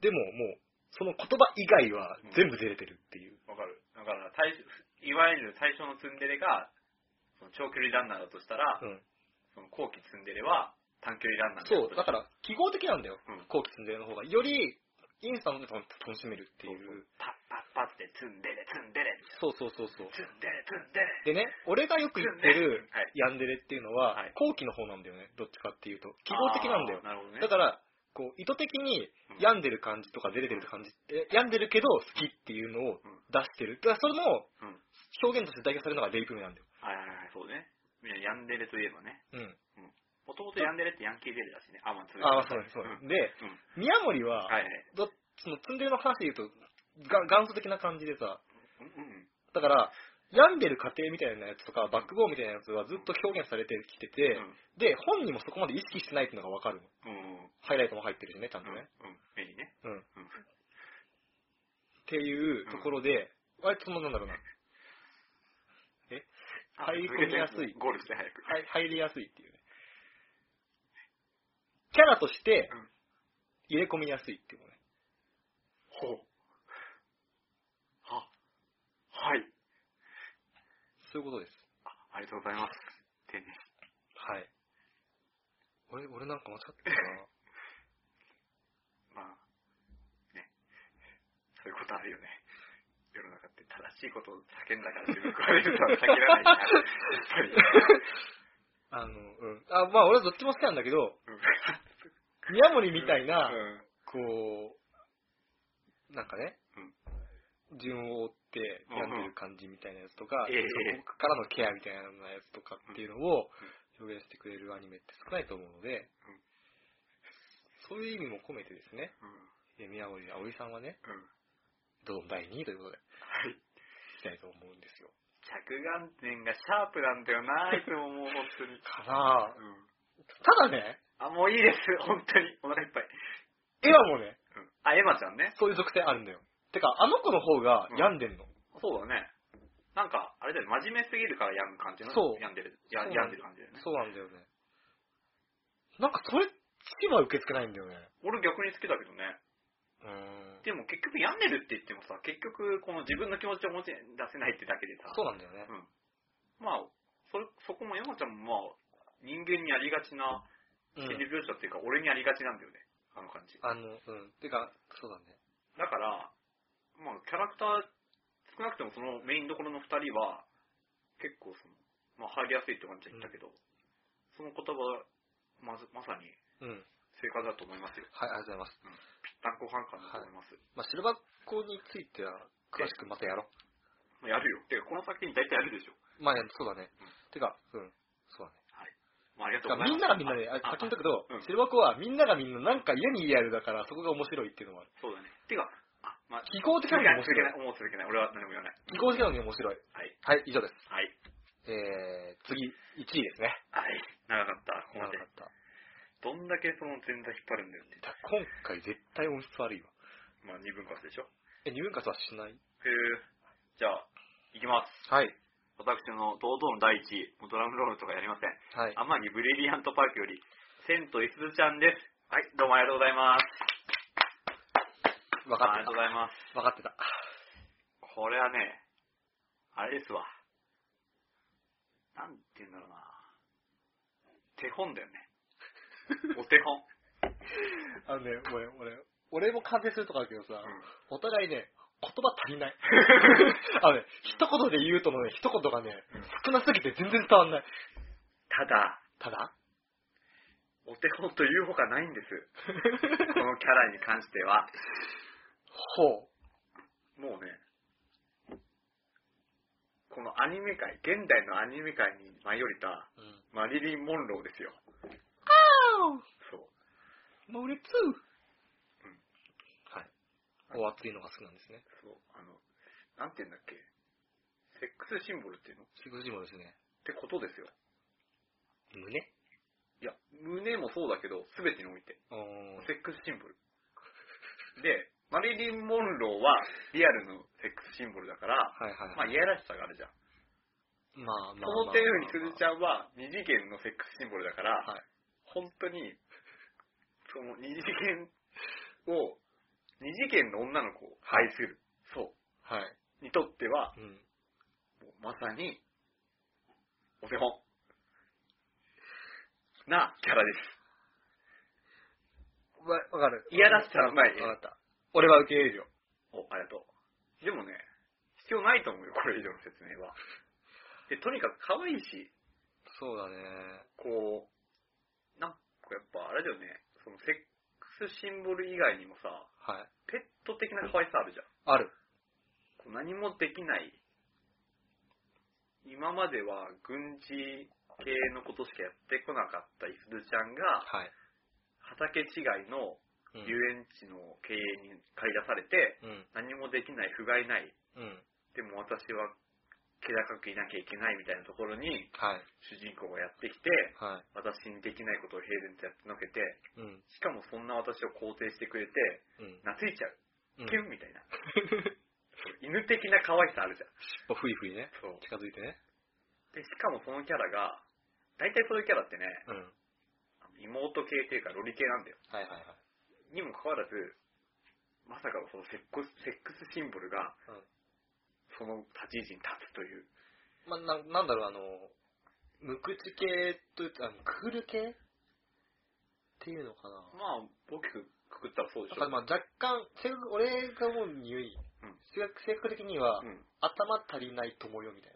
S1: でももう、その言葉以外は全部デレてるっていう。
S2: わかる。だから、最初いわゆる最初のツンデレが、その長距離ランナーだとしたら、
S1: うん。
S2: その後期ツンデレは短距離ランナーだ
S1: そう、
S2: と
S1: だから、記号的なんだよ。
S2: うん
S1: 後期ツンデレの方が。より、インスタントで楽しめるってい
S2: そうそう
S1: う。
S2: パッパッパってツンデレ、ツンデレ、
S1: そうそうそうそう。
S2: ツンデレ、ツンデレ。
S1: でね、俺がよく言ってる
S2: はい
S1: ヤンデレっていうのは、
S2: はい
S1: 後期の方なんだよね、どっちかっていうと。記号的なんだよ
S2: あー。なるほどね。
S1: だから、こう、意図的に
S2: うん
S1: 病んでる感じとか出れてる感じ、え病んでるけど好きっていうのを
S2: うん
S1: 出してる。だからそれの
S2: うん。
S1: 表現として代表されるのがレイプメなんだよ。
S2: はいはいはい、そうね。みんなヤンデレといえばね。
S1: うん。
S2: もともとヤンデレってヤンキーデレだしね。あ、まあ、ツンデレ
S1: ああ、そうです、そう
S2: うん
S1: です。で、
S2: うん
S1: 宮森は、
S2: はいはい。
S1: どそのツンデレの話で言うと、が元祖的な感じでさ、
S2: うんうん。
S1: だから、病んでる過程みたいなやつとか、バックボーンみたいなやつはずっと表現されてきてて、で、本人もそこまで意識してないっていうのがわかるの。
S2: うん。うん。うん。
S1: ハイライトも入ってるしね、ちゃんと
S2: うん。う
S1: ね。
S2: ん。目にね。
S1: うん。っ
S2: うん。
S1: ていうところで、割とその、なんだろうな、入り込みやすい
S2: ゴールして早く。
S1: はい入りやすいっていうね。キャラとして
S2: うん、
S1: 入れ込みやすいっていうのね。
S2: ほう。は、はい。
S1: そういうことです。
S2: あありがとうございます。丁寧。
S1: はい。俺、俺なんか間違ってるか な。
S2: まあ、ね。そういうことあるよね。世の中って正しいことを叫んだから自分が悪いことは叫ら ないから、やっぱり。
S1: あの、うん。あ、まあ俺はどっちも好きなんだけど、宮森みたいな、
S2: うん
S1: こう、なんかね、順を追って
S2: うん
S1: 病んでる感じみたいなやつとか、
S2: ええ
S1: そこからのケアみたいなやつとかっていうのを表現してくれるアニメって少ないと思うので、
S2: ん
S1: そういう意味も込めてですね、
S2: うん。
S1: え宮森葵さんはね、
S2: うん。
S1: どうも第2位ということで、
S2: はい。
S1: いきたいと思うんですよ。
S2: 着眼点がシャープなんだよな、いつももう本 当に。
S1: かなぁ。
S2: うん。
S1: ただね、
S2: あ、もういいです。 本当に。お腹いっぱい。
S1: エヴァもね、
S2: うん。あ、エマちゃんね。
S1: そういう属性あるんだよ。てか、あの子の方が病んでんの。
S2: そうだね。なんか、あれだよね、真面目すぎるから病む感じの。
S1: そう
S2: 病んでる。や
S1: そう
S2: 病んでる感じだよね。
S1: そうなんだよね。なんかそれ、月は受け付けないんだよね。
S2: 俺逆に好きだけどね。
S1: うーん。
S2: でも結局病んでるって言ってもさ、結局この自分の気持ちを持ち出せないってだけでさ、
S1: そうなんだよね。
S2: まあ、それそこも山ちゃんもまあ、人間にありがちな
S1: う
S2: 心
S1: ん。
S2: 理描写っていうか、俺にありがちなんだよね、あの感じ。
S1: あの、うん。てか、そうだね。
S2: だから、まあ、キャラクター、少なくともそのメインどころの2人は、結構その、まあ、入りやすいって感じで言ったけど、その言葉、まずまさに
S1: うん。
S2: 正解だと思いますよ。
S1: はい、ありがとうございます。
S2: 単行半感だと思います。
S1: まあ、シルバコについては、詳しくまたやろ
S2: まあやるよ。てか、この作品大体やるでしょ。
S1: う。まあ、そうだね
S2: うん。
S1: てか、うん。そうだね。
S2: まあ、ありが
S1: て
S2: と
S1: か
S2: うござい
S1: みん
S2: ます。
S1: ながみんなで、あ、
S2: あ
S1: 先に言ったけど
S2: うん、
S1: シルバコはみんながみんななんか家にリアルだから、そこが面白いっていうのはある。
S2: そうだね。てか、あ、まあ、
S1: 記号的な
S2: 続
S1: の
S2: け
S1: に
S2: ない、
S1: 面
S2: 続け
S1: 白
S2: な
S1: い。、
S2: いもう続けない。俺は何も言わない。
S1: 記号的なのに面白い。
S2: はい。
S1: はい、以上です。
S2: はい。
S1: えー、次、1位ですね。
S2: はい。長かった。ここま
S1: 長
S2: で
S1: かった。
S2: どんだけその前座引っ張るんだよって。
S1: だ今回絶対音質悪いわ。
S2: まあ、二分割でしょ。
S1: え、二分割はしない
S2: へえ。じゃあ、いきます。
S1: はい。
S2: 私の堂々の第一位、もうドラムロールとかやりません。
S1: はい。
S2: 天城ブリリアントパークより、千といすずちゃんです。はい、どうもありがとうございます。
S1: 分
S2: あ
S1: かっ
S2: り
S1: てた
S2: がとう。ございます。
S1: 分かってた。
S2: これはね、あれですわ。なんて言うんだろうな。手本だよ ね。お手本。
S1: あのね、俺、俺、俺も完成するとかあるけどさ、
S2: うん
S1: お互いね、言葉足りない。あのね、一言で言うとのね、一言がね
S2: うん、
S1: 少なすぎて全然伝わんない。
S2: ただ、
S1: ただ
S2: お手本というほかないん です。このキャラに関しては。
S1: ほう。
S2: もうね、このアニメ界、現代のアニメ界に舞い降りた
S1: うん。
S2: マリリン・モンローですよ。そう。
S1: 猛烈
S2: ん
S1: はい。お熱いのが好きなんですね。
S2: そう、あの、なんて言うんだっけ。セックスシンボルっていうのっ
S1: セクシーもですね、
S2: てことですよ。
S1: 胸
S2: いや、胸もそうだけど、すべてにおいて。
S1: う
S2: セックスシンボル。で、マリリン・モンローはリアルのセックスシンボルだから、
S1: はいはい。
S2: まあ、いやらしさがあるじゃん。
S1: まあまあ。
S2: その点に鈴ち
S1: ゃん。
S2: ゃんは二次元のセックスシンボルだから、
S1: はい
S2: 本当に、その二次元を、二次元の女の子を愛する、そ
S1: はい。
S2: う、にとっては、
S1: うん。
S2: もうまさに、お手本。なキャラです。
S1: わ、わかる。
S2: いやらしさはうまいね
S1: わかった。俺は受け入れるよ。
S2: お、ありがとう。でもね、必要ないと思うよ、これ以上の説 明は。で、とにかく可愛いし、
S1: そうだね。
S2: こう、なんかやっぱあれだよね、そのセックスシンボル以外にもさ、
S1: はい。
S2: ペット的な可愛さあるじゃん。
S1: ある。
S2: こう何もできない。今までは軍事系のことしかやってこなかったイフルちゃんが、
S1: はい。
S2: 畑違いの
S1: う
S2: 遊園地の経営に駆り出されて、
S1: ん。うん。
S2: 何もできない、不甲斐ない。
S1: うん。
S2: でも私は気高くいなきゃいけないみたいなところに、
S1: はい。
S2: 主人公がやってきて、
S1: は
S2: 私にできないことを平然とやってのけて、
S1: い。うん。
S2: しかもそんな私を肯定してくれて、
S1: うん。
S2: 懐いちゃ
S1: うん。
S2: う。キュンみたいな。犬的な可愛さあるじゃん。
S1: おふいふいね。
S2: そう。
S1: 近づいてね。
S2: で、しかもそのキャラが、大体そういうキャラってね、
S1: うん。
S2: あの妹系っていうかロリ系なんだよ。
S1: はいはいはい。
S2: にもかかわらず、まさかのそのセックスセックスシンボルが
S1: うん、
S2: その立ち位置に立つという。
S1: まあ、な、なんだろう、あの、無口系というか、あのクール系っていうのかな。
S2: まあ、大きくくくったらそうでし
S1: だから
S2: ょ。
S1: まあ若干、性格、俺が思う匂い、
S2: うん
S1: 性格性格的には、
S2: うん。
S1: 頭足りない友よみたい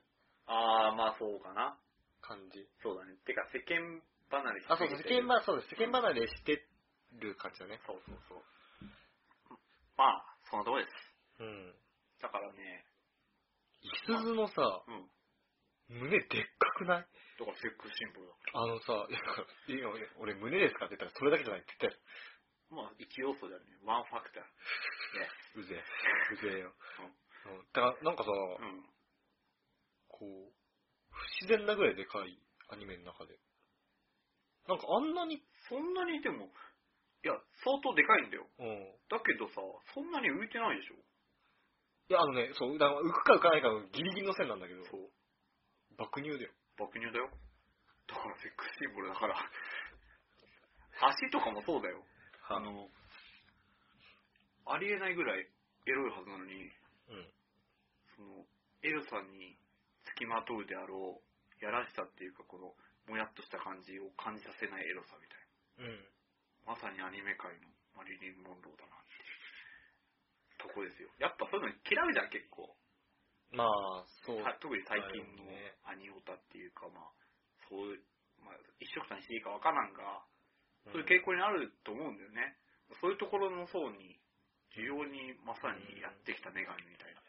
S1: な
S2: ああ、まあそうかな。
S1: 感じ。
S2: そうだね。てか、世間離れし
S1: あ、そうそう、
S2: すぎて
S1: 世間離れ、そうです。世間離れしてる感じだね。
S2: そうそうそう。まあ、そのとこです。
S1: うん。
S2: だからね、
S1: いすずのさ、
S2: うん。
S1: 胸でっかくない
S2: だからセックスシンボルだ。
S1: あのさ、いや、いやいや俺胸ですかって言ったらそれだけじゃないって言っ
S2: まあ、一要素だよね。ワンファクター。ね。
S1: たよ。うぜえ。うぜえよ。うん。だから、なんかさ、
S2: うん。
S1: こう、不自然なぐらいでかいアニメの中で。なんかあんなに、
S2: そんなにいても、いや、相当でかいんだよ。
S1: うん。
S2: だけどさ、そんなに浮いてないでしょ。
S1: いや、あのね、そう、だから浮くか浮かないかのギリギリの線なんだけど、
S2: そう。
S1: 爆乳だよ。
S2: 爆乳だよ。だからセックスシンボルだから。足とかもそうだよ。あの、ありえないぐらいエロいはずなのに、
S1: うん。
S2: その、エロさに付きまとうであろう、やらしさっていうか、この、もやっとした感じを感じさせないエロさみたい
S1: うん。
S2: な。まさにアニメ界のマリリン・モンローだなっていうとこですよ。やっぱそういうの嫌うじゃん、結構。
S1: まあ、そう。
S2: さ特に最近の
S1: だよね
S2: アニオタっていうか、まあ、そういう、まあ、一色たにしていいかわからんが、
S1: うん
S2: そういう傾向にあると思うんだよね。そういうところの層に、需要にまさにやってきた女神みたいな。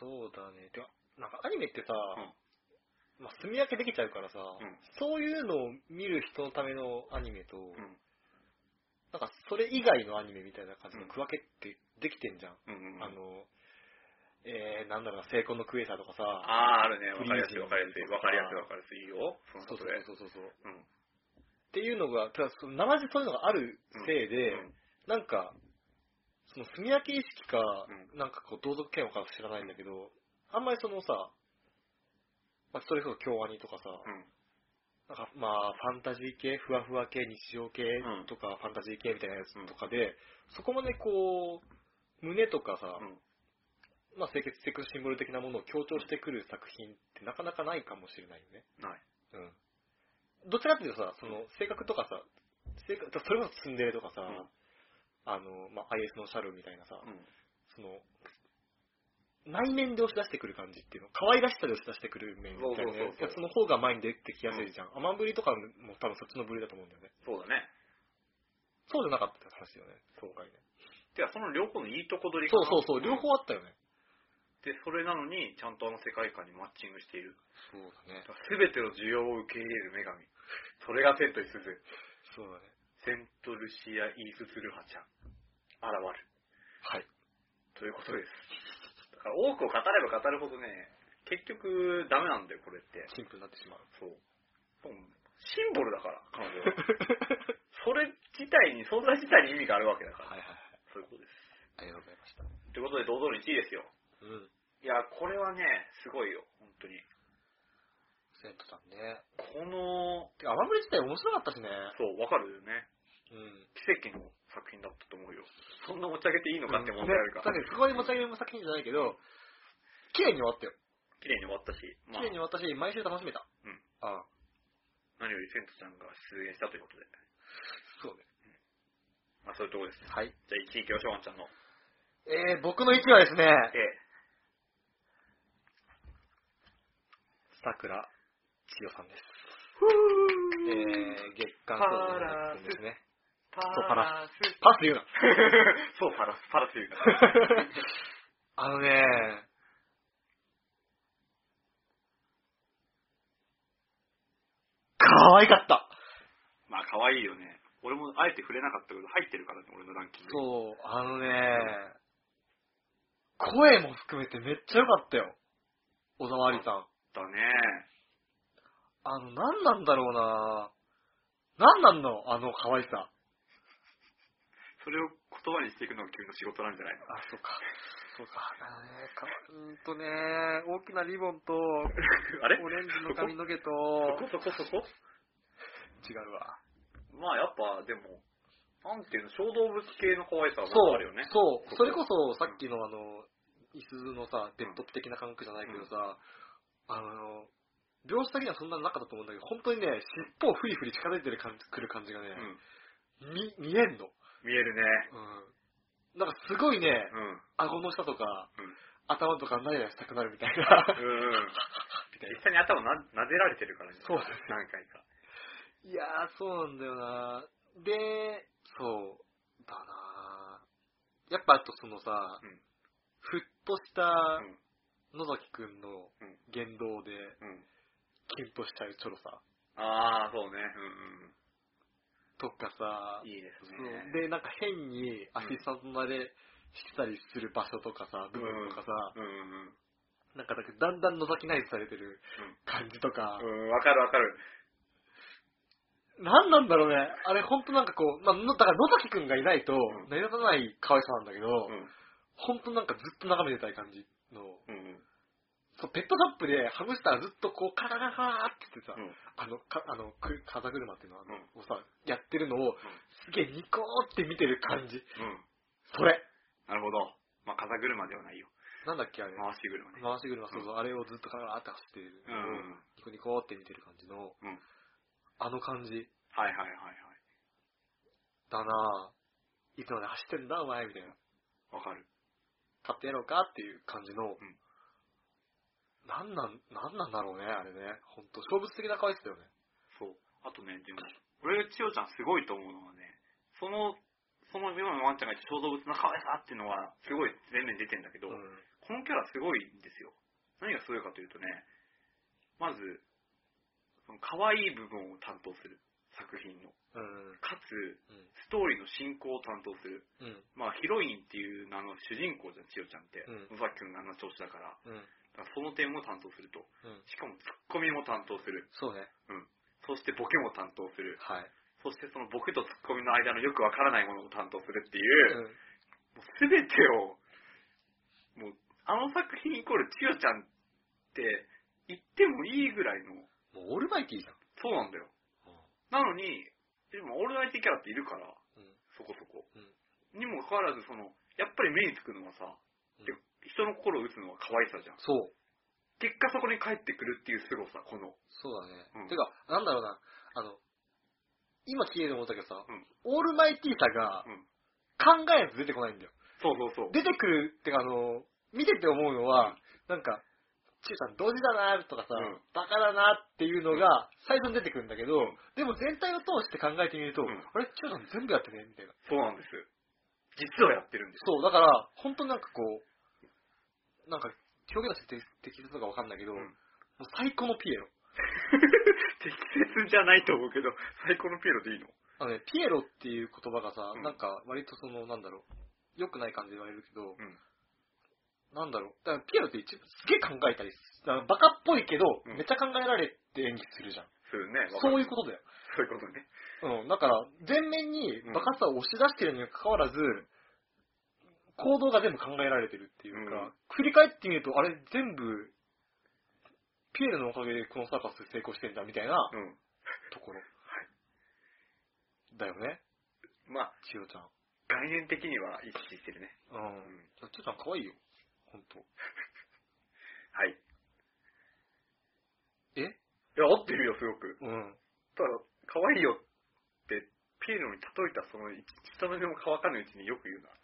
S1: そうだね。てか、なんかアニメってさ、
S2: ん
S1: まあ、住み分けできちゃうからさ、
S2: ん
S1: そういうのを見る人のためのアニメと、
S2: うん。
S1: なんかそれ以外のアニメみたいな感じの区分けってできてんじゃん。
S2: うん、うん。
S1: あの、えー、なんだろう、成婚のクエサーとかさ、
S2: あー、あるね。わかりやすい、わかりやすい。わかりやすい、
S1: あー
S2: わかりやすい。いいよ。その
S1: そうそ
S2: こと
S1: う
S2: で。
S1: そうそうそう。っ
S2: うん。
S1: ていうのが、ただ、そのなまじそういうのがあるせいで、
S2: うん
S1: なんか、その住み分け意識か、
S2: う
S1: なんかこう、同族嫌悪か知らないんだけど、あんまりそのさ、まあ、それこそ京アニとかさ、
S2: うん。
S1: なんかまあ、ファンタジー系、ふわふわ系、日常系
S2: うん
S1: とか、ファンタジー系みたいなやつとかで、そこまでこう、胸とかさ、
S2: うん
S1: まあ、清潔性シンボル的なものを強調してくる作品ってなかなかないかもしれないよね。
S2: ない。
S1: うん。どちらかというとさ、その、性格とかさ、性格、それこそツンデレとかさ、
S2: うん
S1: あの、まあ、IS のシャルみたいなさ、
S2: うん。
S1: その、内面で押し出してくる感じっていうの、可愛らしさで押し出してくる面みたいなや
S2: そうそう
S1: つ
S2: そうそう
S1: の方が前に出てきやすいじゃん。アマンブリとかも多分そっちのブリだと思うんだよね。
S2: そうだね。
S1: そうじゃなかったって話だよね、今回ね。
S2: てか、その両方のいいとこ取りか
S1: そうそうそう、
S2: な
S1: 両方あったよね。
S2: で、それなのに、ちゃんとあの世界観にマッチングしている。
S1: そうだね。
S2: すべての需要を受け入れる女神。それがセントリスズ。
S1: そうだね。
S2: セントルシア・イース・ツルハちゃん。現る。
S1: はい。
S2: ということです。だから多くを語れば語るほどね、結局ダメなんだよ、これって。
S1: シンプルになってしまう。
S2: そう。そうシンボルだから、彼女 は。それ自体に、存在自体に意味があるわけだから。
S1: はいはいはい。
S2: そういうことです。
S1: ありがとうございました。
S2: ということで、堂々の1位ですよ。
S1: うん。
S2: いや、これはね、すごいよ、本当に。
S1: セントさんね。
S2: この、
S1: てか、アマンブリ自体面白かったしね。
S2: そう、わかるよね。
S1: うん。
S2: 奇跡の作品だったと思うよ。そんな持ち上げていいのかって問題あるか
S1: ねだって、そこまで持ち上げる作品じゃないけど、綺麗に終わったよ。
S2: 綺麗に終わったし、ま
S1: 綺
S2: あ
S1: 麗、に終わったし、毎週楽しめた。
S2: うん。
S1: ああ、
S2: 何よりセントちゃんが出現したということで。
S1: そうね。
S2: まあ、そういうとこです。じゃ
S1: はい。
S2: あ、1位行きましょう、ワンちゃんの。
S1: えー、僕の1位はですね、
S2: ええ。
S1: さくら千代さんです。
S2: ふ
S1: え
S2: ぅ
S1: ー、月刊そうですね。
S2: パ
S1: そうパラ
S2: ス。
S1: パス言うな。
S2: そう、パラス、パラ ス言うから
S1: あのね、可愛かった。
S2: まあ、可愛いよね。俺もあえて触れなかったけど、入ってるからね、俺のランキング。
S1: そう、
S2: う。
S1: あのね、声も含めてめっちゃ良かったよ。小沢有さん。
S2: だね。
S1: あの、何なんだろうな何なんのあの可愛さ。
S2: それを言葉にしていくのが君の仕事なんじ ゃないの
S1: あ、そうか。そうか。あのね、かうーんとね、大きなリボンと、
S2: あれ
S1: オレンジの髪の毛と、
S2: そこそこそこ
S1: 違うわ。
S2: まあ、やっぱ、でも、なんていうの、小動物系の可愛さは
S1: そう、
S2: あるよね。
S1: そう。それこそ、さっきのあの、椅子のさ、デッド的な感覚じゃないけどさ、あの、描写的にはそんなのなかったと思うんだけど、本当にね、尻尾をフリフリ近づいてる感じ、くる感じがね
S2: う、ん。
S1: 見、見えんの。
S2: 見えるね。
S1: うん。なんかすごいね、
S2: うん。
S1: 顎の下とか、
S2: うん
S1: 頭とかナヤナヤしたくなるみたいな。
S2: うん。 実際に頭な、なでられてるからね。
S1: そう
S2: 何回か。
S1: いやー、そうなんだよなで、そう、だなやっぱあとそのさ、
S2: うん
S1: ふっとした
S2: うん
S1: 野崎くんの
S2: うん
S1: 言動で、
S2: うん。
S1: キュンとしちゃうチョロさ
S2: ああ、そうね。うん
S1: とかさ
S2: うん。、いいです
S1: そう
S2: ね。
S1: で、なんか変にアシスタントまでしたりする場所とかさ、部分とかさ、
S2: うんうん
S1: なんかだけどだんだん野崎ナイズされてる感じとか、
S2: うん。うん、わかるわかる。
S1: なんなんだろうね。あれ、ほんとなんかこう、まあ、のだから野崎くんがいないと
S2: ん、
S1: 成り立たない可愛さなんだけど、
S2: うん。
S1: ほんとなんかずっと眺めてたい感じの、
S2: うんうん。
S1: そうペットショップでハムスターずっとこう、カラカラカラって言ってさ、
S2: うん
S1: あの、かあの、く風車っていうのは、あの
S2: うん
S1: をさ、やってるのを、すげえニコーって見てる感じ。
S2: うん。
S1: それ。
S2: なるほど。まあ、風車ではないよ。
S1: なんだっけ、あれ。
S2: 回し車ね。
S1: 回し車、そうそう、あれをずっとカラカラって走ってる
S2: う
S1: のを、
S2: ん。
S1: ニコニコって見てる感じの、
S2: うん
S1: あの感じ
S2: はいはいはいはい。
S1: だなぁ。いつまで走ってんだ、お前、みたいな。
S2: わかる。
S1: 買ってやろうかっていう感じの、
S2: ん
S1: なんなん、なんなんだろうね、あれね。ほんと、勝負的な可愛さだよね。
S2: そう。あとね、でも、俺が千代ちゃんすごいと思うのはね、その、その今のワンちゃんが言った小動物の可愛さっていうのは、すごい全面に出てんだけど、
S1: うん。
S2: このキャラすごいんですよ。何がすごいかというとね、まず、その可愛い部分を担当する作品の。
S1: うん。
S2: かつ、ストーリーの進行を担当する。
S1: うん。うん。
S2: まあ、ヒロインっていう名の主人公じゃん、千代ちゃんって。
S1: うん
S2: 野崎くんがあんな調子だから。
S1: うん。
S2: だからその点も担当すると。
S1: うん。
S2: しかもツッコミも担当する。
S1: そうね。
S2: そしてボケも担当する。
S1: はい。
S2: そしてそのボケとツッコミの間のよくわからないものを担当するっていうう、
S1: ん。
S2: もう全てを、もう、あの作品イコール千代ちゃんって言ってもいいぐらいの、
S1: もうオールマイティーじゃん。
S2: そうなんだよ。なのに、でも、オールナイトキャラっているから、
S1: うん。うん。
S2: そこそこ。
S1: うん
S2: にもかかわらず、その、やっぱり目につくのはさ、
S1: うん
S2: で人の心を打つのは可愛さじゃん。
S1: そう。
S2: 結果そこに帰ってくるっていう凄さ、この。
S1: そうだね。
S2: うん
S1: てか、なんだろうな、あの、今聞いてて思ったけどさ、
S2: うん
S1: オールマイティーさが
S2: うん、
S1: 考えず出てこないんだよ。
S2: そうそうそう。
S1: 出てくるってか、あの、見てて思うのは、なんか、ちゅうさん、ドジだなとかさ、
S2: うん
S1: バカだなっていうのが、最初に出てくるんだけど、でも全体を通して考えてみると、
S2: うん
S1: あれ、ちゅうさん全部やってねみたいな。
S2: そうなんです。実はやってるんです。
S1: そう、だから、本当になんかこう、なんか、表現の適切とかわかんないけど、
S2: うん
S1: もう最高のピエロ。
S2: 適切じゃないと思うけど、最高のピエロでいいの
S1: あのね、ピエロっていう言葉がさ、
S2: うん
S1: なんか割とその、なんだろう、良くない感じで言われるけど、
S2: ん
S1: なんだろう、だからピエロって一部すげえ考えたりす、あのバカっぽいけど、
S2: うん
S1: めっちゃ考えられて演技するじゃん。
S2: そうよね。わか
S1: そう
S2: る
S1: いうことだよ。
S2: そういうことね。
S1: うん、だから、全面にバカさを押し出してるにもかかわらず、行動が全部考えられてるっていうか、振り返ってみると、あれ全部、ピエロのおかげでこのサーカス成功してんだみたいな
S2: うん。
S1: ところ。だよね、
S2: まあ、
S1: 千代ちゃん。
S2: 概念的には一致してるね。
S1: うん。ちょっとちゃん可愛いよ。ほんと。
S2: はい。
S1: え
S2: いや、合ってるよ、すごく。
S1: うん。
S2: ただ、可愛いよって、ピエロに例えたその一一目でも乾かぬうちによく言うな。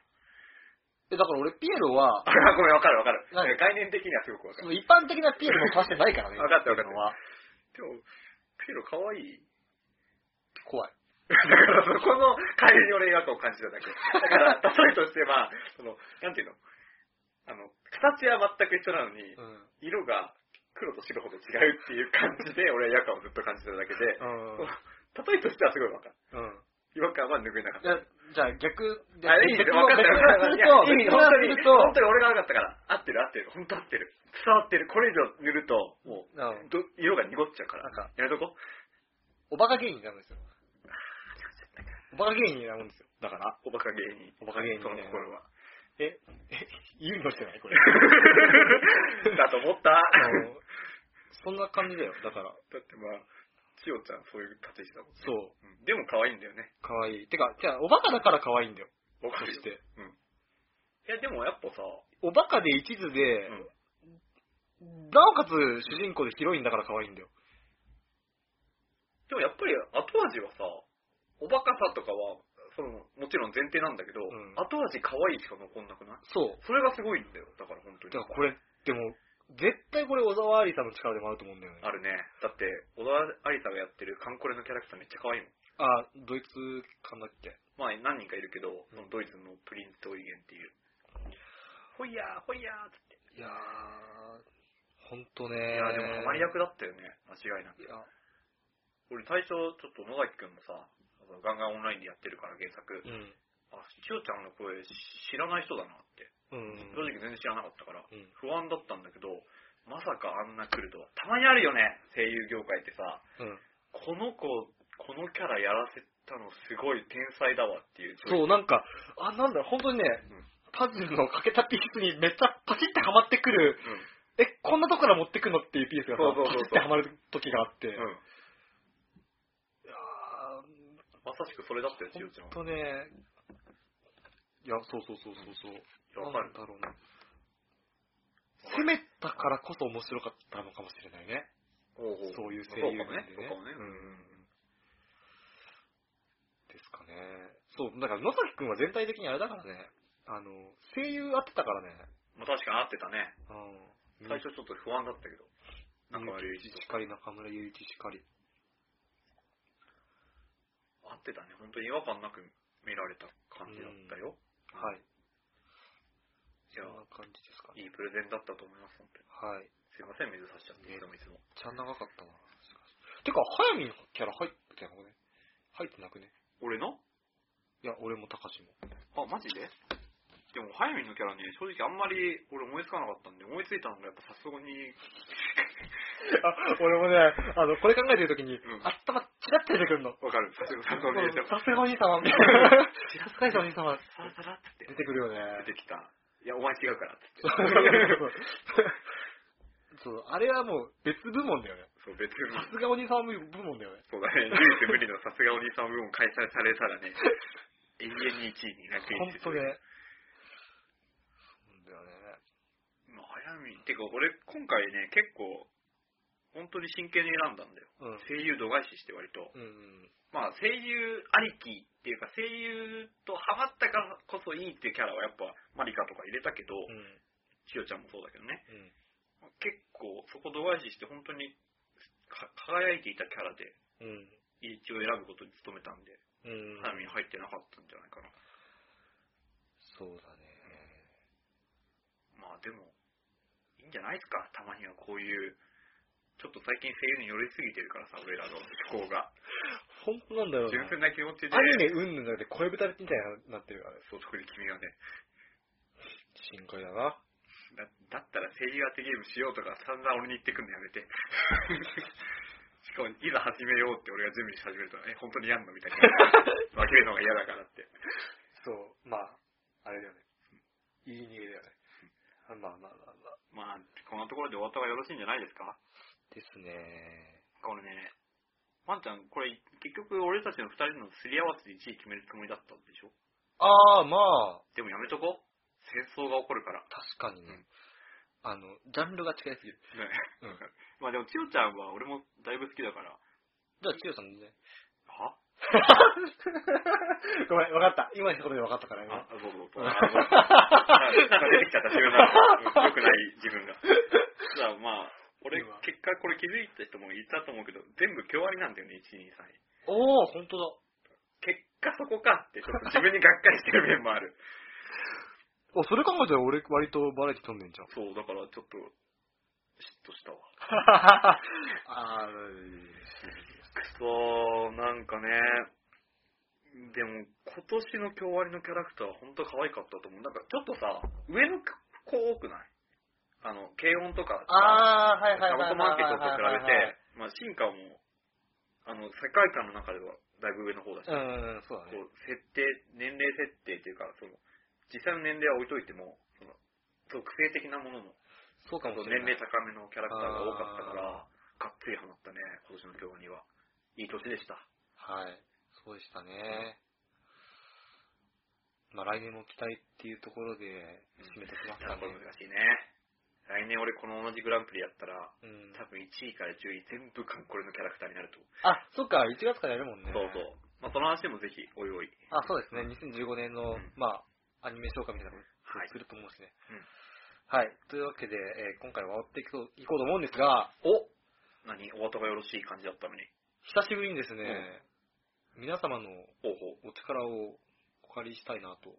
S1: え、だから俺ピエロは、
S2: あ、ごめん、わかるわかる。
S1: 何
S2: 概念的にはすごくわか
S1: そ
S2: る。
S1: の一般的なピエロの顔してないからね。
S2: わかったわかった
S1: 今のは
S2: でも、ピエロ可愛い
S1: 怖い。
S2: だから、そこの帰りに俺違和感を感じただけ。だから、例えとしては、その、なんていうのあの、形は全く一緒なのに
S1: う、ん。
S2: 色が黒と白ほど違うっていう感じで、俺は違和感をずっと感じただけで、
S1: うん。
S2: 例えとしてはすごいわかる。
S1: うん。
S2: 違和感は拭えなかっ
S1: い
S2: た。
S1: や、じゃあ逆、
S2: あ、いいで
S1: 逆
S2: すよ、
S1: の
S2: 分かっ
S1: 逆
S2: たよ。いや
S1: の
S2: いい
S1: 逆の
S2: よ本当
S1: す
S2: に、
S1: ると、
S2: 本当に俺が分かったから。合ってる合ってる。本当合ってる。伝わってる。これ以上塗ると、もう、
S1: うん
S2: ど色が濁っちゃうから。
S1: なんか、
S2: やめとこ。
S1: おバカ芸人になるんですよ。 おバカ芸人になるんですよ。だから。
S2: おバカ芸人。
S1: おバカ芸人
S2: その心は。
S1: え、 え、言うのしてないこれ。
S2: だと思った。
S1: あの そんな感じだよ。だから。
S2: だってまあ、千代ちゃんそういう立ち位置だもん。
S1: そう。
S2: うんでも可愛いんだよね。
S1: 可愛い。てか、じゃあ、おバカだから可愛いんだよ。
S2: わ
S1: そ
S2: かるよ
S1: し。て。
S2: うん。いや、でもやっぱさ、
S1: おバカで一途で、
S2: うん
S1: なおかつ主人公でヒロインだから可愛いんだよ。
S2: でもやっぱり後味はさ、おバカさとかは、その、もちろん前提なんだけど、
S1: ん
S2: 後味可愛いしか残んなくない
S1: そう。
S2: それがすごいんだよ。だから本当に
S1: だか。らこれ、でも、絶対これ小沢ありさんの力でもあると思うんだよね。
S2: あるね。だって、小田有沙がやってるカンコレのキャラクターめっちゃ可愛いもん。
S1: あ、ドイツかなっけ。
S2: まあ何人かいるけど、そのドイツのプリンス・オイゲンっていう。ほいやー、ほいやーっつって。
S1: いやー、ほんとね
S2: いやーでもハマり役だったよね。間違いなく
S1: い。や、
S2: 俺最初、ちょっと野崎くんもさ、ガンガンオンラインでやってるから原作。
S1: うん。
S2: あ、千代ちゃんの声知らない人だなって。
S1: うん。
S2: 正直全然知らなかったから、
S1: うん
S2: 不安だったんだけど、まさかあんな来るとは。たまにあるよね、声優業界ってさ、
S1: うん。
S2: この子、このキャラやらせたのすごい天才だわっていう。
S1: そう、なんか、あ、なんだろう、ほんとにね、
S2: うん
S1: パズルのかけたピースにめっちゃパチってはまってくる、
S2: うん。
S1: え、こんなとこから持ってくのっていうピースがさ
S2: そうそうそうそう
S1: パチってはまる時があって、いや
S2: うん。まさしくそれだったよ、千代ち
S1: ー、
S2: ゃ
S1: ほん。
S2: ん
S1: とね、いや、そうそうそうそうそう。
S2: わか
S1: なん
S2: る。
S1: だろうな。攻めたからこそ面白かったのかもしれないね。
S2: ほうほう
S1: そういう声優
S2: そうかもね
S1: 面。で
S2: そう
S1: ね
S2: かもね。
S1: うんですかね。そう、だから野崎くんは全体的にあれだからね、あの、声優合ってたからね。
S2: まあ確かに合ってたね。
S1: うん。
S2: 最初ちょっと不安だったけど。なんか悪い
S1: 一しかり、中村祐一しかり。
S2: 合ってたね。本当に違和感なく見られた感じだったよ。
S1: はい。
S2: い
S1: そ
S2: や
S1: んな感じですかね。
S2: いいプレゼンだったと思います、本当に。
S1: はい。
S2: すいません、水差しちゃって、いつもいつも。
S1: ちゃ長かったな。しかしてか、早見のキャラ入ってなくね入ってなくね
S2: 俺の
S1: いや、俺も高志も。
S2: あ、マジででも、早見のキャラね、正直あんまり俺思いつかなかったんで、思いついたのがやっぱさすがに、
S1: あ、俺もね、あの、これ考えてるときに、
S2: うん
S1: 頭チラッと出てくるの。
S2: わかる。さすがさすがに、さ
S1: さすがお兄様みたいな。ちらつかれたお兄様。
S2: らさらって
S1: 出てくるよね。
S2: 出てきた。いや、お前違うから、つって。
S1: そうそう、あれはもう別部門だよね。
S2: そう、別に
S1: さ。すがおじさん部門だよね。
S2: そうだね。唯一無二のさすがおじさん部門開催されたらね、永遠に1位にランクイ
S1: 本
S2: ンして
S1: 当
S2: る。
S1: ね。そうだよね。
S2: まあ、早見。てか、俺、今回ね、結構、本当に真剣に選んだんだよ。
S1: うん。
S2: 声優度外視して割と。
S1: うんうん。
S2: まあ、声優ありきっていうか、声優とハマったからこそいいっていうキャラはやっぱ、マリカとか入れたけど、
S1: うん。
S2: しおちゃんもそうだけどね。
S1: うん。
S2: 結構、そこ度外視して本当にか輝いていたキャラで、
S1: うん。
S2: 一応選ぶことに努めたんで、
S1: うん。
S2: 早見に入ってなかったんじゃないかな。
S1: そうだね。
S2: まあでも、いいんじゃないですか、たまにはこういう、ちょっと最近声優に寄りすぎてるからさ、俺らの思考が。
S1: 本当なんだよ
S2: 純
S1: ね。
S2: 粋な気持ちで、
S1: アニメうんぬんじゃなくて声豚みたいになってるから、
S2: そう、特に君がね、
S1: 深海だな。
S2: だだったら声優当てゲームしようとか散々俺に言ってくんのやめ て。しかも、いざ始めようって俺が準備し始めると、え、本当にやんのみたい な。分けるのが嫌だからって。
S1: そう、まあ、あれだよね。言い逃げだよね。あまあまあまあまあ。
S2: まあ、こんなところで終わった方がよろしいんじゃないですか
S1: ですね。
S2: これね、ワンちゃん、これ、結局俺たちの二人のすり合わせで1位決めるつもりだったんでしょ
S1: ああ、まあ、
S2: でもやめとこう。戦争が起こるから。
S1: 確かにね。
S2: うん
S1: あの、ジャンルが違いすぎる。
S2: ね
S1: うん。
S2: まあでも、千代ちゃんは俺もだいぶ好きだから。
S1: じゃあ、千代さんでね。
S2: は
S1: ごめん、分かった。今のことで分かったから
S2: あ
S1: 今。、
S2: そうそうそう。あごめん なんか出てきちゃった自分が。うん良くない自分が。じゃあまあ、俺、
S1: 今
S2: 結果これ気づいた人もいたと思うけど、全部共愛なんだよね、1、2、3。
S1: おお、本当だ。
S2: 結果そこかって、ちょっと自分にがっかりしてる面もある。
S1: お、それ考えたら俺割とバラエティ飛んでんじゃん。
S2: そう、だからちょっと、嫉妬したわ。
S1: ああ
S2: くそー、なんかね、でも今年の京アニのキャラクターは本当可愛かったと思う。なんかちょっとさ、上の子多くないあの、軽音とかさ、
S1: あー、はいはい
S2: タ
S1: は
S2: バ
S1: い。
S2: コマーケットと比べ
S1: はいはいはい
S2: て、まあ、進化も、あの、世界観の中ではだいぶ上の方だし、こ
S1: はい。うん、そうだね。
S2: う、設定、年齢設定っていうか、その、実際の年齢は置いといても、その、属性的なものの、
S1: そうかもしれ
S2: 年
S1: な
S2: 齢
S1: い。
S2: 高めのキャラクターが多かったから
S1: あ、
S2: がっつりハマったね、今年の京アニは。いい年でした。
S1: はい。そうでしたね。まあ来年も期待っていうところで締めときますかね。
S2: これ難しいね。来年俺この同じグランプリやったら、
S1: うん
S2: 多分1位から10位全部これのキャラクターになると思
S1: あ、そっか、1月からやるもんね。
S2: う。そうそう。まあ、その話もぜひ、おいおい。
S1: あ、そうですね。2015年の、
S2: うん
S1: まあ、アニメ紹介みたいなの
S2: は
S1: を
S2: い
S1: すると思うしね
S2: うん。
S1: はい。というわけで、えー今回は終わっていこういこうと思うんですが、
S2: お何お後がよろしい感じだったのに。
S1: 久しぶりにですね、皆様の
S2: ほうほ
S1: お
S2: う。
S1: 力をお借りしたいなと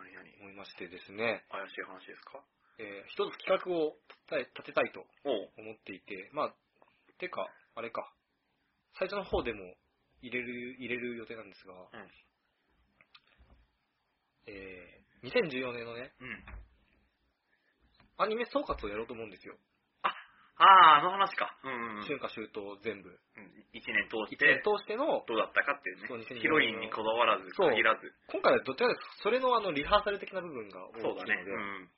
S2: 何何
S1: 思いましてですね、
S2: 怪しい話ですか
S1: えー一つ企画を立て立てたいと
S2: おう。
S1: 思っていて、まあ、てか、あれか、最初の方でも入れる、入れる予定なんですが、
S2: ん
S1: えー2014年のね、
S2: うん。
S1: アニメ総括をやろうと思うんですよ。
S2: ああ、あの話か。うんうんうん。
S1: 春夏秋冬全部。
S2: 1年通
S1: 一
S2: して、
S1: 年通しての、
S2: どうだったかっていうね。
S1: そう2024
S2: ヒロインにこだわらず、
S1: そう
S2: 限らず。
S1: 今回はどちらかというと、それのあの、リハーサル的な部分が大きい
S2: そう
S1: の
S2: だ
S1: で、
S2: ね。うん。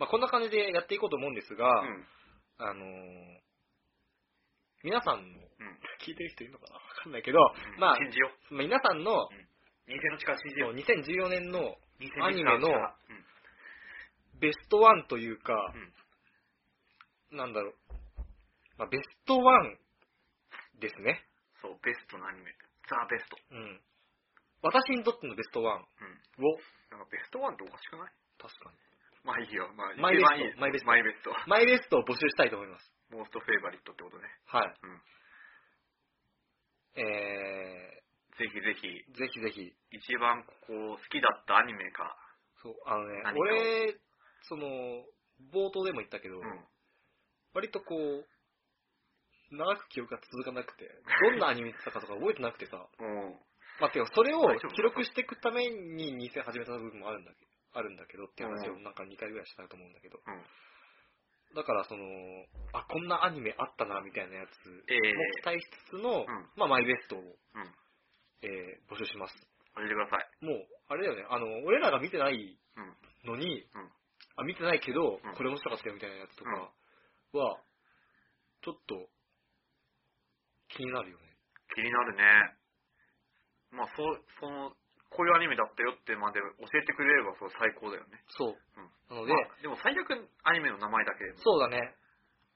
S1: まあこんな感じでやっていこうと思うんですが、
S2: うん。
S1: あのー皆さんの、
S2: うん。
S1: 聞いてる人いるのかなわかんないけど、
S2: うん
S1: まあ、
S2: 信じよう。
S1: 皆さんの、
S2: 偽の力信じよう。
S1: 2014年の
S2: 偽
S1: アニメの
S2: 力うん
S1: ベストワンというか、
S2: うん
S1: なんだろう、まあ、ベストワンですね。
S2: そう、ベストのアニメ。ザ・ベスト。
S1: うん。私にとってのベストワンを、
S2: うん。なんかベストワンっておかしくない
S1: 確かに。
S2: まあいいよ。まあ、
S1: マイベスト
S2: マ
S1: マ
S2: イ
S1: イ
S2: ベ
S1: ベ
S2: ス
S1: ス
S2: ト。
S1: ト
S2: マイベスト。
S1: マイベストを募集したいと思います。
S2: モーストフェイバリットってことね。
S1: はい。
S2: うん
S1: え
S2: ぜひぜひ、
S1: ー、ぜひぜひ。
S2: 一番こう、好きだったアニメか。
S1: そう、あのね
S2: 何、かを
S1: 俺、その、冒頭でも言ったけど、
S2: うん。
S1: 割とこう、長く記憶が続かなくて、どんなアニメだったかとか覚えてなくてさ、
S2: うん。
S1: まあ、てかそれを
S2: 大丈夫
S1: 記録していくために2戦始めた部分もあるんだけど、あるんだけどっていう話
S2: う
S1: を
S2: ん
S1: なんか2回ぐらいしたと思うんだけど、
S2: うん
S1: だからその、あ、こんなアニメあったなみたいなやつも
S2: ええ
S1: 期待しつつの、
S2: ん
S1: まあ、マイベストを、
S2: うん。
S1: えー募集します。
S2: 教えてください。
S1: もう、あれだよね、あの、俺らが見てない
S2: うん。
S1: のに、
S2: うん
S1: あ、見てないけど
S2: うん、
S1: これ面白かったよみたいなやつとか、
S2: うん
S1: は、ちょっと、気になるよね。
S2: 気になるね。まあ、そう、その、こういうアニメだったよってまで教えてくれれば、それ最高だよね。
S1: そう。なの
S2: で
S1: で、
S2: でも最悪アニメの名前だけでも。
S1: そうだね。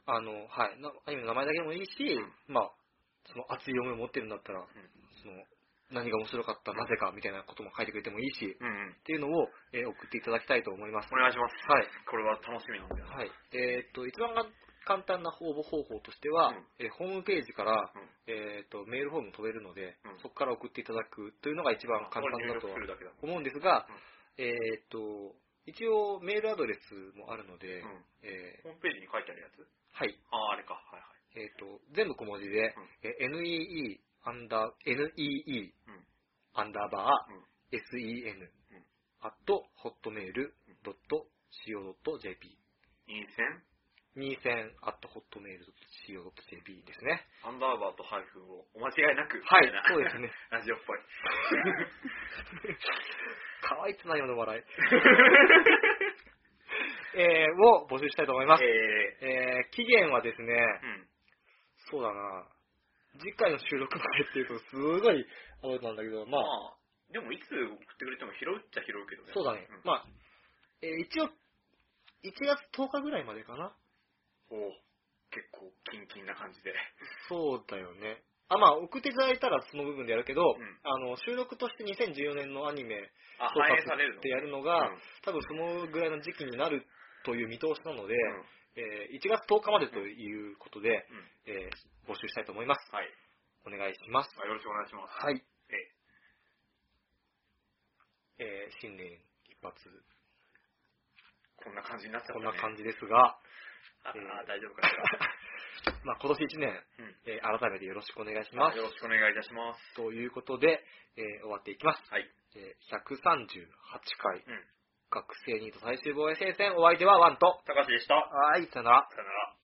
S1: あの、はい。なアニメの名前だけでもいいし、
S2: う
S1: まあ、その熱い思いを持ってるんだったら、
S2: ん
S1: その、何が面白かった、なぜか、みたいなことも書いてくれてもいいし、
S2: うんうん。
S1: っていうのを、えー送っていただきたいと思います。
S2: お願いします。
S1: はい。
S2: これは楽しみなんだよ。
S1: はい。えーっと、一番が簡単な応募方法としては、
S2: うん
S1: えーホームページから、
S2: うん
S1: えーっと、メールフォーム飛べるので、
S2: うん
S1: そこから送っていただくというのが一番簡単だと
S2: こ
S1: は
S2: れ入力するだけだ。
S1: 思うんですが、
S2: うん
S1: えーっと、一応メールアドレスもあるので、
S2: うん
S1: えー
S2: ホームページに書いてあるやつ
S1: はい。
S2: ああ、あれか。はいはい。
S1: えっ、と、全部小文字で、えー NEE アンダー、NEE
S2: うん
S1: アンダーバ
S2: うん
S1: ー SEN アットホットメールドット CO.jp
S2: 陰線
S1: 2000アットホットメール CO.jp です ね。
S2: アンダーバーとハイフンをお間違いなく。
S1: はい
S2: みたな、
S1: そうですね。
S2: ラジオっぽい。
S1: 可愛いつないよの笑い。えーを募集したいと思います。
S2: え
S1: えー期限はですね、
S2: ー、うん。
S1: そうだな次回の収録までっていうと、すごい、あれなんだけど、ま
S2: ま
S1: あ、
S2: あ、でもいつ送ってくれても拾うっちゃ拾うけどね。
S1: そうだね。
S2: ん
S1: まあ、えー一応、1月10日ぐらいまでかな。
S2: おう結構キンキンな感じで。
S1: そうだよね。あ、まあ、送っていただいたらその部分でやるけど、
S2: ん
S1: あの、収録として2014年のアニメ
S2: あ、
S1: 総括
S2: 反映されるの
S1: ってやるの
S2: うん
S1: が、多分そのぐらいの時期になるという見通しなので、
S2: うん
S1: えー1月10日までということで、
S2: うん
S1: えー募集したいと思います。
S2: はい。
S1: お願いします。
S2: まあよろしくお願いします。
S1: はい。
S2: えー
S1: えー新年一発、
S2: こんな感じになっちゃった、
S1: こんな
S2: ね。
S1: 感じですが、
S2: あ
S1: うん
S2: あ大丈夫かし
S1: まあ、今年1年、
S2: ら。うん
S1: えー改めてよろしくお願いします
S2: よ。ろしくお願いいたします。
S1: ということで、えー終わっていきます。
S2: はい。
S1: えー138回、
S2: うん。
S1: 学生ニート最終防衛戦線、お相手はワンと、
S2: 高橋でした。
S1: はい、さよなら。
S2: さよなら。